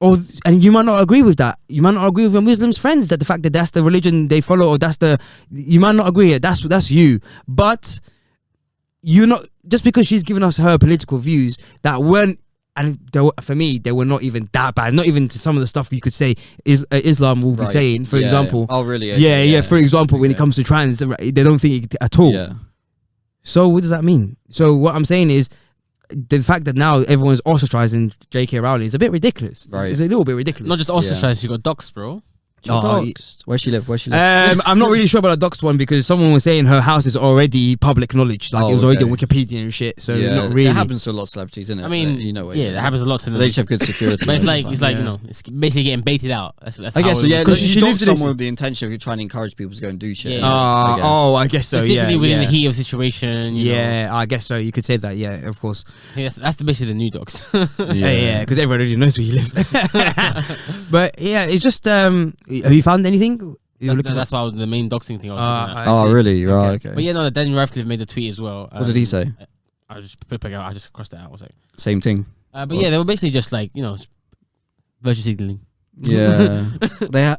[SPEAKER 1] or and you might not agree with that. You might not agree with your Muslims friends that the fact that that's the religion they follow, or that's the you might not agree. That's that's you, but you're not just because she's given us her political views that weren't. And they were, for me, they were not even that bad. Not even to some of the stuff you could say is uh, Islam will be
[SPEAKER 3] Right.
[SPEAKER 1] saying. For
[SPEAKER 3] Yeah, yeah.
[SPEAKER 1] example,
[SPEAKER 3] Oh, really?
[SPEAKER 1] yeah,
[SPEAKER 3] Okay,
[SPEAKER 1] yeah, For example, when it
[SPEAKER 3] Okay.
[SPEAKER 1] comes to trans, right, they don't think it at all.
[SPEAKER 3] yeah.
[SPEAKER 1] So what does that mean? So what I'm saying is the fact that now everyone's ostracizing J.K. Rowling is a bit ridiculous. It's-
[SPEAKER 3] Right.
[SPEAKER 1] It's, a little bit ridiculous.
[SPEAKER 2] Not just ostracized, she got doxxed, bro.
[SPEAKER 1] Oh,
[SPEAKER 3] Doxed. Where she live? Where she live?
[SPEAKER 1] um, I'm not really sure about the doxed one because someone was saying her house is already public knowledge, like
[SPEAKER 3] Oh,
[SPEAKER 1] it was already
[SPEAKER 3] okay.
[SPEAKER 1] on Wikipedia and shit. So
[SPEAKER 3] yeah,
[SPEAKER 1] Uh, not really.
[SPEAKER 3] It happens to a lot of celebrities, isn't it?
[SPEAKER 2] I mean,
[SPEAKER 3] That- you know, what
[SPEAKER 2] yeah,
[SPEAKER 3] you-
[SPEAKER 2] that happens a lot to them.
[SPEAKER 3] They just have good security.
[SPEAKER 2] but it's
[SPEAKER 3] and
[SPEAKER 2] like
[SPEAKER 3] stuff.
[SPEAKER 2] it's like
[SPEAKER 1] Yeah.
[SPEAKER 2] you know, it's basically getting baited out. That's, that's
[SPEAKER 3] I
[SPEAKER 2] how
[SPEAKER 3] guess
[SPEAKER 2] it
[SPEAKER 3] so. Yeah,
[SPEAKER 2] works.
[SPEAKER 1] Because
[SPEAKER 3] you
[SPEAKER 1] she
[SPEAKER 3] she
[SPEAKER 1] lives
[SPEAKER 3] lives
[SPEAKER 1] in this-
[SPEAKER 3] someone with the intention of trying to encourage people to go and do shit.
[SPEAKER 2] Yeah.
[SPEAKER 1] Uh,
[SPEAKER 3] I guess.
[SPEAKER 1] oh, I guess so.
[SPEAKER 2] specifically
[SPEAKER 1] yeah,
[SPEAKER 2] within
[SPEAKER 1] yeah.
[SPEAKER 2] the heat of situation. You know.
[SPEAKER 1] yeah, I guess so. You could say that. Yeah, of course.
[SPEAKER 2] I think that's, that's the basically the new docs.
[SPEAKER 1] Yeah, yeah, because everyone already knows where you live. but yeah, it's just. Um, have you found anything? You're
[SPEAKER 2] That's,
[SPEAKER 1] looking
[SPEAKER 2] that's why I was- the main doxing thing I was
[SPEAKER 1] Ah,
[SPEAKER 2] looking at.
[SPEAKER 1] I
[SPEAKER 3] Oh,
[SPEAKER 1] see.
[SPEAKER 3] really? Right.
[SPEAKER 1] Okay.
[SPEAKER 3] Okay.
[SPEAKER 2] But yeah, no, Daniel Radcliffe made a tweet as well.
[SPEAKER 3] What did he
[SPEAKER 2] um,
[SPEAKER 3] say?
[SPEAKER 2] I was just picking out. I just crossed it out. I was like,
[SPEAKER 3] Same thing.
[SPEAKER 2] uh, but
[SPEAKER 3] Well-
[SPEAKER 2] yeah, they were basically just like you know, s- virtue signaling.
[SPEAKER 3] Yeah. they. Ha-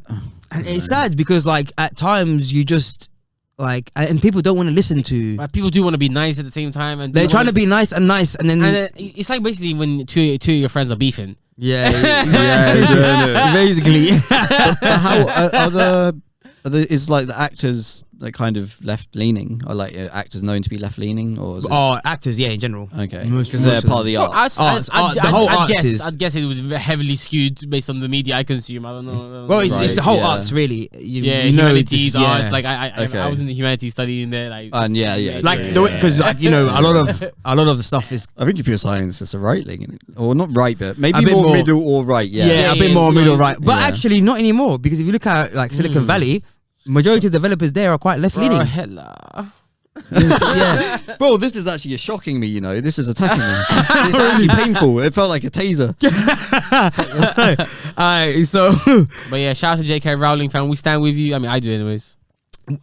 [SPEAKER 1] And it's sad because like at times you just like and and people don't want to listen to.
[SPEAKER 2] But people do want to be nice at the same time, and
[SPEAKER 1] They're
[SPEAKER 2] people
[SPEAKER 1] trying to be
[SPEAKER 2] wanna-
[SPEAKER 1] nice and nice, and then
[SPEAKER 2] And uh, it's like basically when two two of your friends are beefing.
[SPEAKER 1] yeah,
[SPEAKER 3] Yeah, yeah,
[SPEAKER 1] basically.
[SPEAKER 3] But how are, are the are the is like the actors like kind of left leaning or like uh, actors known to be left leaning or is it,
[SPEAKER 1] oh, actors, yeah, in general.
[SPEAKER 3] okay
[SPEAKER 1] most-
[SPEAKER 3] because they're
[SPEAKER 1] most of
[SPEAKER 3] part of the
[SPEAKER 2] Well,
[SPEAKER 3] art.
[SPEAKER 2] I- I-
[SPEAKER 1] Arts,
[SPEAKER 2] I-
[SPEAKER 1] art, the
[SPEAKER 2] I-
[SPEAKER 1] whole
[SPEAKER 2] I'd
[SPEAKER 1] arts
[SPEAKER 2] guess,
[SPEAKER 1] is-
[SPEAKER 2] I'd guess it was heavily skewed based on the media I consume. I don't know.
[SPEAKER 1] Well, it's, it's
[SPEAKER 3] Right,
[SPEAKER 1] the whole
[SPEAKER 3] yeah.
[SPEAKER 1] arts, really. You,
[SPEAKER 2] yeah,
[SPEAKER 1] you know, it's-
[SPEAKER 2] humanities,
[SPEAKER 1] yeah. Uh,
[SPEAKER 2] arts. Like I, I,
[SPEAKER 3] Okay.
[SPEAKER 2] I, I was in the humanities studying there. Like,
[SPEAKER 3] And yeah, yeah,
[SPEAKER 1] like
[SPEAKER 3] yeah,
[SPEAKER 1] the
[SPEAKER 3] yeah.
[SPEAKER 1] because like you know a lot of a lot of the stuff is
[SPEAKER 3] I think computer science is a right leaning or not right but maybe
[SPEAKER 1] A bit
[SPEAKER 3] more,
[SPEAKER 1] more.
[SPEAKER 3] middle or right yeah
[SPEAKER 1] yeah,
[SPEAKER 2] Yeah,
[SPEAKER 1] a
[SPEAKER 2] yeah,
[SPEAKER 1] bit more
[SPEAKER 2] yeah.
[SPEAKER 1] middle right, but
[SPEAKER 3] Yeah.
[SPEAKER 1] actually not anymore because if you look at like Silicon Valley, majority of developers there are quite left
[SPEAKER 2] Bro,
[SPEAKER 1] leaning.
[SPEAKER 2] hella.
[SPEAKER 1] yeah,
[SPEAKER 3] bro this is actually shocking me you know this is attacking me it's actually painful it felt like a taser
[SPEAKER 1] Alright, so
[SPEAKER 2] But yeah, shout out to J.K. Rowling fan. We stand with you. I mean, I do anyways.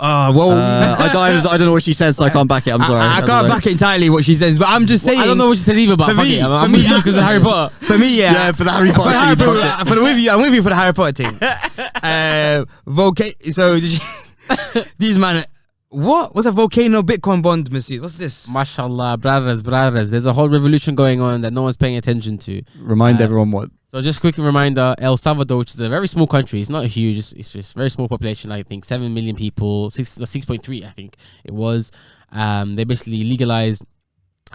[SPEAKER 1] uh, well,
[SPEAKER 3] uh, I, don't, I don't know what she said so I can't back it I'm sorry
[SPEAKER 1] I, I
[SPEAKER 3] don't
[SPEAKER 1] can't
[SPEAKER 3] know.
[SPEAKER 1] back entirely what she says, but I'm just saying.
[SPEAKER 2] I don't know what she said either, but
[SPEAKER 1] For
[SPEAKER 2] fuck
[SPEAKER 1] me-
[SPEAKER 2] it. I'm,
[SPEAKER 1] for
[SPEAKER 2] I'm
[SPEAKER 1] me-
[SPEAKER 2] with you because of Harry Potter.
[SPEAKER 1] For me, yeah,
[SPEAKER 3] yeah for the Harry
[SPEAKER 1] for
[SPEAKER 3] Potter
[SPEAKER 1] the Harry
[SPEAKER 3] scene, fuck it.
[SPEAKER 1] Potter, for the with you, I'm with you for the Harry Potter team. uh, volca- so did you- these man, what was a volcano Bitcoin bond misuse? What's this?
[SPEAKER 2] Mashallah, brothers, brothers. There's a whole revolution going on that no one's paying attention to.
[SPEAKER 3] remind
[SPEAKER 2] Uh,
[SPEAKER 3] everyone what
[SPEAKER 2] So just a quick reminder, El Salvador, which is a very small country, it's not huge, it's, it's just a very small population, I think, 7 million people, 6, no, 6.3, I think it was. Um, they basically legalized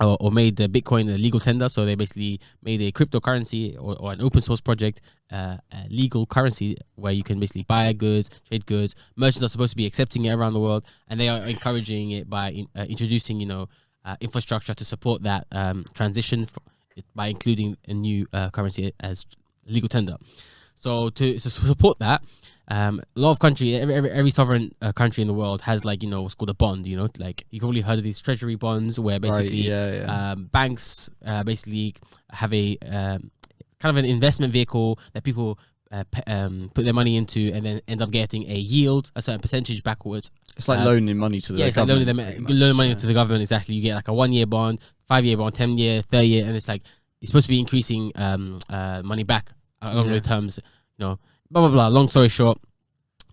[SPEAKER 2] or, or made the Bitcoin a legal tender, so they basically made a cryptocurrency or, or an open source project, uh, a legal currency where you can basically buy goods, trade goods. Merchants are supposed to be accepting it around the world, and they are encouraging it by in, uh, introducing, you know, uh, infrastructure to support that um, transition fr- by including a new uh, currency as legal tender. So to, so support that, um, a lot of country, every every, every sovereign uh, country in the world has like you know what's called a bond. You know, like you've probably heard of these treasury bonds where basically
[SPEAKER 3] yeah, yeah.
[SPEAKER 2] Um, banks uh, basically have a um, kind of an investment vehicle that people. Uh, p- um, put their money into and then end up getting a yield, a certain percentage backwards.
[SPEAKER 3] it's like
[SPEAKER 2] um,
[SPEAKER 3] loaning money to the
[SPEAKER 2] yeah, it's like loaning them,
[SPEAKER 3] government, pretty
[SPEAKER 2] loaning
[SPEAKER 3] much,
[SPEAKER 2] money
[SPEAKER 3] yeah.
[SPEAKER 2] to the government. Exactly, you get like a one-year bond, five-year bond, ten-year, thirty-year, and it's like you're supposed to be increasing um, uh, money back along
[SPEAKER 1] Yeah.
[SPEAKER 2] the terms. You know, blah blah blah. Long story short,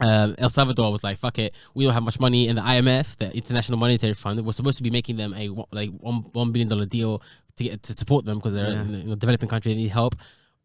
[SPEAKER 2] um, El Salvador was like, "Fuck it, we don't have much money," and the IMF, the International Monetary Fund, was supposed to be making them a one- like one one billion dollar deal to get to support them because they're
[SPEAKER 1] Yeah.
[SPEAKER 2] in a you know, developing country, they need help.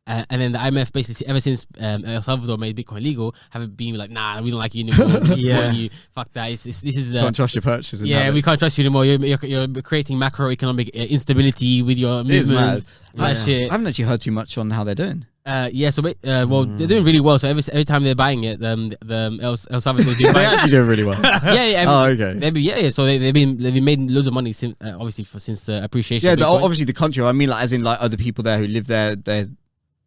[SPEAKER 2] Uh, and then the IMF basically, ever since um, El Salvador made Bitcoin legal, have been like, "Nah, we don't like you anymore. We're not
[SPEAKER 1] Yeah.
[SPEAKER 2] supporting you. Fuck that. It's, it's, this is uh,
[SPEAKER 3] can't trust your purchases and
[SPEAKER 2] yeah, we
[SPEAKER 3] habits.
[SPEAKER 2] can't trust you anymore. You're, you're, you're creating macroeconomic uh, instability with your
[SPEAKER 3] It is mad.
[SPEAKER 2] movements. That
[SPEAKER 1] Yeah.
[SPEAKER 2] shit.
[SPEAKER 3] I haven't actually heard too much on how they're doing.
[SPEAKER 2] Uh, yeah, so ba- uh, well, they're doing really well. So every every time they're buying it, um, the, the um, El, El Salvador do
[SPEAKER 3] They
[SPEAKER 2] buy.
[SPEAKER 3] actually doing really well.
[SPEAKER 2] yeah, yeah,
[SPEAKER 3] Oh,
[SPEAKER 2] every-
[SPEAKER 3] okay.
[SPEAKER 2] they've been- yeah, yeah. So they, they've been they've been made loads of money since uh, obviously for, since the appreciation.
[SPEAKER 3] Yeah,
[SPEAKER 2] of
[SPEAKER 3] the,
[SPEAKER 2] Bitcoin.
[SPEAKER 3] obviously the country. I mean, like as in like other people there who live there. They're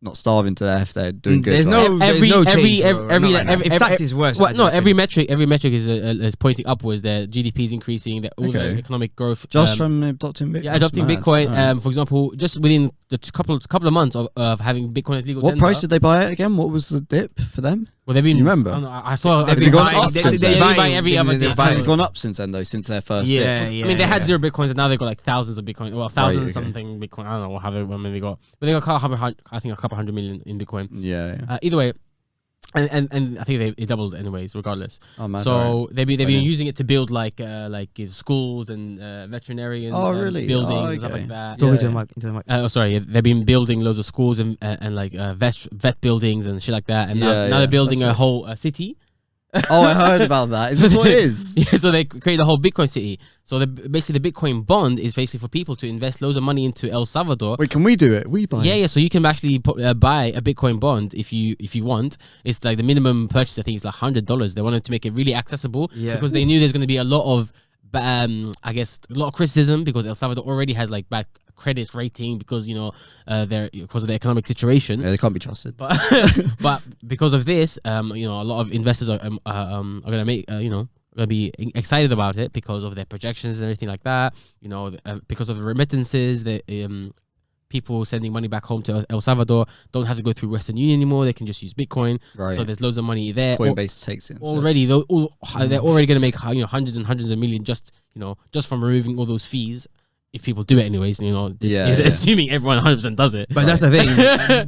[SPEAKER 3] not starving to death. They're doing
[SPEAKER 1] Mm,
[SPEAKER 3] good.
[SPEAKER 1] there's
[SPEAKER 3] right?
[SPEAKER 1] no, there's
[SPEAKER 2] Every-
[SPEAKER 1] no
[SPEAKER 2] every-
[SPEAKER 1] change,
[SPEAKER 2] every-
[SPEAKER 1] bro.
[SPEAKER 2] every-
[SPEAKER 1] Not right now.
[SPEAKER 2] every-
[SPEAKER 1] in fact,
[SPEAKER 2] every-
[SPEAKER 1] it's worse.
[SPEAKER 2] Well,
[SPEAKER 1] I
[SPEAKER 2] no,
[SPEAKER 1] reckon.
[SPEAKER 2] every metric every metric is uh, uh, is pointing upwards. Their GDP is increasing. Their all
[SPEAKER 3] Okay.
[SPEAKER 2] the economic growth.
[SPEAKER 3] just
[SPEAKER 2] um,
[SPEAKER 3] from adopting Bitcoin.
[SPEAKER 2] yeah, adopting
[SPEAKER 3] That's mad.
[SPEAKER 2] Bitcoin.
[SPEAKER 3] Alright.
[SPEAKER 2] Um, for example, just within the t- couple couple of months of, of having Bitcoin as legal.
[SPEAKER 3] what
[SPEAKER 2] tender,
[SPEAKER 3] price did they buy it again? What was the dip for them?
[SPEAKER 2] Well, they've been.
[SPEAKER 3] you remember?
[SPEAKER 2] I, don't know, I I saw.
[SPEAKER 1] They've
[SPEAKER 2] I
[SPEAKER 3] been
[SPEAKER 2] think-
[SPEAKER 3] gone
[SPEAKER 2] buying-
[SPEAKER 3] up
[SPEAKER 2] they-
[SPEAKER 3] since
[SPEAKER 2] they-
[SPEAKER 3] then.
[SPEAKER 2] they're buying every
[SPEAKER 1] They're
[SPEAKER 2] other
[SPEAKER 1] buying-
[SPEAKER 2] day.
[SPEAKER 1] they're
[SPEAKER 3] Has
[SPEAKER 1] buying-
[SPEAKER 3] it gone up since then though? Since their first dip.
[SPEAKER 1] yeah, yeah.
[SPEAKER 2] I mean, they had
[SPEAKER 1] yeah.
[SPEAKER 2] zero bitcoins, and now they've got like thousands of bitcoins. Well, thousands
[SPEAKER 3] okay.
[SPEAKER 2] something bitcoin. I don't know what how they, when they got, but they got a couple hundred, I think a couple hundred million in bitcoin.
[SPEAKER 3] Yeah. yeah.
[SPEAKER 2] Uh, either way, and, and and I think they, they doubled anyways, regardless.
[SPEAKER 3] Oh man. alright.
[SPEAKER 2] so they've been they've
[SPEAKER 3] Brilliant.
[SPEAKER 2] been using it to build like uh, like uh, schools and uh, veterinarian
[SPEAKER 3] Oh,
[SPEAKER 2] um,
[SPEAKER 3] really?
[SPEAKER 2] buildings
[SPEAKER 3] Oh,
[SPEAKER 2] and stuff
[SPEAKER 3] okay.
[SPEAKER 2] like that.
[SPEAKER 1] Talking
[SPEAKER 3] Yeah,
[SPEAKER 1] to the
[SPEAKER 3] yeah.
[SPEAKER 1] mic, into the mic.
[SPEAKER 2] Uh, oh, sorry, yeah, they've been building loads of schools and uh, and like uh, vet vet buildings and shit like that. And now,
[SPEAKER 3] Yeah,
[SPEAKER 2] now
[SPEAKER 3] yeah,
[SPEAKER 2] they're building
[SPEAKER 3] that's
[SPEAKER 2] a
[SPEAKER 3] it.
[SPEAKER 2] whole uh, city.
[SPEAKER 3] oh, I heard about that. Is this what it is?
[SPEAKER 2] Yeah, so they create a whole Bitcoin city. So the, basically, the Bitcoin bond is basically for people to invest loads of money into El Salvador.
[SPEAKER 3] Wait, can we do it? We buy.
[SPEAKER 2] Yeah,
[SPEAKER 3] it.
[SPEAKER 2] yeah. So you can actually pu- uh, buy a Bitcoin bond if you if you want. It's like the minimum purchase. I think is like hundred dollars. They wanted to make it really accessible
[SPEAKER 1] Yeah.
[SPEAKER 2] because they knew there's going to be a lot of, ba- um, I guess, a lot of criticism because El Salvador already has like bad credit rating because you know uh, their because of the economic situation
[SPEAKER 3] Yeah, they can't be trusted.
[SPEAKER 2] but but because of this, um, you know, a lot of investors are um, uh, um are gonna make uh, you know gonna be e- excited about it because of their projections and everything like that. You know, uh, because of the remittances, the um. people sending money back home to El- El Salvador don't have to go through Western Union anymore. They can just use Bitcoin.
[SPEAKER 3] Right.
[SPEAKER 2] So there's loads of money there. Al-
[SPEAKER 3] Coinbase takes it. instead.
[SPEAKER 2] already, they're, all, they're already going to make you know hundreds and hundreds of million just you know just from removing all those fees. If people do it anyways, you know,
[SPEAKER 3] Yeah,
[SPEAKER 2] it's
[SPEAKER 3] yeah.
[SPEAKER 2] assuming everyone 100 percent does it.
[SPEAKER 1] But that's the thing.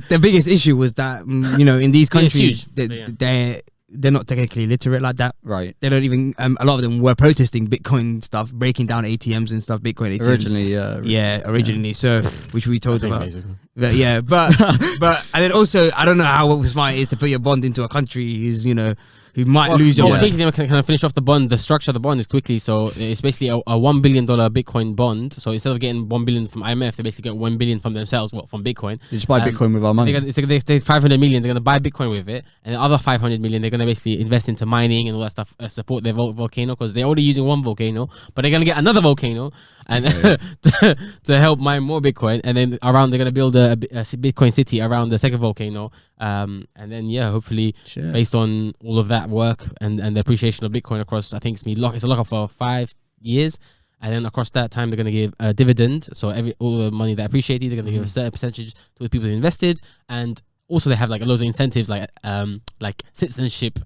[SPEAKER 1] the biggest issue was that mm, you know in these
[SPEAKER 2] Yeah, it's
[SPEAKER 1] countries
[SPEAKER 2] huge.
[SPEAKER 1] they,
[SPEAKER 2] Yeah.
[SPEAKER 1] they're they're not technically literate like that.
[SPEAKER 3] Right.
[SPEAKER 1] They don't even. Um, a lot of them were protesting Bitcoin stuff, breaking down ATMs and stuff. Bitcoin ATMs.
[SPEAKER 3] Originally, uh, yeah.
[SPEAKER 1] Yeah, originally. So, which we
[SPEAKER 2] I
[SPEAKER 1] talked
[SPEAKER 2] think,
[SPEAKER 1] about.
[SPEAKER 2] basically.
[SPEAKER 1] But yeah, but but and then also, I don't know how smart it is to put your bond into a country who's you know who might
[SPEAKER 2] Well,
[SPEAKER 1] lose your
[SPEAKER 2] well,
[SPEAKER 3] yeah.
[SPEAKER 1] money.
[SPEAKER 2] basically, can, can I finish off the bond? The structure of the bond is quickly. So it's basically a, a one billion dollar Bitcoin bond. So instead of getting one billion from IMF, they basically get one billion from themselves. What from Bitcoin?
[SPEAKER 3] They just buy
[SPEAKER 2] Um,
[SPEAKER 3] Bitcoin with our money.
[SPEAKER 2] They're gonna, it's like they, they 500 million, they're going to buy Bitcoin with it, and the other 500 million, they're going to basically invest into mining and all that stuff, uh, support their vol- volcano because they're already using one volcano, but they're going to get another volcano and to, to help mine more Bitcoin. And then around, they're going to build a, a bi- a ci- Bitcoin city around the second volcano. Um, and then, yeah, hopefully,
[SPEAKER 3] Shit.
[SPEAKER 2] based on all of that work and, and the appreciation of Bitcoin across, I think it's, been lock, it's a lockup for five years. And then across that time, they're going to give a dividend. So every all the money that appreciated, they're going to
[SPEAKER 3] Mm-hmm.
[SPEAKER 2] give a certain percentage to the people who invested, and also they have like loads of incentives, like um like citizenship,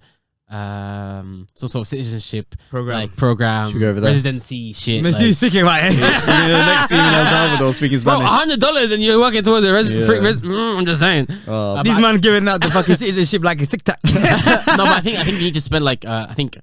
[SPEAKER 2] um some sort of citizenship
[SPEAKER 1] Program.
[SPEAKER 2] like program,
[SPEAKER 3] Should we go over that?
[SPEAKER 2] residency shit.
[SPEAKER 1] Messi
[SPEAKER 2] like-
[SPEAKER 1] speaking about it.
[SPEAKER 3] next team in El Salvador speaking
[SPEAKER 2] Bro,
[SPEAKER 3] Spanish.
[SPEAKER 2] hundred dollars and you're working towards a res-
[SPEAKER 3] Yeah.
[SPEAKER 2] free res- mm, I'm just saying. no,
[SPEAKER 3] Oh,
[SPEAKER 2] Uh,
[SPEAKER 1] These man giving out the fucking citizenship like it's tic tac. yeah,
[SPEAKER 2] but I think I think you need to spend like uh, I think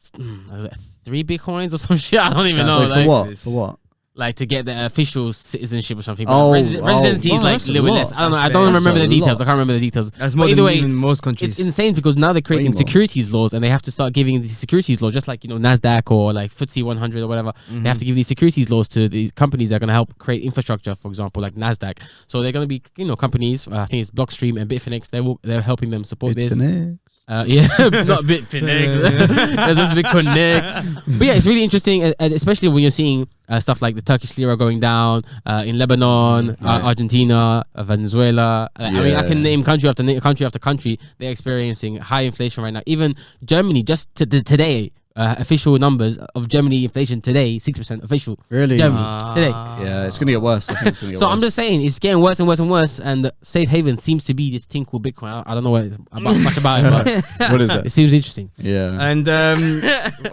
[SPEAKER 2] s- mm, I was like, three bitcoins or some shit. I don't even
[SPEAKER 3] so
[SPEAKER 2] know.
[SPEAKER 3] for
[SPEAKER 2] like,
[SPEAKER 3] what? For what?
[SPEAKER 2] like to get the official citizenship or something. But
[SPEAKER 3] Oh,
[SPEAKER 2] resi-
[SPEAKER 3] oh,
[SPEAKER 2] residency
[SPEAKER 3] wow,
[SPEAKER 2] is like
[SPEAKER 3] that's a
[SPEAKER 2] little bit
[SPEAKER 3] lot.
[SPEAKER 2] less. I don't know. I
[SPEAKER 1] That's
[SPEAKER 2] don't
[SPEAKER 1] very-
[SPEAKER 2] remember the
[SPEAKER 3] that's a
[SPEAKER 2] details.
[SPEAKER 3] lot.
[SPEAKER 2] I can't remember the details.
[SPEAKER 1] That's
[SPEAKER 2] But
[SPEAKER 1] more
[SPEAKER 2] either
[SPEAKER 1] than
[SPEAKER 2] way,
[SPEAKER 1] even most
[SPEAKER 2] it's
[SPEAKER 1] countries.
[SPEAKER 2] insane because now they're creating
[SPEAKER 3] more.
[SPEAKER 2] securities laws and they have to start giving these securities laws, just like you know Nasdaq or like FTSE 100 or whatever. They
[SPEAKER 3] Mm-hmm.
[SPEAKER 2] have to give these securities laws to these companies that are going to help create infrastructure, for example, like Nasdaq. So they're going to be you know companies. Uh, I think it's Blockstream and Bitfinex. They will, they're helping them support this.
[SPEAKER 3] Bitfinex.
[SPEAKER 2] Uh, yeah, not Bitfinex. There's this big connect. But yeah, it's really interesting, uh, and especially when you're seeing uh, stuff like the Turkish lira going down uh, in Lebanon, uh,
[SPEAKER 3] Mm, Yeah.
[SPEAKER 2] Argentina, uh, Venezuela. Uh, I mean, I can
[SPEAKER 3] Yeah.
[SPEAKER 2] name country after na- country after country. They're experiencing high inflation right now. Even Germany, just to the today, uh, official numbers of Germany inflation today, six percent official.
[SPEAKER 3] Really? Ah.
[SPEAKER 2] Germany today.
[SPEAKER 1] Ah.
[SPEAKER 3] Yeah, it's gonna get worse. I think it's gonna get
[SPEAKER 2] So
[SPEAKER 3] worse.
[SPEAKER 2] I'm just saying it's getting worse and worse and worse, and safe haven seems to be this thing called Bitcoin. I, I don't know what it's about, much about it,
[SPEAKER 3] what is
[SPEAKER 2] but it
[SPEAKER 3] that?
[SPEAKER 2] seems interesting.
[SPEAKER 3] Yeah.
[SPEAKER 1] And um,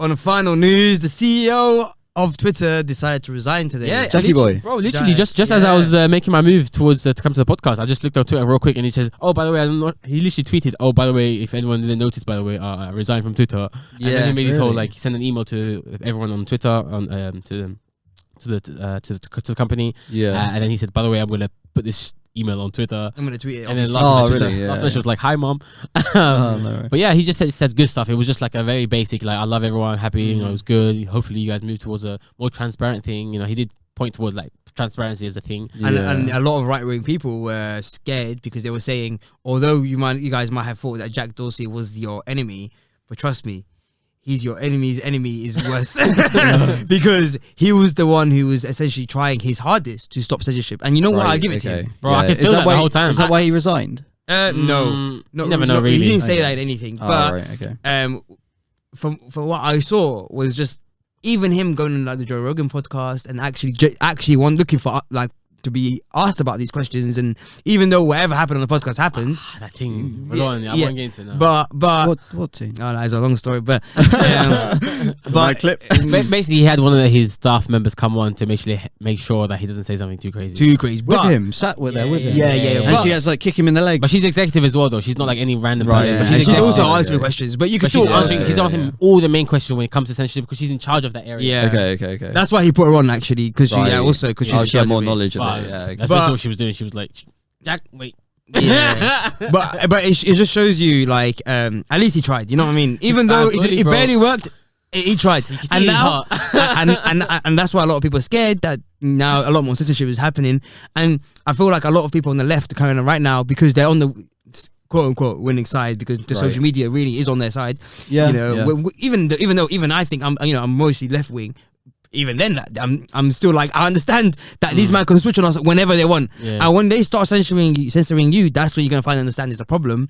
[SPEAKER 1] on a final news, the CEO of Twitter decided to resign today.
[SPEAKER 2] Yeah,
[SPEAKER 3] Jackie
[SPEAKER 2] literally-
[SPEAKER 3] boy.
[SPEAKER 2] bro. Literally,
[SPEAKER 1] Jack,
[SPEAKER 2] just just as I
[SPEAKER 1] yeah.
[SPEAKER 2] was uh, making my move towards uh, to come to the podcast, I just looked on Twitter real quick, and he says, "Oh, by the way, I don't know." He literally tweeted, "Oh, by the way, if anyone didn't notice, by the way, uh, I resigned from Twitter." and
[SPEAKER 1] Yeah,
[SPEAKER 2] then he made his whole
[SPEAKER 3] really?
[SPEAKER 2] like he sent an email to everyone on Twitter on um, to them to the uh, to, the to the company, uh,
[SPEAKER 3] Yeah.
[SPEAKER 2] and then he said, "By the way, I'm gonna put this email on Twitter."
[SPEAKER 1] I'm gonna tweet it.
[SPEAKER 2] And then
[SPEAKER 1] obviously.
[SPEAKER 2] last,
[SPEAKER 3] Oh,
[SPEAKER 2] message,
[SPEAKER 3] really?
[SPEAKER 2] last
[SPEAKER 3] Yeah.
[SPEAKER 2] message was like, "Hi, mom." Um,
[SPEAKER 3] Oh, no way.
[SPEAKER 2] But yeah, he just said, said good stuff. It was just like a very basic, like I love everyone, happy, you
[SPEAKER 1] Mm.
[SPEAKER 2] know, it was good. Hopefully, you guys move towards a more transparent thing. You know, he did point toward like transparency as a thing.
[SPEAKER 1] And,
[SPEAKER 3] Yeah.
[SPEAKER 1] and a lot of right wing people were scared because they were saying, although you might, you guys might have thought that Jack Dorsey was your enemy, but trust me, he's your enemy's enemy is worse because he was the one who was essentially trying his hardest to stop censorship. And you know what?
[SPEAKER 3] Right,
[SPEAKER 1] I give it to
[SPEAKER 3] okay.
[SPEAKER 1] him.
[SPEAKER 2] Bro, I could
[SPEAKER 3] Is
[SPEAKER 2] feel that the
[SPEAKER 3] why-
[SPEAKER 2] whole time.
[SPEAKER 3] Is that why he resigned?
[SPEAKER 1] Uh,
[SPEAKER 2] Mm,
[SPEAKER 1] no,
[SPEAKER 2] you never know, really.
[SPEAKER 1] He didn't say
[SPEAKER 3] Okay.
[SPEAKER 1] that in anything,
[SPEAKER 3] Oh,
[SPEAKER 1] but
[SPEAKER 3] right. Okay.
[SPEAKER 1] um, from from what I saw was just even him going on like the Joe Rogan podcast and actually ju- actually one looking for uh, like to be asked about these questions and even though whatever happened on the podcast happened,
[SPEAKER 2] Ah, that thing.
[SPEAKER 1] Mm, Yeah,
[SPEAKER 2] Go on, I
[SPEAKER 1] yeah.
[SPEAKER 2] won't get into it now.
[SPEAKER 1] but but
[SPEAKER 3] Ah. What? What team?
[SPEAKER 1] oh, that is a long story, but um,
[SPEAKER 3] My
[SPEAKER 1] but
[SPEAKER 3] clip.
[SPEAKER 2] Ba- basically, he had one of the- his staff members come on to make sure make sure that he doesn't say something too crazy.
[SPEAKER 1] too crazy.
[SPEAKER 3] With
[SPEAKER 1] but
[SPEAKER 3] him, sat with there with him.
[SPEAKER 1] Yeah, yeah,
[SPEAKER 3] And
[SPEAKER 1] but-
[SPEAKER 3] she has like kick him in the leg.
[SPEAKER 2] But she's executive as well, though. She's not like any random
[SPEAKER 3] Right,
[SPEAKER 2] person.
[SPEAKER 3] yeah.
[SPEAKER 1] and
[SPEAKER 2] But she's,
[SPEAKER 1] she's
[SPEAKER 2] executive.
[SPEAKER 1] also
[SPEAKER 3] Oh,
[SPEAKER 1] answering
[SPEAKER 3] okay.
[SPEAKER 1] questions, but you can
[SPEAKER 2] but she's
[SPEAKER 1] still
[SPEAKER 3] Yeah,
[SPEAKER 1] answer.
[SPEAKER 2] answering.
[SPEAKER 3] yeah,
[SPEAKER 2] she's
[SPEAKER 3] yeah,
[SPEAKER 2] answering
[SPEAKER 3] yeah.
[SPEAKER 2] all the main questions when it comes to censorship because she's in charge of that area.
[SPEAKER 1] Yeah.
[SPEAKER 3] Okay. Okay. Okay.
[SPEAKER 1] That's why he put her on actually, because she
[SPEAKER 3] Right.
[SPEAKER 1] yeah, also because
[SPEAKER 3] Oh,
[SPEAKER 1] she's
[SPEAKER 3] she
[SPEAKER 1] in charge
[SPEAKER 3] had
[SPEAKER 1] of
[SPEAKER 3] more
[SPEAKER 1] it.
[SPEAKER 3] knowledge of
[SPEAKER 2] But
[SPEAKER 3] it. Yeah. okay.
[SPEAKER 1] But-
[SPEAKER 2] that's basically what she was doing. She was like, Jack, wait.
[SPEAKER 1] Yeah. but but it, sh- it just shows you like um at least he tried. You know what I mean? Even though it,
[SPEAKER 2] Absolutely,
[SPEAKER 1] it
[SPEAKER 2] bro.
[SPEAKER 1] barely worked, it, he tried.
[SPEAKER 2] see
[SPEAKER 1] And
[SPEAKER 2] his
[SPEAKER 1] now and, and and and that's why a lot of people are scared that now a lot more censorship is happening. And I feel like a lot of people on the left are kind of right now because they're on the quote unquote winning side because the
[SPEAKER 3] Right.
[SPEAKER 1] social media really is on their side.
[SPEAKER 3] Yeah,
[SPEAKER 1] you know,
[SPEAKER 3] yeah.
[SPEAKER 1] w- w- even though, even though even I think I'm you know I'm mostly left wing. Even then, like, I'm I'm still like I understand that
[SPEAKER 3] Mm.
[SPEAKER 1] these men can switch on us whenever they want,
[SPEAKER 2] Yeah.
[SPEAKER 1] and when they start censoring you, censoring you, that's when you're gonna find understand is a problem,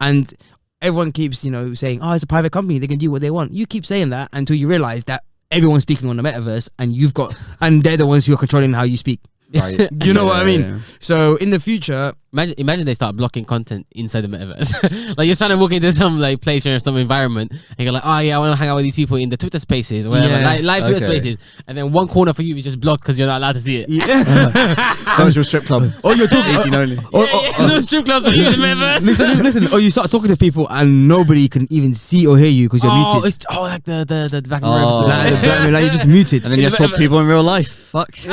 [SPEAKER 1] and everyone keeps you know saying oh it's a private company they can do what they want. You keep saying that until you realize that everyone's speaking on the metaverse and you've got and they're the ones who are controlling how you speak.
[SPEAKER 3] Right.
[SPEAKER 1] You know what I mean?
[SPEAKER 3] yeah.
[SPEAKER 1] So in the future,
[SPEAKER 2] Imagine, imagine they start blocking content inside the metaverse. like you're trying to walk into some like place or some environment, and you're like, oh yeah, I want to hang out with these people in the Twitter spaces, or whatever,
[SPEAKER 1] Yeah,
[SPEAKER 2] like, live Twitter
[SPEAKER 3] okay.
[SPEAKER 2] spaces, and then one corner for you is just blocked because you're not allowed to see it.
[SPEAKER 3] Uh, Virtual strip club.
[SPEAKER 1] oh, you're talking.
[SPEAKER 3] 18 only.
[SPEAKER 1] oh,
[SPEAKER 2] Yeah,
[SPEAKER 1] oh,
[SPEAKER 2] yeah,
[SPEAKER 1] oh.
[SPEAKER 2] no strip clubs for you in the metaverse.
[SPEAKER 1] listen, listen, listen. Or you start talking to people and nobody can even see or hear you because you're
[SPEAKER 2] oh,
[SPEAKER 1] muted.
[SPEAKER 2] it's oh like the the the back
[SPEAKER 3] Oh.
[SPEAKER 2] oh,
[SPEAKER 1] Like, the black man, like, you're just muted.
[SPEAKER 3] And then you have to talk to people in real life. Fuck.
[SPEAKER 1] and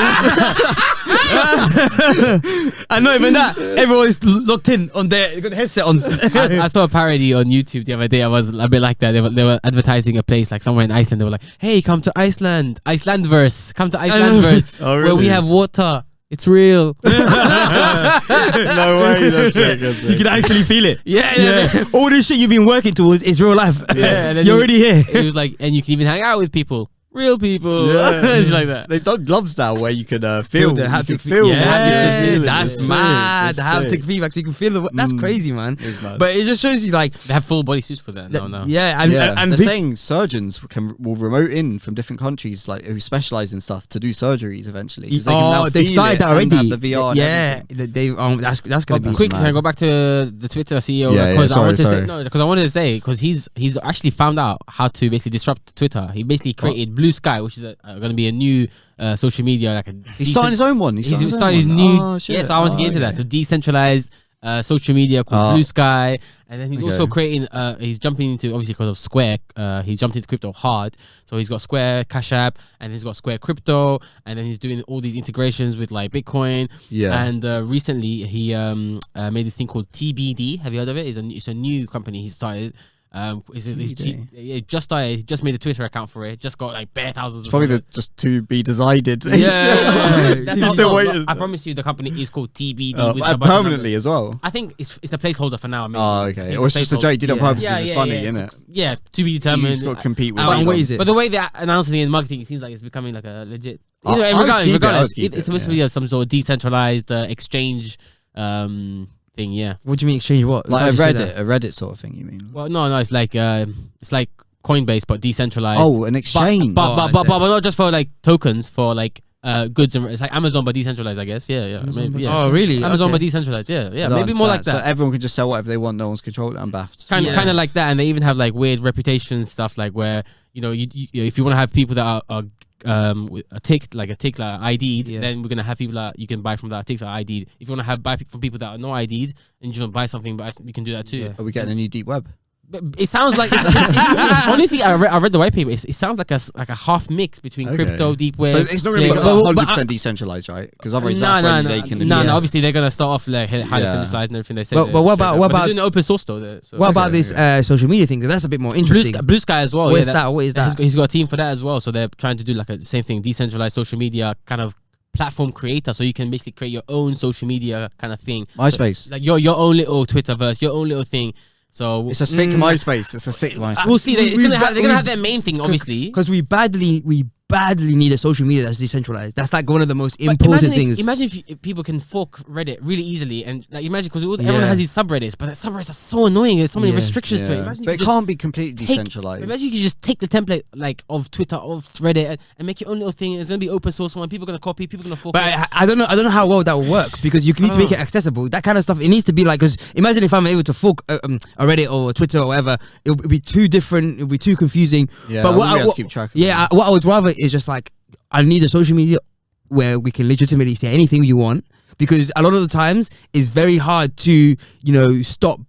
[SPEAKER 1] not even that, everyone is locked in on their they've got their headset on.
[SPEAKER 2] I, I saw a parody on YouTube the other day. I was a bit like that. They were, they were advertising a place like somewhere in Iceland. They were like, "Hey, come to Iceland, Icelandverse. Come to Icelandverse,
[SPEAKER 3] Oh,
[SPEAKER 2] where we
[SPEAKER 3] really?
[SPEAKER 2] have water. It's real." yeah,
[SPEAKER 3] no way. That's sick. That's
[SPEAKER 1] you can actually feel it.
[SPEAKER 2] yeah. yeah.
[SPEAKER 1] Yeah. All this shit you've been working towards is real life.
[SPEAKER 2] Yeah, and
[SPEAKER 1] You're
[SPEAKER 2] then you-
[SPEAKER 1] already here.
[SPEAKER 2] it was like, and you can even hang out with people, real people,
[SPEAKER 3] Yeah.
[SPEAKER 2] It's like that.
[SPEAKER 3] They've done gloves now where you can uh, feel.
[SPEAKER 1] the
[SPEAKER 3] you
[SPEAKER 1] haptic
[SPEAKER 3] can
[SPEAKER 1] fe-
[SPEAKER 3] feel. the
[SPEAKER 1] Yeah,
[SPEAKER 3] haptic feeling.
[SPEAKER 1] that's
[SPEAKER 3] It's sick.
[SPEAKER 1] mad. The
[SPEAKER 3] It's sick.
[SPEAKER 1] haptic feedback, so you can feel the. That's
[SPEAKER 3] Mm.
[SPEAKER 1] crazy, man.
[SPEAKER 3] It's mad.
[SPEAKER 1] But it just shows you, like,
[SPEAKER 2] They have full body suits for that. No,
[SPEAKER 1] that-
[SPEAKER 2] no.
[SPEAKER 1] yeah, and
[SPEAKER 3] yeah.
[SPEAKER 1] and, and
[SPEAKER 3] they're
[SPEAKER 1] peop-
[SPEAKER 3] saying surgeons can will remote in from different countries, like who specialize in stuff, to do surgeries eventually. 'cause can now
[SPEAKER 1] oh, they've
[SPEAKER 3] feel
[SPEAKER 1] started
[SPEAKER 3] it
[SPEAKER 1] that
[SPEAKER 3] and have
[SPEAKER 1] already.
[SPEAKER 3] the VR. and
[SPEAKER 1] yeah,
[SPEAKER 3] everything. Oh,
[SPEAKER 1] they. they- Um, that's that's
[SPEAKER 2] Go-
[SPEAKER 1] gonna be.
[SPEAKER 2] quick,
[SPEAKER 3] mad.
[SPEAKER 2] can I go back to the Twitter CEO?
[SPEAKER 3] Yeah, yeah,
[SPEAKER 2] because I
[SPEAKER 3] sorry,
[SPEAKER 2] wanted to say
[SPEAKER 3] sorry.
[SPEAKER 2] no, because I wanted to say because he's he's actually found out how to basically disrupt Twitter. He basically created Blue Sky, which is uh going to be a new uh, social media like a.
[SPEAKER 3] He's starting his own one. He's,
[SPEAKER 2] He's,
[SPEAKER 3] starting
[SPEAKER 2] starting his
[SPEAKER 3] own
[SPEAKER 2] new.
[SPEAKER 3] one. Oh,
[SPEAKER 2] Yes,
[SPEAKER 3] shit.
[SPEAKER 2] I want to
[SPEAKER 3] Oh,
[SPEAKER 2] get into that.
[SPEAKER 3] okay.
[SPEAKER 2] So decentralized uh, social media called
[SPEAKER 3] Oh.
[SPEAKER 2] Blue Sky, and then he's also
[SPEAKER 3] Okay.
[SPEAKER 2] creating. Uh, he's jumping into obviously because of Square. Uh, he's jumped into crypto hard. So he's got Square Cash App, and he's got Square Crypto, and then he's doing all these integrations with like Bitcoin.
[SPEAKER 3] Yeah.
[SPEAKER 2] And uh, recently he um uh, made this thing called TBD. Have you heard of it? It's a it's a new company he started. Um, it's, it's, it's,
[SPEAKER 3] TBD.
[SPEAKER 2] it just started. he Just made a Twitter account for it. Just got like bare thousands.
[SPEAKER 3] It's
[SPEAKER 2] of
[SPEAKER 3] probably
[SPEAKER 2] followers.
[SPEAKER 3] the, just to be decided.
[SPEAKER 1] Yeah.
[SPEAKER 2] That's
[SPEAKER 1] He's
[SPEAKER 2] not-
[SPEAKER 3] still
[SPEAKER 2] no,
[SPEAKER 3] waiting.
[SPEAKER 2] no, I promise you, the company is called TBD.
[SPEAKER 3] Uh,
[SPEAKER 2] with
[SPEAKER 3] uh,
[SPEAKER 2] a bunch of
[SPEAKER 3] permanently
[SPEAKER 2] numbers.
[SPEAKER 3] as well.
[SPEAKER 2] I think it's it's a placeholder for now. Maybe.
[SPEAKER 3] Oh, okay.
[SPEAKER 2] It's
[SPEAKER 3] Or it's just a
[SPEAKER 2] placeholder.
[SPEAKER 3] joke. You did it on
[SPEAKER 1] Yeah.
[SPEAKER 3] purpose because it's funny,
[SPEAKER 2] yeah. uh,
[SPEAKER 3] isn't it?
[SPEAKER 2] Yeah, to be
[SPEAKER 3] You
[SPEAKER 2] determined.
[SPEAKER 3] just got to compete with.
[SPEAKER 1] But
[SPEAKER 3] it.
[SPEAKER 1] what is it?
[SPEAKER 2] But the way they're announcing it in marketing, it seems like it's becoming like a legit.
[SPEAKER 3] I-
[SPEAKER 2] Either way,
[SPEAKER 3] I would
[SPEAKER 2] regardless,
[SPEAKER 3] keep it, I would
[SPEAKER 2] regardless,
[SPEAKER 3] keep
[SPEAKER 2] it's
[SPEAKER 3] it,
[SPEAKER 2] supposed to be uh, some sort of decentralized uh, exchange um, thing. Yeah.
[SPEAKER 1] What do you mean exchange? What
[SPEAKER 3] Like
[SPEAKER 1] Can't
[SPEAKER 3] a
[SPEAKER 1] you say
[SPEAKER 3] Reddit,
[SPEAKER 1] that?
[SPEAKER 3] a Reddit sort of thing. You mean?
[SPEAKER 2] Well, no, no, it's like uh, it's like Coinbase but decentralized.
[SPEAKER 3] Oh, an
[SPEAKER 2] But-
[SPEAKER 3] exchange.
[SPEAKER 2] But but,
[SPEAKER 1] Oh,
[SPEAKER 2] but, but,
[SPEAKER 1] that's-
[SPEAKER 2] not just for like tokens for like uh, goods and it's like Amazon but decentralized. I guess. Yeah, yeah.
[SPEAKER 3] Amazon, but
[SPEAKER 2] maybe, yeah.
[SPEAKER 1] Oh, really?
[SPEAKER 2] Amazon
[SPEAKER 1] Okay.
[SPEAKER 2] but decentralized. Yeah, yeah.
[SPEAKER 3] No, I
[SPEAKER 2] Maybe more like
[SPEAKER 3] understand.
[SPEAKER 2] that.
[SPEAKER 3] So everyone can just sell whatever they want. No one's controlling it. I'm baffed.
[SPEAKER 2] kind of
[SPEAKER 1] eh, Yeah.
[SPEAKER 2] kind of like that, and they even have like weird reputation stuff, like where you know, you, you if you want to have people that are, are um with a tick like a tick like ID'd,
[SPEAKER 1] Yeah.
[SPEAKER 2] then we're gonna have people that you can buy from that tick that are ID'd. If you want to have buy pe- from people that are not ID'd, and you want to buy something, but you can do that too.
[SPEAKER 1] Yeah.
[SPEAKER 3] Are we getting a new deep web?
[SPEAKER 2] But it sounds like it's, it's- it's- honestly, I, re- I read the white paper. It's, it sounds like a s- like a half mix between
[SPEAKER 3] Okay.
[SPEAKER 2] crypto, deep web.
[SPEAKER 3] So it's not going to
[SPEAKER 2] yeah.
[SPEAKER 3] be
[SPEAKER 1] But- but-
[SPEAKER 3] hundred
[SPEAKER 1] but I-
[SPEAKER 3] percent decentralized, right? Because
[SPEAKER 2] uh, No,
[SPEAKER 3] otherwise, that's
[SPEAKER 2] no,
[SPEAKER 3] when
[SPEAKER 2] no,
[SPEAKER 3] they
[SPEAKER 2] no,
[SPEAKER 3] can.
[SPEAKER 2] no,
[SPEAKER 1] yeah.
[SPEAKER 2] Obviously, they're gonna start off like highly
[SPEAKER 3] Yeah.
[SPEAKER 2] centralized and everything. They say.
[SPEAKER 1] But-
[SPEAKER 2] they're
[SPEAKER 1] but what
[SPEAKER 2] straight
[SPEAKER 1] about-
[SPEAKER 2] up.
[SPEAKER 1] what
[SPEAKER 2] But they're
[SPEAKER 1] about-
[SPEAKER 2] doing open source though? they're- So
[SPEAKER 1] What about
[SPEAKER 3] Okay,
[SPEAKER 1] this uh, social media thing? 'Cause That's a bit more
[SPEAKER 2] Blue
[SPEAKER 1] interesting.
[SPEAKER 2] Sky, Blue Sky as well.
[SPEAKER 1] What
[SPEAKER 2] yeah,
[SPEAKER 1] is that? What is
[SPEAKER 2] He's
[SPEAKER 1] that?
[SPEAKER 2] got, he's got a team for that as well. So they're trying to do like a same thing, decentralized social media kind of platform creator. So you can basically create your own social media kind of thing,
[SPEAKER 3] MySpace.
[SPEAKER 2] like your your own little Twitterverse, your own little thing. So
[SPEAKER 3] It's a sick MySpace. It's a sick MySpace.
[SPEAKER 2] Mm. we'll see. They, it's
[SPEAKER 1] we-
[SPEAKER 2] gonna have, they're gonna
[SPEAKER 1] we-
[SPEAKER 2] have their main thing, obviously.
[SPEAKER 1] Because we badly we badly need a social media that's decentralized. That's like one of the most
[SPEAKER 2] But
[SPEAKER 1] important
[SPEAKER 2] imagine if-
[SPEAKER 1] things.
[SPEAKER 2] imagine if, you, if people can fork Reddit really easily, and like imagine because everyone
[SPEAKER 1] Yeah.
[SPEAKER 2] has these subreddits, but the subreddits are so annoying. There's so many
[SPEAKER 1] Yeah.
[SPEAKER 2] restrictions to it.
[SPEAKER 3] Yeah.
[SPEAKER 2] Imagine you
[SPEAKER 3] But
[SPEAKER 2] could
[SPEAKER 3] it
[SPEAKER 2] just-
[SPEAKER 3] can't be completely
[SPEAKER 2] take-
[SPEAKER 3] decentralized.
[SPEAKER 2] Imagine you could just take the template like of Twitter, of Reddit, and, and make your own little thing. It's gonna be open source one. People gonna copy. People gonna fork.
[SPEAKER 1] But
[SPEAKER 2] it.
[SPEAKER 1] I, I don't know. I don't know how well that will work because you need to
[SPEAKER 3] Oh.
[SPEAKER 1] make it accessible. That kind of stuff. It needs to be like because imagine if I'm able to fork uh, um, a Reddit or a Twitter or whatever, it'll be too different. It'll be too confusing.
[SPEAKER 3] Yeah,
[SPEAKER 1] but
[SPEAKER 3] I
[SPEAKER 1] what
[SPEAKER 3] wouldn't
[SPEAKER 1] I,
[SPEAKER 3] be able to
[SPEAKER 1] what,
[SPEAKER 3] keep track of
[SPEAKER 1] yeah, I, what I would rather is just like I need a social media where we can legitimately say anything you want because a lot of the times it's very hard to you know stop.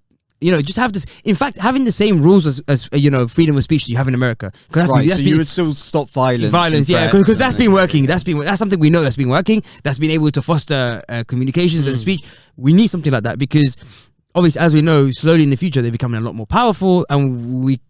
[SPEAKER 1] You know, just have this. In fact, having the same rules as, as uh, you know, freedom of speech you have in America, because that's,
[SPEAKER 3] right.
[SPEAKER 1] that's
[SPEAKER 3] So
[SPEAKER 1] been-
[SPEAKER 3] you would still stop violence.
[SPEAKER 1] violence,
[SPEAKER 3] and
[SPEAKER 1] yeah,
[SPEAKER 3] threats
[SPEAKER 1] because that's
[SPEAKER 3] and-
[SPEAKER 1] been working. That's been that's something we know that's been working. That's been able to foster uh, communications and speech. We need something like that because, obviously, as we know, slowly in the future they're becoming a lot more powerful, and we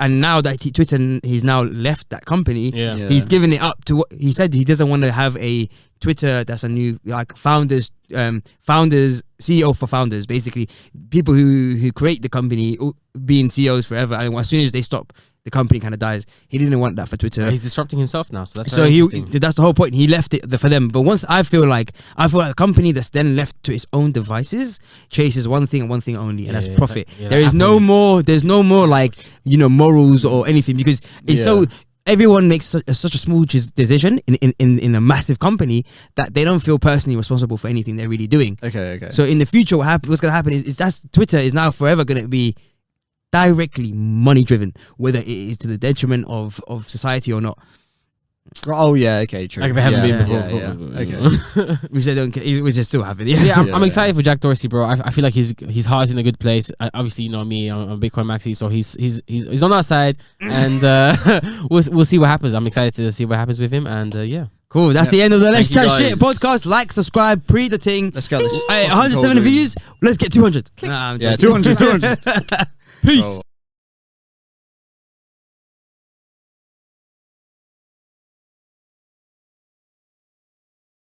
[SPEAKER 1] and now that t- Twitter n- he's now left that company,
[SPEAKER 2] yeah.
[SPEAKER 3] Yeah.
[SPEAKER 1] he's given it up to what he said he doesn't want to have a Twitter that's a new like founders um founders CEO for founders basically people who who create the company o- being CEOs forever and as soon as they stop the company kind of dies he didn't want that for Twitter
[SPEAKER 2] He's disrupting himself now. So that's
[SPEAKER 1] so
[SPEAKER 2] very
[SPEAKER 1] he
[SPEAKER 2] interesting.
[SPEAKER 1] that's the whole point. He left it th- for them. But once I feel like I feel like a company that's then left to its own devices chases one thing and one thing only, and
[SPEAKER 2] Yeah,
[SPEAKER 1] that's
[SPEAKER 2] yeah,
[SPEAKER 1] profit.
[SPEAKER 2] that- yeah,
[SPEAKER 1] there
[SPEAKER 2] that
[SPEAKER 1] is no
[SPEAKER 2] happens.
[SPEAKER 1] more. There's no more like you know morals or anything because it's so. everyone makes su- such a small ges- decision in, in, in, in a massive company that they don't feel personally responsible for anything they're really doing.
[SPEAKER 3] Okay, okay.
[SPEAKER 1] So in the future, what hap- what's going to happen is, is that's Twitter is now forever going to be directly money driven, whether it is to the detriment of, of society or not.
[SPEAKER 3] oh yeah, okay, true.
[SPEAKER 2] Like if it hadn't
[SPEAKER 3] yeah,
[SPEAKER 2] been before.
[SPEAKER 3] yeah, yeah.
[SPEAKER 2] it's not-
[SPEAKER 3] Okay.
[SPEAKER 1] Which they don't, care, which is still happening.
[SPEAKER 2] yeah, I'm,
[SPEAKER 3] Yeah,
[SPEAKER 2] I'm
[SPEAKER 3] yeah.
[SPEAKER 2] excited for Jack Dorsey, bro. I, I feel like his his heart's in a good place. Uh, obviously, you know me, I'm, I'm Bitcoin maxi, so he's he's he's, he's on our side, and uh, we'll we'll see what happens. I'm excited to see what happens with him, and uh, yeah,
[SPEAKER 1] Cool. That's
[SPEAKER 3] Yep.
[SPEAKER 1] the end of the Let's
[SPEAKER 3] Thank you
[SPEAKER 1] Chat Shit
[SPEAKER 3] guys.
[SPEAKER 1] podcast. Like, subscribe, pre the thing.
[SPEAKER 3] Let's get this.
[SPEAKER 1] Hey,
[SPEAKER 3] fucking cold
[SPEAKER 1] 107
[SPEAKER 3] brew.
[SPEAKER 1] views. Let's get 200. Nah, I'm
[SPEAKER 3] Yeah,
[SPEAKER 1] joking.
[SPEAKER 3] 200, 200.
[SPEAKER 1] Peace.
[SPEAKER 3] Bro.